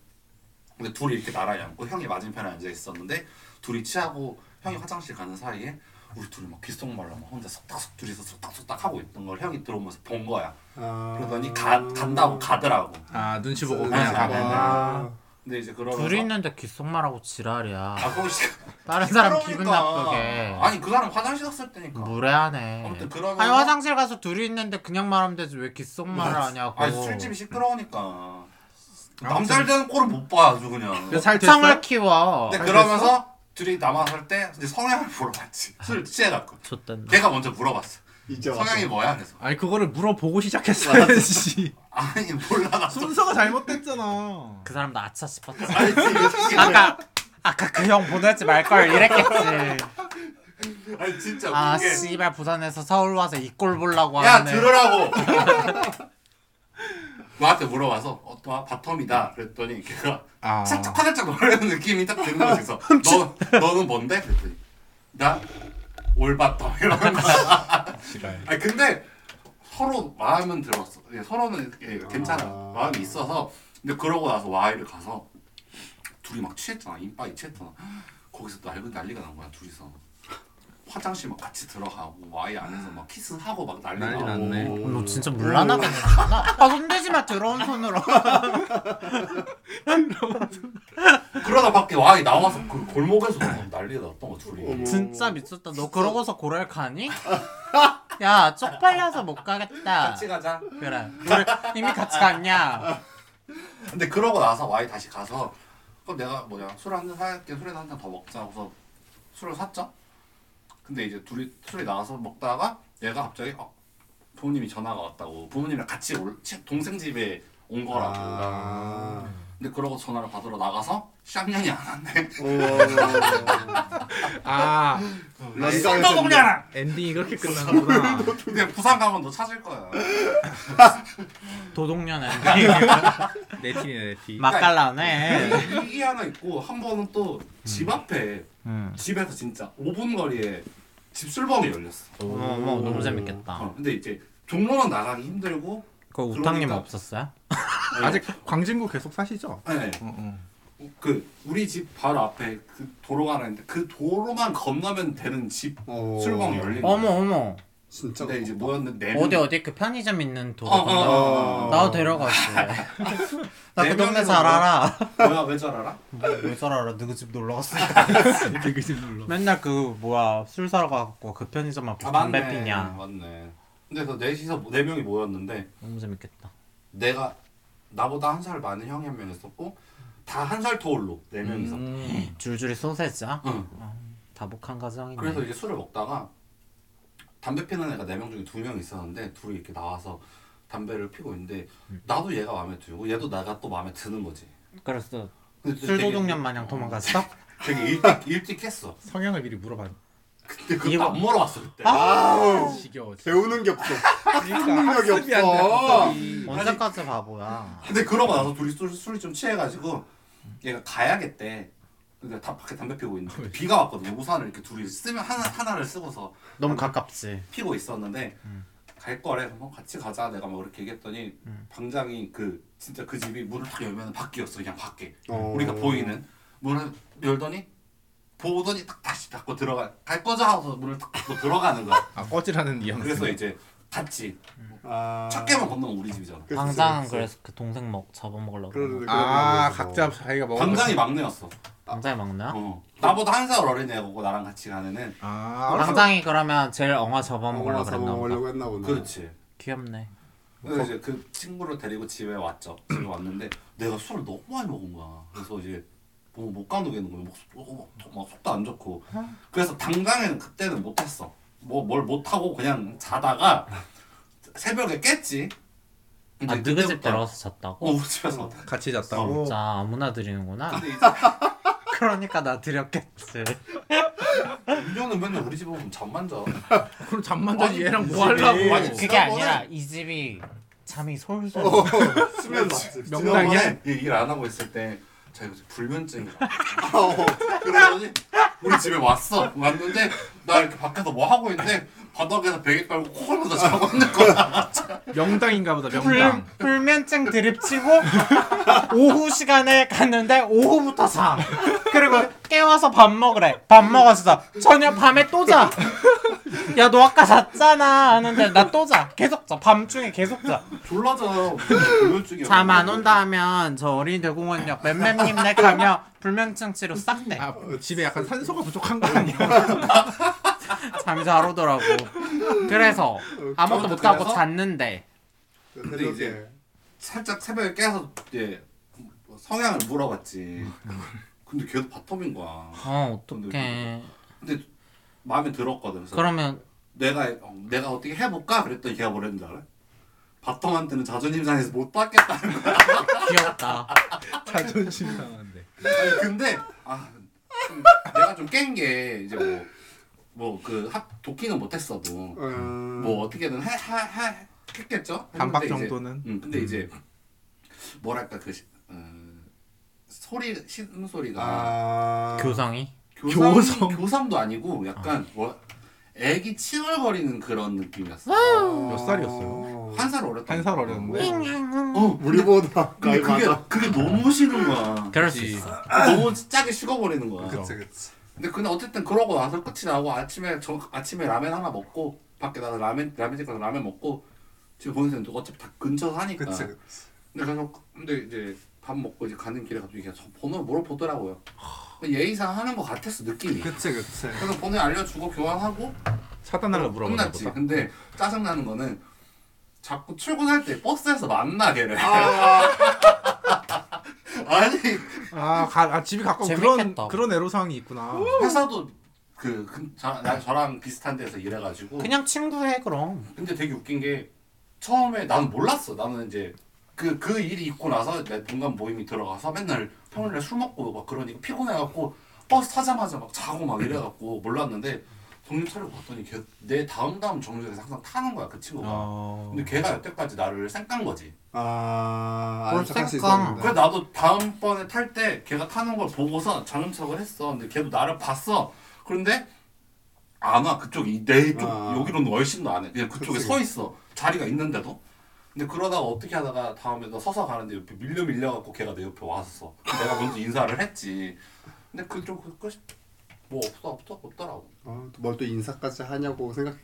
Speaker 5: 근데 둘이 이렇게 나란히 앉고 형이 맞은편에 앉아 있었는데 둘이 취하고 형이 화장실 가는 사이에 우리 둘이 막 귓속말로 막 혼자 속닥속 둘이서 속닥속닥 하고 있던 걸 형이 들어오면서 본 거야
Speaker 2: 아,
Speaker 5: 그러더니 가, 간다고 가더라고
Speaker 1: 아 눈치
Speaker 4: 어,
Speaker 1: 보고
Speaker 5: 아,
Speaker 1: 그냥 가고.
Speaker 2: 아,
Speaker 5: 근데 이제 그러면서
Speaker 3: 둘이 있는데 귓속말하고 지랄이야.
Speaker 5: 아 그거 진짜
Speaker 3: 다른 사람 기분
Speaker 5: 그러니까.
Speaker 3: 나쁘게.
Speaker 5: 아니 그 사람 화장실 갔을 때니까
Speaker 3: 무례하네.
Speaker 5: 아무튼 그러면서-
Speaker 3: 아니 화장실 가서 둘이 있는데 그냥 말하면 되지 왜 귓속말을 하냐고.
Speaker 5: 네. 아니 술집이 시끄러우니까 남자들은 꼴을 못봐 아주 그냥
Speaker 1: 잘
Speaker 3: 창을
Speaker 1: 됐어?
Speaker 3: 키워.
Speaker 5: 근데 그러면서 둘이 남아설 때 이제 성향을 물어봤지 술 취해갖고
Speaker 3: 좋단다.
Speaker 5: 걔가 먼저 물어봤어
Speaker 2: 이제
Speaker 5: 성향이 뭐야 그래서
Speaker 1: 아니 그거를 물어보고 시작했어야지.
Speaker 5: 아니 몰라 나
Speaker 1: 순서가 잘못됐잖아.
Speaker 3: 그 사람도 아차 싶었지.
Speaker 5: 아니 진짜
Speaker 3: 아까 아까 그 형 보내지 말 걸 이랬겠지.
Speaker 5: 아니 진짜
Speaker 3: 아
Speaker 5: 그게
Speaker 3: 씨발 부산에서 서울 와서 이 꼴 보려고
Speaker 5: 야
Speaker 3: 하네. 어,
Speaker 5: 들으라고 나한테 물어봐서 어, 또 바텀이다 그랬더니 걔가
Speaker 1: 아.
Speaker 5: 살짝 화들짝 놀라는 느낌이 딱 드는 거지 그래서 너, 너는 뭔데? 그랬더니 나 올바텀 이러는 거야
Speaker 1: 지랄.
Speaker 5: 아니 근데 서로 마음은 들었어. 예, 서로는 예, 괜찮아 마음이 있어서 근데 그러고 나서 와이를 가서 둘이 막 취했잖아 인바이 취했잖아 거기서 난리 난리가 난 거야 둘이서 화장실 막 같이 들어가고 와이 안에서 막 키스하고 막 난리
Speaker 1: 난리
Speaker 5: 나고
Speaker 1: 났네.
Speaker 3: 너 진짜 물란하게 놀았구나. 아 손대지 마 더러운 손으로.
Speaker 5: 어. 그러다 밖에 와이 나와서 그 골목에서 막 난리가 났던 거 둘이
Speaker 3: 진짜 미쳤다. 너 그러고서 고랄 가니? 야 쪽팔려서 못 가겠다.
Speaker 5: 어. 같이 가자
Speaker 3: 그래. 우리 이미 같이 갔냐?
Speaker 5: 근데 그러고 나서 와이 다시 가서 그럼 내가 뭐냐 술 한 잔 사갈게 술이나 한잔 더 먹자고서 술을 샀죠. 근데 이제 둘이 술이 나와서 먹다가 얘가 갑자기 어, 부모님이 전화가 왔다고 부모님이랑 같이 올, 치- 동생 집에 온 거라고.
Speaker 2: 아.
Speaker 5: 근데 그러고 전화를 받으러 나가서 쌍년이 안 왔네.
Speaker 1: 아
Speaker 4: 어,
Speaker 5: 쌍도 그냥.
Speaker 1: 엔딩이 그렇게 끝나는구나.
Speaker 5: 근데 부산 가면 너 찾을 거야.
Speaker 3: 도동년 엔딩.
Speaker 1: 네티네 네티.
Speaker 3: 맛깔나네.
Speaker 5: 이게 하나 있고 한 번은 또 집 앞에
Speaker 3: 음.
Speaker 5: 집에서 진짜 5분 거리에 집술범이 열렸어.
Speaker 3: 어머 어머 너무 재밌겠다.
Speaker 5: 어, 근데 이제 종로는 나가기 힘들고
Speaker 3: 그거 우탕님
Speaker 5: 그러니까.
Speaker 3: 없었어요?
Speaker 1: 아직 광진구 계속 사시죠?
Speaker 5: 네,
Speaker 1: 어, 어.
Speaker 5: 그 우리 집 바로 앞에 그 도로가 하나 있는데 그 도로만 건너면 되는 집
Speaker 2: 오.
Speaker 5: 술방 열린
Speaker 3: 어머 어머
Speaker 2: 진짜
Speaker 5: 근데 이제 모였는데 네 명-
Speaker 3: 어디 어디 그 편의점 있는 도로.
Speaker 5: 어, 어, 어, 어.
Speaker 3: 나도 데려갔어. 나
Speaker 5: 네
Speaker 3: 그 동네
Speaker 5: 명이서
Speaker 3: 잘 알아.
Speaker 5: 뭐야 왜 잘 알아?
Speaker 3: 왜잘 알아? 누구 집 놀러 갔어?
Speaker 1: 되게 좀 놀라.
Speaker 3: 맨날 그 뭐야 술 사러 가갖고 그 편의점 앞에
Speaker 5: 뭐? 아
Speaker 3: 담배
Speaker 5: 맞네
Speaker 3: 피냐.
Speaker 5: 맞네 근데 그 넷이서 네 명이 모였는데
Speaker 3: 너무 재밌겠다.
Speaker 5: 내가 나보다 한 살 많은 형이 한 명 있었고 다 한 살 터울로 네 명이서
Speaker 3: 음. 줄줄이 소세지야. 어,
Speaker 5: 응.
Speaker 3: 다복한 가정이네.
Speaker 5: 그래서 이제 술을 먹다가 담배 피는 애가 네 명 중에 두 명 있었는데 둘이 이렇게 나와서 담배를 피고 있는데 나도 얘가 마음에 들고 얘도 내가 또 마음에 드는 거지.
Speaker 3: 그래서
Speaker 5: 근데
Speaker 3: 술
Speaker 5: 되게-
Speaker 3: 도둑년 마냥 도망갔어?
Speaker 5: 되게 일찍 일찍 했어.
Speaker 1: 성향을 미리 물어봐.
Speaker 5: 근데 그거
Speaker 3: 이거- 아?
Speaker 5: 안 물어봤어 그때.
Speaker 1: 지겨워.
Speaker 2: 배우는 게 없어.
Speaker 1: 그러니까
Speaker 2: 능력이
Speaker 1: 학습이 안 돼,
Speaker 5: 아,
Speaker 2: 없어.
Speaker 1: 학습이.
Speaker 3: 언제까지 바보야?
Speaker 5: 근데 그러고 나서 둘이 술, 술이 좀 취해가지고 얘가 가야겠대. 근데 다 밖에 담배 피고 있는데 비가 왔거든요. 우산을 이렇게 둘이 쓰면 하나 하나를 쓰고서
Speaker 3: 너무 가깝지.
Speaker 5: 피고 있었는데
Speaker 3: 음.
Speaker 5: 갈 거래. 그럼 어, 같이 가자. 내가 막 이렇게 얘기했더니
Speaker 3: 음.
Speaker 5: 방장이 그 진짜 그 집이 문을 딱 열면 밖이었어. 그냥 밖에.
Speaker 2: 어.
Speaker 5: 우리가 보이는 문을 열더니 보더니 딱 다시 닫고 들어가 갈 거죠 하고서 문을 딱 닫고 들어가는 거야.
Speaker 1: 아 꺼지라는 이
Speaker 5: 그래서
Speaker 1: 형수.
Speaker 5: 이제 같이
Speaker 2: 아.
Speaker 5: 첫
Speaker 4: 뭐.
Speaker 5: 개만 건너면 우리 집이잖아.
Speaker 2: 그래서
Speaker 3: 방장은
Speaker 2: 그랬어.
Speaker 3: 그래서 그 동생 먹 잡아먹으려고.
Speaker 2: 그러는데
Speaker 3: 그러고.
Speaker 2: 그런
Speaker 1: 아
Speaker 2: 거에서.
Speaker 1: 각자 자기가 먹은 거지.
Speaker 5: 방장이 막내였어.
Speaker 3: 방장이 막내야?
Speaker 5: 어. 나보다 한 살 어린 애고 나랑 같이 가는 애.
Speaker 1: 아
Speaker 3: 방장이 그러면 제일 엉아
Speaker 2: 먹으려고
Speaker 3: 잡아먹으려고 그랬나 보다.
Speaker 2: 어, 먹으려고 했나
Speaker 4: 음.
Speaker 2: 보네.
Speaker 5: 그렇지.
Speaker 3: 귀엽네.
Speaker 5: 그래서 이제 그 친구를 데리고 집에 왔죠. 집에 왔는데 내가 술을 너무 많이 먹은 거야. 그래서 이제 뭐못 가누겠는 거야. 목, 어, 막, 막 속도 안 좋고. 그래서 당장에는 그때는 못했어. 뭐 뭘 못하고 그냥 자다가 새벽에 깼지.
Speaker 3: 아 누구 집
Speaker 5: 그때부터-
Speaker 3: 데려가서 잤다고?
Speaker 5: 어 우리 집에서.
Speaker 1: 같이 잤다고.
Speaker 3: 진짜 아무나 드리는구나.
Speaker 5: 근데 이제
Speaker 3: 그러니까 나 드렸겠지.
Speaker 5: 윤정은 맨날 우리 집 오면 잠만 자.
Speaker 1: 그럼 잠만 자지
Speaker 5: 아니,
Speaker 1: 얘랑 뭐
Speaker 2: 무슨
Speaker 1: 하려고
Speaker 2: 일이에요?
Speaker 1: 아니,
Speaker 3: 그게
Speaker 2: 지난번에-
Speaker 3: 아니라 이 집이 잠이 솔솔.
Speaker 2: 수면 맛집.
Speaker 1: 명당이야?
Speaker 5: 네, 지난번에 일 안 하고 있을 때 자기가 무슨 불면증이 나. 어, 그러더니 우리 집에 왔어. 왔는데 나 이렇게 밖에서 뭐 하고 있는데 바닥에서 베개 깔고 코 골면서 자고 있는 거야.
Speaker 1: 명당인가 보다
Speaker 3: 불,
Speaker 1: 명당
Speaker 3: 불면증 드립치고 오후 시간에 갔는데 오후부터 자. 그리고 깨워서 밥 먹으래. 밥 먹어서 자. 저녁 밤에 또 자. 야 너 아까 잤잖아 하는데 나 또 자. 계속 자. 밤중에 계속 자.
Speaker 5: 졸라 자. 불면증이.
Speaker 3: 잠 안 온다면 저 어린이 대공원역 맴맴님 네 가면 불면증 치료 싹 내.
Speaker 1: 아 집에 약간 산소가 부족한 거 아니야?
Speaker 3: 잠이 잘 오더라고. 그래서 아무것도 못 하고
Speaker 5: 그래서?
Speaker 3: 잤는데
Speaker 5: 근데 이제 살짝 새벽에 깨서 이제 성향을 물어봤지. 근데 걔도 바텀인 거야.
Speaker 3: 어 어떡해.
Speaker 5: 근데 마음에 들었거든. 그래서
Speaker 3: 그러면
Speaker 5: 내가 어, 내가 어떻게 해볼까 그랬더니 걔가 뭐랬는 줄 알아? 바텀한테는 자존심 상해서 못 받겠다는 거야.
Speaker 3: 귀엽다.
Speaker 1: 자존심 상한데
Speaker 5: 아니, 근데 아, 좀 내가 좀 깬 게 이제 뭐 뭐 그 도끼는 못했어도
Speaker 2: 음.
Speaker 4: 음.
Speaker 5: 뭐 어떻게든 해, 하, 하, 했겠죠. 했는데
Speaker 1: 반박
Speaker 5: 이제-
Speaker 1: 정도는?
Speaker 5: 음, 근데 이제 뭐랄까 그 시, 어, 소리 신음 소리가
Speaker 2: 아.
Speaker 3: 그 교성이
Speaker 5: 교상
Speaker 1: 교성.
Speaker 5: 교상도 아니고 약간 뭐 애기 칭얼거리는 그런 느낌이었어.
Speaker 1: 몇 살이었어요?
Speaker 5: 한 살 어렸다.
Speaker 1: 한 살 어렸는데
Speaker 5: 어,
Speaker 4: 음.
Speaker 2: 우리보다 나이
Speaker 5: 근데 그게
Speaker 2: 많아.
Speaker 5: 그게 너무 싫은 거야.
Speaker 3: 그럴 수
Speaker 1: 그치.
Speaker 3: 있어.
Speaker 5: 너무 짜게 식어버리는 거야.
Speaker 2: 그치 그치.
Speaker 5: 근데 근데 어쨌든 그러고 나서 끝이 나고 아침에 저 아침에 라면 하나 먹고 밖에 나서 라면 라면집 가서 라면 먹고 집에 보는 사람도 어차피 다 근처 사니까.
Speaker 2: 그치 그치.
Speaker 5: 근데 그래서 근데 이제 밥 먹고 이제 가는 길에 갑자기 걔가 저 번호를 물어보더라고요. 근데 예의상 하는 거 같았어 느낌이.
Speaker 2: 그치 그치.
Speaker 5: 그래서 번호 알려주고 교환하고
Speaker 1: 차단하려고 물어봤나
Speaker 5: 끝났지.
Speaker 1: 보다
Speaker 5: 근데 짜증 나는 거는 자꾸 출근할 때 버스에서 만나 걔를.
Speaker 2: 아.
Speaker 5: 아니
Speaker 1: 아, 가, 아 집이 가까워 그런
Speaker 3: 재밌겠다.
Speaker 1: 그런 애로사항이 있구나
Speaker 5: 회사도 그, 그 자, 나, 저랑 비슷한 데서 일해가지고
Speaker 3: 그냥 친구해 그럼.
Speaker 5: 근데 되게 웃긴 게 처음에 나는 몰랐어 나는 이제 그 그 일이 있고 나서 내 동감 모임이 들어가서 맨날 평일에 술 먹고 막 그러니까 피곤해갖고 버스 타자마자 막 자고 막 이래갖고 몰랐는데 정류차를 봤더니 걔, 내 다음 다음 정류장에서 항상 타는 거야 그 친구가
Speaker 3: 아.
Speaker 1: 어...
Speaker 5: 근데 걔가 여태까지 나를 쌩깐 거지
Speaker 2: 아. 아는
Speaker 3: 뭘
Speaker 2: 척할 수
Speaker 3: 쌩까.
Speaker 2: 있었는데.
Speaker 5: 그래 나도 다음번에 탈 때 걔가 타는 걸 보고서 장음차고 했어. 근데 걔도 나를 봤어. 그런데 안 와. 그쪽이 내쪽
Speaker 2: 아.
Speaker 5: 여기로는 훨씬 더안 해. 그냥 그쪽에
Speaker 2: 그치.
Speaker 5: 서 있어. 자리가 있는데도. 근데 그러다가 어떻게 하다가 다음에 너 서서 가는데 옆에 밀려 밀려 갖고 걔가 내 옆에 왔어. 내가 먼저 인사를 했지. 근데 그쪽 그뭐 없어 없어 없더라고.
Speaker 2: 뭘또 인사까지 하냐고 생각.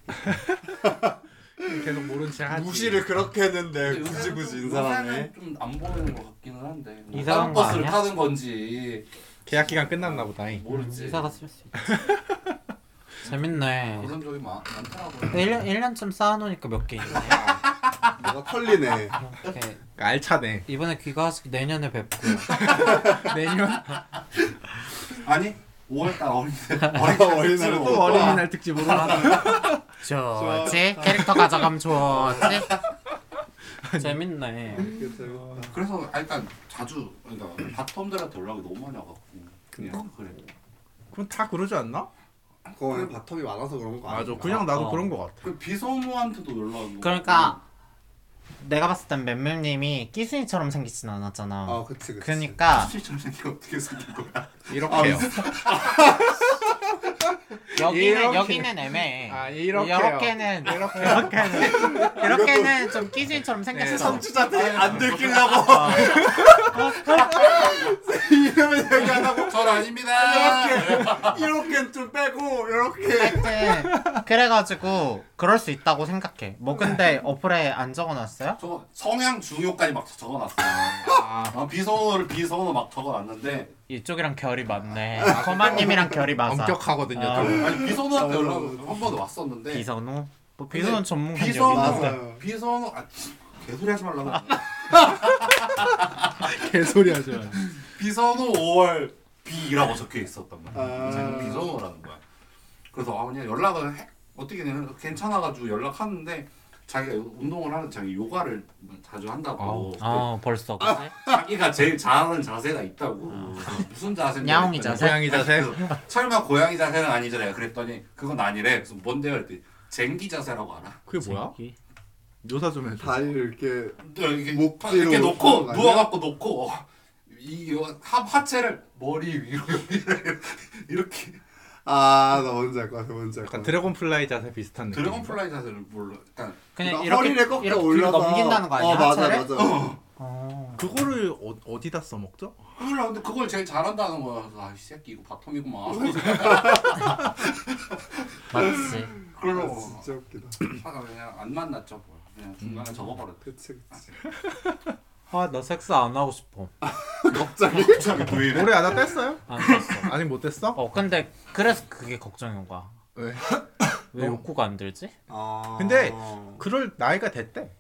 Speaker 1: 계속 모른 채 하지
Speaker 2: 무시를 그렇게 했는데
Speaker 5: 근데
Speaker 2: 네, 굳이
Speaker 5: 요새는
Speaker 2: 굳이
Speaker 5: 좀-
Speaker 2: 인사하네.
Speaker 5: 요새는 좀안 보이는 것 같기는 한데. 뭐
Speaker 3: 이사간
Speaker 5: 다른
Speaker 3: 거
Speaker 5: 버스를
Speaker 3: 아니야?
Speaker 5: 타는 건지
Speaker 1: 계약 기간 끝났나 보다 잉.
Speaker 5: 모르지.
Speaker 3: 이사가 쓸 수 있어. 재밌네.
Speaker 5: 그런 적이 많, 많더라고.
Speaker 3: 1년, 1년쯤 쌓아놓으니까 몇 개 있네.
Speaker 2: 뭐가 털리네.
Speaker 3: 이렇게
Speaker 1: 그러니까 알차네
Speaker 3: 이번에 귀가하시기 내년에 뵙고
Speaker 1: 내년
Speaker 5: 아니 5월달 어린이날
Speaker 2: 어린이날
Speaker 5: 특집으로
Speaker 2: 또
Speaker 5: 올 거야.
Speaker 1: 어린이날 특집으로
Speaker 3: 좋지? 캐릭터 가져가면 좋지? 재밌네.
Speaker 5: 그래서 아, 일단 자주 그러니까 바텀들한테 연락이 너무 많이 와갖고 아, 그냥 그래
Speaker 1: 그럼 다 그러지 않나?
Speaker 2: 그거는 바텀이 많아서 그런 거
Speaker 1: 맞아
Speaker 2: 아니야?
Speaker 1: 그냥 나도
Speaker 3: 어.
Speaker 1: 그런 거 같아
Speaker 5: 그 비소모한테도 뭐 연락 오고
Speaker 3: 그러니까 내가 봤을 땐 맴맴님이 끼순이처럼 생기진 않았잖아.
Speaker 4: 어,
Speaker 2: 아 그치 그치.
Speaker 3: 그러니까
Speaker 5: 실처럼 생긴 어떻게 생긴 거야
Speaker 1: 이렇게요
Speaker 3: 여기는
Speaker 1: 이렇게.
Speaker 3: 여기는 애매해.
Speaker 1: 아, 이렇게요.
Speaker 3: 이렇게는 이렇게는 이렇게는 좀 끼순이처럼
Speaker 1: 네.
Speaker 3: 생겼어.
Speaker 2: 안 들키려고
Speaker 5: 전 아닙니다
Speaker 2: 이렇게 좀 빼고 이렇게.
Speaker 3: 하여튼 그래가지고 그럴 수 있다고 생각해. 뭐 근데 어플에 안 적어놨어요?
Speaker 5: 저 성향 중요까지 막 적어놨어
Speaker 1: 아,
Speaker 5: 어, 비소모를 비소모 막 적어놨는데
Speaker 3: 이쪽이랑 결이 맞네. 거마님이랑 결이 맞아.
Speaker 1: 엄격하거든요
Speaker 3: 아.
Speaker 1: 또.
Speaker 5: 아니 비소모한테 연락 한 번도 왔었는데
Speaker 3: 비선우? 뭐 비선우 전문 간
Speaker 5: 비소모
Speaker 3: 여기 있는데.
Speaker 2: 있는데.
Speaker 5: 비소모 아 치, 개소리 하지 말라고
Speaker 1: 개소리 하지 마
Speaker 5: 비선호 5월 B라고 적혀 있었단
Speaker 2: 아.
Speaker 5: 말이야. 자기가 비선호라는 거야. 그래서 아 그냥 연락을 해. 어떻게 되면 괜찮아가지고 연락하는데 자기가 운동을 하는 자기 요가를 자주 한다고 그
Speaker 3: 아 벌써 그래?
Speaker 5: 자기가 제일 잘하는 자세가 있다고 무슨 자세냐
Speaker 3: 야옹이
Speaker 5: 그랬더니
Speaker 3: 아. 자세?
Speaker 1: 고양이 자세.
Speaker 5: 설마 고양이 자세는 아니죠 내가 그랬더니 그건 아니래 그래서 뭔데요 그랬더니 쟁기 자세라고 알아
Speaker 1: 그게 뭐야? 묘사 좀 해줘.
Speaker 2: 다리를 이렇게
Speaker 5: 이렇게,
Speaker 2: 목뒤로
Speaker 5: 이렇게
Speaker 2: 그런
Speaker 5: 놓고
Speaker 2: 거 아니야?
Speaker 5: 누워갖고 놓고 어, 이 요- 하, 하체를 머리 위로 이렇게
Speaker 2: 아나 뭔지 알 것 같아 뭔지 알것 같아
Speaker 1: 약간 드래곤플라이 자세 비슷한 느낌.
Speaker 5: 드래곤플라이 자세를 몰라 그러니까
Speaker 3: 그냥
Speaker 2: 그러니까
Speaker 3: 이렇게
Speaker 2: 허리를 꺾여
Speaker 3: 이렇게 뒤로
Speaker 2: 올려서
Speaker 3: 넘긴다는 거 아니야?
Speaker 2: 어 맞아
Speaker 3: 하체를?
Speaker 2: 맞아
Speaker 3: 어.
Speaker 1: 그거를 어, 어디다 써먹죠?
Speaker 5: 몰라 근데 그걸 제일 잘한다는 거야 그래서 아이 새끼 이거 바텀이구만
Speaker 3: 맞지.
Speaker 5: 그러고
Speaker 2: 진짜 웃기다
Speaker 5: 하다가 그냥 안 만났죠 뭐. 그냥 중간에 접어버렸대
Speaker 2: 그치 그치
Speaker 3: 아 나 섹스 안 하고 싶어.
Speaker 2: 갑자기
Speaker 5: 갑자기 왜
Speaker 1: 올해 아나 뗐어요?
Speaker 3: 안 됐어.
Speaker 1: 아직 못 뗐어?
Speaker 3: 어 근데 그래서 그게 걱정인 거야.
Speaker 1: 왜?
Speaker 3: 왜 욕구가 안 들지?
Speaker 4: 아...
Speaker 1: 근데
Speaker 3: 어.
Speaker 1: 그럴 나이가 됐대.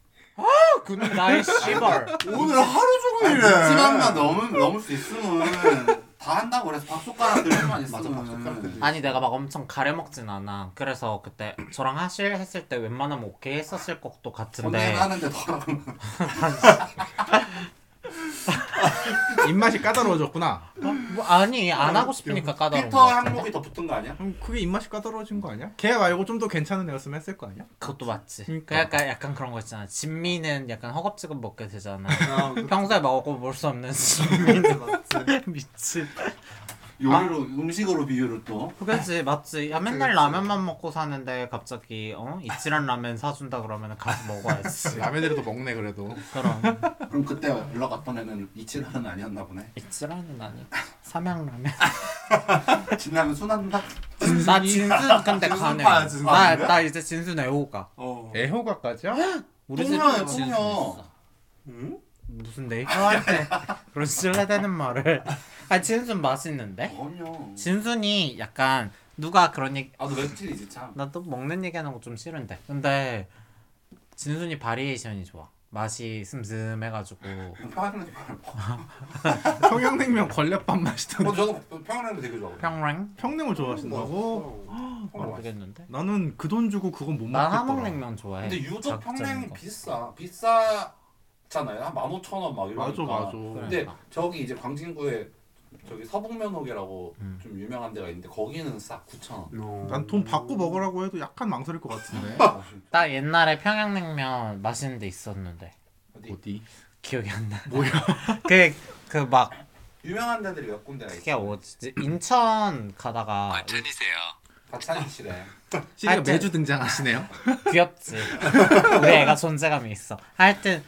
Speaker 3: 근데 나의 씨발.
Speaker 4: 오늘 하루
Speaker 2: 아,
Speaker 4: 종일 이래.
Speaker 5: 집안만 넘으면 넘을 수 있으면 다 한다고 그래서 밥숟가락 들만
Speaker 2: 맞아, 밥숟가락
Speaker 5: 있으면
Speaker 2: 들기.
Speaker 3: 아니 내가 막 엄청 가려먹진 않아. 그래서 그때 저랑 하실 했을 때 웬만하면 오케이 했었을 것도 같은데.
Speaker 5: 언제나 하는데 더라고요
Speaker 1: 입맛이 까다로워졌구나.
Speaker 3: 어? 뭐, 아니 안 하고 싶으니까 까다로운
Speaker 5: 필터
Speaker 3: 거 같은데.
Speaker 5: 항목이 더 붙은 거 아니야?
Speaker 1: 그럼 그게 입맛이 까다로워진 거 아니야? 걔 말고 좀 더 괜찮은 애였으면 했을 거 아니야?
Speaker 3: 그것도 맞지.
Speaker 1: 그러니까.
Speaker 3: 그러니까 약간, 약간 그런 거 있잖아. 진미는 약간 허겁지겁 먹게 되잖아. 평소에 먹어볼 수 없는 진미. 미친.
Speaker 5: 요리로 음식으로 비유를 또
Speaker 3: 그렇지 맞지. 야 맨날 라면만 먹고 사는데 갑자기 어 이치란 라면 사준다 그러면 가서 먹어야지.
Speaker 1: 라면이라도 먹네 그래도.
Speaker 3: 그럼
Speaker 5: 그럼 그때 연락 왔던 애는 이치라는 아니었나 보네
Speaker 3: 이치란은 아니고 삼양라면.
Speaker 5: 진라면 순한다?
Speaker 3: 나 진순 근데
Speaker 4: 진순
Speaker 3: 가능.
Speaker 4: 파야, 진순
Speaker 3: 나,
Speaker 4: 파야?
Speaker 3: 나 이제 진순 애호가.
Speaker 4: 어.
Speaker 1: 애호가까지야?
Speaker 3: 우리 집
Speaker 5: 똥녀야,
Speaker 3: 진순
Speaker 5: 똥녀.
Speaker 3: 있어.
Speaker 4: 응?
Speaker 3: 무슨 네이버할 때 그런 실례되는 말을. 아 진순 맛있는데?
Speaker 5: 그럼요
Speaker 3: 진순이 약간 누가 그런 얘기
Speaker 5: 아너 며칠이지 참
Speaker 3: 나도 먹는 얘기하는 거 좀 싫은데. 근데 진순이 바리에이션이 좋아. 맛이 슴슴해가지고
Speaker 5: 그럼 평양냉면 잘 먹어
Speaker 1: 평양냉면 걸레밥 맛이던.
Speaker 5: 어, 저도 평양냉면 되게 좋아하거든
Speaker 3: 평랑
Speaker 1: 평냉을 좋아하신다고?
Speaker 2: 어.
Speaker 3: 어, 모르겠는데.
Speaker 1: 나는 그 돈 주고 그건 못
Speaker 3: 난
Speaker 1: 먹겠더라.
Speaker 3: 함흥냉면 좋아해.
Speaker 5: 근데 유독
Speaker 3: 작은
Speaker 5: 평냉
Speaker 3: 거.
Speaker 5: 비싸 비싸잖아요 한 15,000원 막
Speaker 1: 맞아
Speaker 5: 이러니까
Speaker 1: 맞아.
Speaker 3: 그래.
Speaker 5: 근데 저기 이제 광진구에 저기 서북면옥이라고
Speaker 3: 음.
Speaker 5: 좀 유명한 데가 있는데 거기는 싹 9,000원.
Speaker 3: 어.
Speaker 1: 난 돈 받고 먹으라고 해도 약간 망설일 것 같은데.
Speaker 3: 나 옛날에 평양냉면 맛있는 데 있었는데
Speaker 5: 어디
Speaker 1: 어디?
Speaker 3: 기억이 안 나. 뭐야? 그그막
Speaker 5: 유명한 데들이 몇 군데가 있어.
Speaker 3: 그게 어디지? 인천 가다가
Speaker 5: 아, 바찬이시래.
Speaker 1: 씨가
Speaker 3: 하여튼-
Speaker 1: 매주 등장하시네요.
Speaker 3: 귀엽지. 우리 애가 존재감이 있어. 하여튼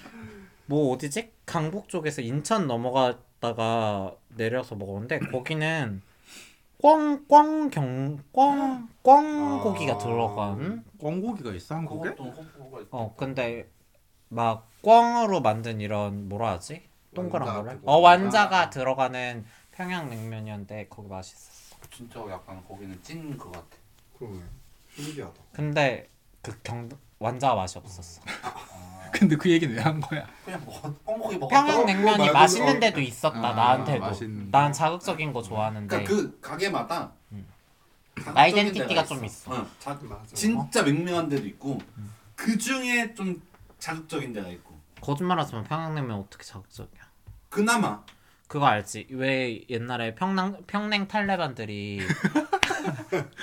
Speaker 3: 뭐 어디지? 강북 쪽에서 인천 넘어갔다가 내려서 먹었는데 거기는 꽝꽝
Speaker 5: 아.
Speaker 3: 경꽝꽝 고기가 들어간
Speaker 1: 꽝고기가 있어 한국에?
Speaker 5: 그것도 호프가 있고.
Speaker 3: 어 근데 막 꽝으로 만든 이런 뭐라 하지? 동그란
Speaker 2: 완자
Speaker 3: 거를
Speaker 2: 같은 거.
Speaker 3: 어 완자가 들어가는 평양냉면이었는데 거기 맛있었어.
Speaker 5: 진짜 약간 거기는 찐 것 같아.
Speaker 2: 그러네 신기하다
Speaker 3: 근데 그경 완자 맛이 없었어.
Speaker 1: 근데 그 얘기는 왜 한 거야?
Speaker 5: 그냥 먹 뻥고기
Speaker 2: 그거
Speaker 5: 먹었
Speaker 3: 평양냉면이
Speaker 2: 말고는
Speaker 3: 맛있는 데도 있었다
Speaker 1: 아,
Speaker 3: 나한테도
Speaker 1: 맛있는
Speaker 3: 난 자극적인 거 좋아하는데
Speaker 5: 그러니까 그 가게마다 자극적인
Speaker 3: 음. 아이덴티티가
Speaker 5: 데가
Speaker 3: 좀 있어.
Speaker 5: 응. 자,
Speaker 2: 맞아
Speaker 5: 진짜 맹맹한 데도 있고 그 중에 좀 자극적인 데가 있고
Speaker 3: 거짓말하지만 평양냉면 어떻게 자극적이야
Speaker 5: 그나마
Speaker 3: 그거 알지 왜 옛날에 평양 평냉 탈레반들이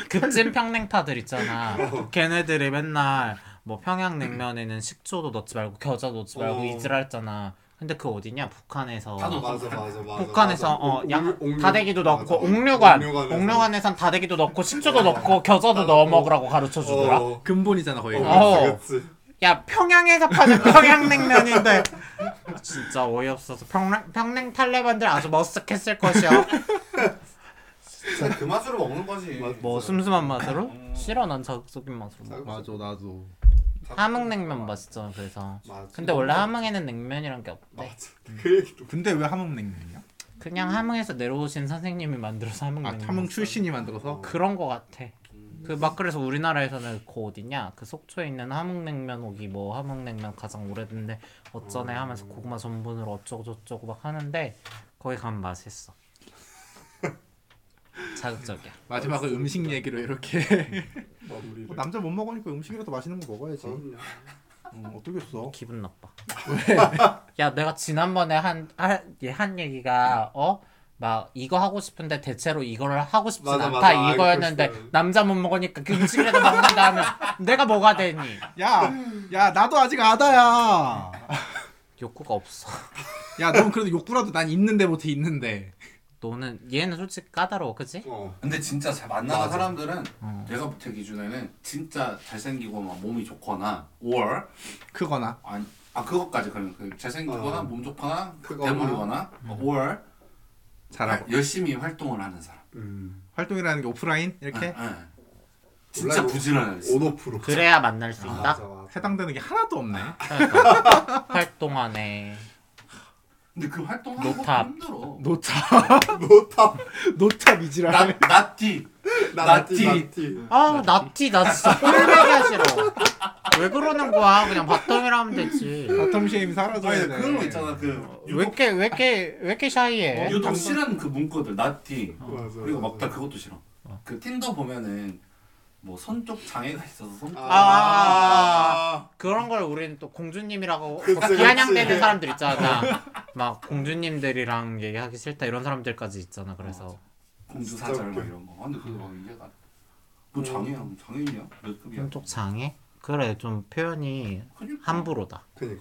Speaker 3: 급진 평냉파들 있잖아
Speaker 2: 어.
Speaker 3: 걔네들이 맨날 뭐 평양냉면에는 식초도 넣지 말고 겨자 넣지 말고
Speaker 4: 어.
Speaker 3: 이지랄했잖아 근데 그 어디냐 북한에서
Speaker 5: 다 넣어.
Speaker 2: 맞아 맞아 맞아
Speaker 3: 북한에서
Speaker 2: 맞아.
Speaker 3: 어
Speaker 2: 옥-
Speaker 3: 양,
Speaker 2: 옥류-
Speaker 3: 다대기도 넣고
Speaker 2: 맞아.
Speaker 3: 옥류관
Speaker 2: 옥류관에서.
Speaker 3: 옥류관에선 다대기도 넣고 식초도 넣고 겨자도 넣어 먹으라고 가르쳐 주더라
Speaker 2: 어,
Speaker 1: 근본이잖아 거의.
Speaker 3: 어.
Speaker 2: 어, 그치 그치
Speaker 3: 야 평양에서 파는 평양냉면인데 진짜 어이없어서 평냉, 평냉 탈레반들 아주 머쓱했을 것이요
Speaker 5: 진짜 그 맛으로 먹는 거지.
Speaker 2: 맞-
Speaker 3: 뭐 슴슴한 맛으로? 싫어 난 자극적인 맛으로
Speaker 2: 자극-
Speaker 1: 맞아 나도.
Speaker 3: 함흥냉면 맛있잖아 그래서
Speaker 2: 맞아.
Speaker 3: 근데 원래 함흥에는 냉면이란 게 없대
Speaker 2: 맞아 그 얘기도
Speaker 1: 근데 왜 함흥냉면이야?
Speaker 3: 그냥 함흥에서 내려오신 선생님이 만들어서
Speaker 1: 아
Speaker 3: 함흥냉면
Speaker 1: 함흥 출신이 만들어서.
Speaker 3: 그런 거 같아 그 막 그래서 우리나라에서는 그 어디냐 그 속초에 있는 함흥냉면 오기 뭐 함흥냉면 가장 오래된데 어쩌네 하면서 고구마 전분으로 어쩌고 저쩌고 막 하는데 거기 가면 맛있어 자극적이야
Speaker 1: 마지막은 음식 얘기로 이렇게
Speaker 2: 마무리를
Speaker 1: 어,
Speaker 3: 어,
Speaker 1: 남자 못 먹으니까 음식이라도 맛있는 거 먹어야지
Speaker 2: 그럼요.
Speaker 1: 음, 어떻겠어?
Speaker 3: 기분 나빠.
Speaker 1: 왜?
Speaker 3: 야, 내가 지난번에 한, 한, 얘 한 얘기가, 어? 막, 이거 하고 싶은데 대체로 이거를 하고 싶진
Speaker 4: 맞아,
Speaker 3: 않다,
Speaker 4: 맞아. 아,
Speaker 3: 이거였는데,
Speaker 4: 그랬어요.
Speaker 3: 남자 못 먹으니까 김치라도 먹는다 하면, 내가 뭐가 되니?
Speaker 1: 야, 야 나도 아직 아다야.
Speaker 3: 욕구가 없어.
Speaker 1: 야, 넌 그래도 욕구라도 난 있는데 못해 있는데.
Speaker 3: 너는, 얘는 솔직히 까다로워, 그지?
Speaker 4: 어.
Speaker 5: 근데 진짜 잘 만나는
Speaker 4: 맞아.
Speaker 5: 사람들은 내가 볼 때 기준에는 진짜 잘생기고 막 몸이 좋거나 or
Speaker 1: 크거나.
Speaker 5: 아니 아 그것까지 그러면 그 잘생기거나
Speaker 4: 어.
Speaker 5: 몸 좋거나
Speaker 4: 그거나.
Speaker 5: 대물이거나 or
Speaker 1: 잘하고.
Speaker 5: 열심히 활동을 하는 사람.
Speaker 4: 음.
Speaker 1: 활동이라는 게 오프라인 이렇게
Speaker 5: 응, 응. 진짜
Speaker 2: 온라인
Speaker 5: 부지런해.
Speaker 2: 온오프로.
Speaker 3: 그래야 만날 수
Speaker 4: 아,
Speaker 3: 있다?
Speaker 4: 맞아, 맞아.
Speaker 1: 해당되는 게 하나도 없네.
Speaker 3: 그러니까. 활동하네.
Speaker 5: 근데 그 활동하는 거
Speaker 3: 노탑.
Speaker 5: 힘들어.
Speaker 1: 노차,
Speaker 2: 노탑.
Speaker 1: 노차 미지라.
Speaker 5: 나 나티
Speaker 4: 나티.
Speaker 5: 나티.
Speaker 4: 나티.
Speaker 3: 아, 나티, 나 진짜 꼴배기가 싫어. 왜 그러는 거야? 그냥 바텀이라 하면 되지.
Speaker 1: 바텀 쉐임 사라져야
Speaker 5: 아니
Speaker 1: 돼.
Speaker 5: 그런 거 있잖아 그
Speaker 3: 어, 왜 이렇게, 왜 이렇게, 왜 이렇게 샤이해?
Speaker 5: 유독 싫은 그 문구들 나티
Speaker 4: 어.
Speaker 2: 맞아,
Speaker 5: 그리고 막
Speaker 2: 맞아.
Speaker 5: 나 그것도 싫어. 그 틴더 보면은 뭐 선쪽 장애가 있어서 손
Speaker 3: 아, 아, 아. 그런 걸 우리는 또 공주님이라고 뭐
Speaker 2: 그치.
Speaker 3: 비아냥대는 사람들 있잖아. 막 공주님들이랑 얘기하기 싫다 이런 사람들까지 있잖아. 그래서
Speaker 5: 공주
Speaker 2: 진짜
Speaker 5: 사절 막
Speaker 2: 웃겨.
Speaker 5: 이런 거. 아, 근데 그거 막 이해가 안 돼. 너 장애야? 뭐 장애인이야? 몇 급이야?
Speaker 3: 한쪽 장애? 그래 좀 표현이
Speaker 5: 그러니까
Speaker 3: 함부로다.
Speaker 2: 그니까.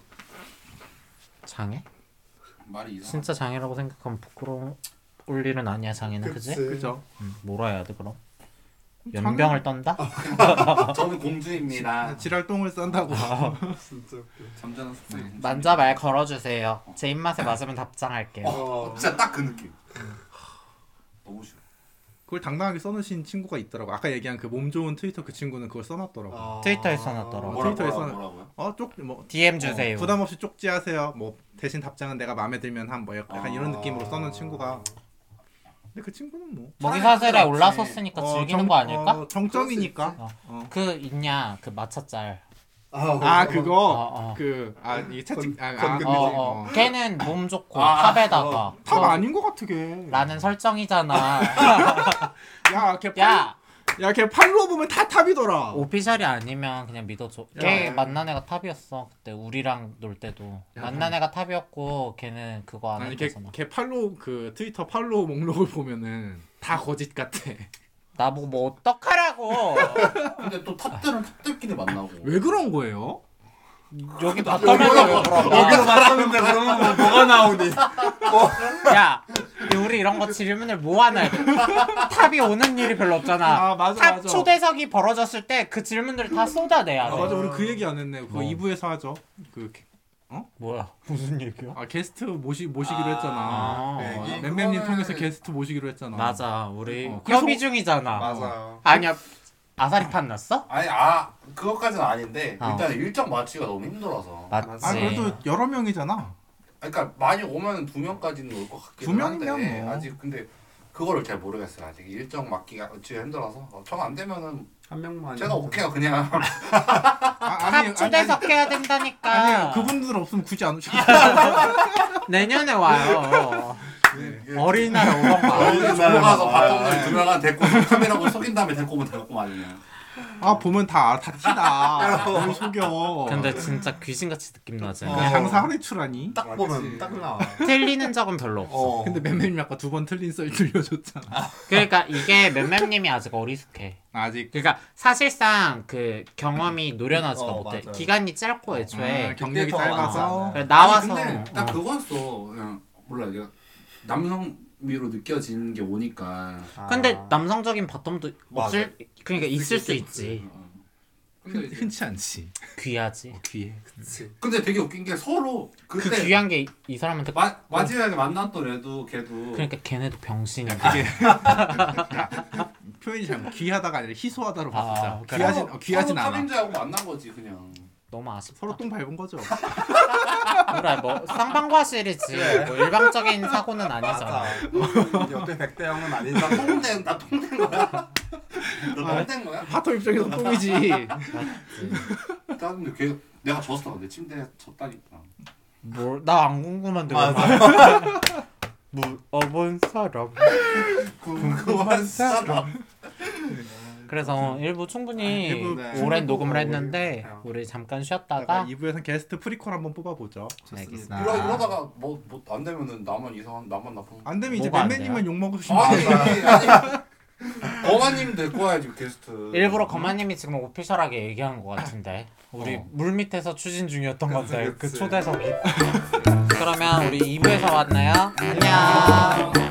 Speaker 3: 장애?
Speaker 5: 말이 이상.
Speaker 3: 진짜 장애라고 생각하면 부끄러울 일은 아니야 장애는 그지?
Speaker 1: 그죠?
Speaker 3: 음, 뭐라 해야 돼 그럼?
Speaker 1: 음,
Speaker 3: 연병을 떤다?
Speaker 1: 아,
Speaker 5: 어? 저는 공주입니다.
Speaker 1: 지랄똥을 싼다고.
Speaker 2: 진짜 웃겨.
Speaker 5: 잠자는 숲에 공주.
Speaker 3: 난자 말 걸어주세요. 제 입맛에 맞으면 답장할게요.
Speaker 4: 아.
Speaker 2: 어.
Speaker 5: 진짜 딱 그 느낌. 너무 싫어.
Speaker 1: 그걸 당당하게 써놓으신 친구가 있더라고. 아까 얘기한 그 몸 좋은 트위터 그 친구는 그걸 써놨더라고.
Speaker 2: 아.
Speaker 3: 트위터에 써놨더라고.
Speaker 5: 뭐라
Speaker 1: 트위터에
Speaker 5: 뭐라
Speaker 1: 써는-
Speaker 5: 뭐라고요?
Speaker 1: 어, 쪽, 뭐,
Speaker 3: DM 주세요.
Speaker 1: 어, 부담 없이 쪽지하세요. 뭐 대신 답장은 내가 마음에 들면 한뭐 약간
Speaker 5: 아.
Speaker 1: 이런 느낌으로 써놓은 친구가. 근데 그 친구는 뭐
Speaker 3: 먹이
Speaker 5: 사람이
Speaker 3: 사슬에
Speaker 5: 없지.
Speaker 3: 올라섰으니까
Speaker 1: 어,
Speaker 3: 즐기는
Speaker 1: 정-
Speaker 3: 거 아닐까?
Speaker 1: 어, 정점이니까.
Speaker 3: 그럴
Speaker 1: 어.
Speaker 3: 그 있냐 그 마차짤
Speaker 2: 아,
Speaker 1: 아
Speaker 2: 어,
Speaker 1: 그거
Speaker 3: 어, 어.
Speaker 1: 그아 이게 채찍 아, 아,
Speaker 2: 건근이지.
Speaker 3: 어, 어.
Speaker 1: 어.
Speaker 3: 걔는 몸 좋고
Speaker 5: 아,
Speaker 3: 탑에다가
Speaker 1: 탑
Speaker 3: 어,
Speaker 1: 아닌 것 같아 걔.
Speaker 3: 라는 설정이잖아
Speaker 1: 야걔
Speaker 3: 야
Speaker 1: 야걔 팔로 보면 다 탑이더라.
Speaker 3: 오피셜이 아니면 그냥 믿어줘 걔
Speaker 1: 야.
Speaker 3: 만난 애가 탑이었어 그때 우리랑 놀 때도 만난 애가 탑이었고 걔는 그거 안
Speaker 1: 아니 걔,
Speaker 3: 했잖아 네,
Speaker 1: 걔 팔로우 그 트위터 팔로우 목록을 보면은 다 거짓 같아.
Speaker 3: 나보고 뭐 어떡하라고
Speaker 5: 근데 또 탑들은 탑들끼리 만나고.
Speaker 1: 왜 그런 거예요?
Speaker 3: 여기 바텀에서
Speaker 4: 뭐
Speaker 3: 왜 물어봐
Speaker 4: 여기로 맞췄는데 그러면 뭐, 뭐가 나오니?
Speaker 3: 야 우리 이런 거 질문을 모아놔야 돼 탑이 오는 일이 별로 없잖아
Speaker 1: 아, 맞아,
Speaker 3: 탑
Speaker 1: 맞아.
Speaker 3: 초대석이 벌어졌을 때 그 질문들을 다 쏟아내야 돼
Speaker 1: 아, 맞아 우리 그 얘기 안 했네. 그거
Speaker 3: 뭐.
Speaker 1: 2부에서 하죠. 그
Speaker 3: 뭐야 무슨 얘기야
Speaker 1: 아, 게스트 모시 모시기로 했잖아.
Speaker 3: 아,
Speaker 4: 네,
Speaker 1: 어,
Speaker 4: 이-
Speaker 1: 맴맴님
Speaker 4: 그거는-
Speaker 1: 통해서 게스트 모시기로 했잖아.
Speaker 3: 맞아 우리
Speaker 1: 어, 그래서-
Speaker 3: 협의 중이잖아
Speaker 4: 맞아요.
Speaker 3: 아니야 아사리판 났어?
Speaker 5: 아니 아 그것까지는 아닌데
Speaker 3: 어.
Speaker 5: 일단 일정 맞추기가 너무 힘들어서.
Speaker 3: 맞지
Speaker 1: 아 그래도 여러 명이잖아.
Speaker 5: 아니, 그러니까 많이 오면 두 명까지는 올 것 같긴
Speaker 1: 두
Speaker 5: 한데
Speaker 1: 명이면 뭐.
Speaker 5: 아직 근데 그거를 잘 모르겠어요 아직 일정 맞기가 어찌 힘들어서 정 안 되면은
Speaker 4: 한 명만.
Speaker 5: 제가 오케요 그냥
Speaker 1: 아, 아니,
Speaker 3: 탑 초대석 해야 된다니까
Speaker 1: 아니, 아니 그분들 없으면 굳이 안 오셨어.
Speaker 3: 내년에 와요 어린이날 오던가
Speaker 4: 어린이날
Speaker 5: 네. 들어가서
Speaker 4: 아,
Speaker 5: 바텀을 두 명한 데리고 카메라고 속인 다음에 데리고 오면 데리고 아니면
Speaker 1: 아 보면 다다 티나. 뭘 속여.
Speaker 3: 근데 어. 진짜 귀신같이 느낌 나지
Speaker 1: 그 장사 하루 출하니?
Speaker 5: 아,
Speaker 4: 딱 보면 딱 나와.
Speaker 3: 틀리는 적은 별로 없어
Speaker 4: 어.
Speaker 1: 근데 맴맴님 아까 두 번 틀린 썰 들려줬잖아.
Speaker 3: 그러니까 이게 맴맴님이 아직 어리숙해
Speaker 1: 아직
Speaker 3: 그러니까 사실상 그 경험이 노련하지가
Speaker 4: 어,
Speaker 3: 못해
Speaker 4: 맞아요.
Speaker 3: 기간이 짧고 애초에
Speaker 1: 아, 경력이
Speaker 4: 그때부터
Speaker 1: 짧아서.
Speaker 4: 아,
Speaker 3: 그래, 나와서
Speaker 5: 아니, 근데 딱
Speaker 3: 어.
Speaker 5: 그거였어 그냥 몰라 이게 남성미로 느껴지는 게 오니까
Speaker 1: 아.
Speaker 3: 근데 남성적인 바텀도
Speaker 4: 맞아.
Speaker 3: 없을 그러니까 있을 수 있지
Speaker 5: 근데, 이제-
Speaker 1: 흔치 않지. 뭐
Speaker 3: 귀하지
Speaker 1: 귀에.
Speaker 5: 근데 되게 웃긴 게 서로
Speaker 3: 그
Speaker 5: 그때
Speaker 3: 귀한 게 이 사람한테
Speaker 5: 마, 마지막에 만났던 애도 걔도
Speaker 3: 그러니까 걔네도 병신이야 그게
Speaker 1: 표현이 잘못. 귀하다가 아니라 희소하다로 봤었잖아.
Speaker 3: 아, 그래.
Speaker 1: 귀하진 어, 귀하진
Speaker 5: 서로
Speaker 1: 않아.
Speaker 5: 탑인 줄 알고 만난 거지 그냥
Speaker 3: 너무 아쉽다
Speaker 1: 서로 똥 밟은 거죠.
Speaker 3: 그래 뭐 쌍방과 시리즈 뭐 일방적인 사고는 아니잖아
Speaker 4: 맞아. 이게 어떻게 백대 형은 아니다.
Speaker 5: 통된 나 통된 거야 나 통된 거야
Speaker 1: 파토 입장에서 똥이지.
Speaker 5: 나는 근데 걔 내가 졌어 내 침대에 졌다니까
Speaker 3: 뭘나 안 궁금한데 물어본 사람
Speaker 5: 아. 궁금한 사람
Speaker 3: 그래서 일부 충분히
Speaker 1: 일부
Speaker 4: 네.
Speaker 3: 오랜
Speaker 2: 충분히
Speaker 3: 녹음을
Speaker 2: 뽑아요.
Speaker 3: 했는데
Speaker 4: 어.
Speaker 3: 우리 잠깐
Speaker 1: 약간
Speaker 3: 쉬었다가
Speaker 1: 2부에선 게스트 프리콜 한번 뽑아보죠.
Speaker 3: 아, 알겠습니다.
Speaker 5: 이러, 이러다가 뭐 뭐 안 되면은 나만 이상한 나만 나쁜.
Speaker 1: 안 되면 이제
Speaker 3: 뭐가 안
Speaker 1: 맨맨님만 욕 먹으시면
Speaker 5: 아니
Speaker 1: 돼요.
Speaker 5: 아니. 거마님 데리고 와야지 게스트.
Speaker 3: 일부러 거마님이 지금 오피셜하게 얘기한 것 같은데 우리
Speaker 5: 어.
Speaker 3: 물 밑에서 추진 중이었던 건데 그
Speaker 4: 그치.
Speaker 3: 초대석이 그러면 우리 2부에서 만나요 안녕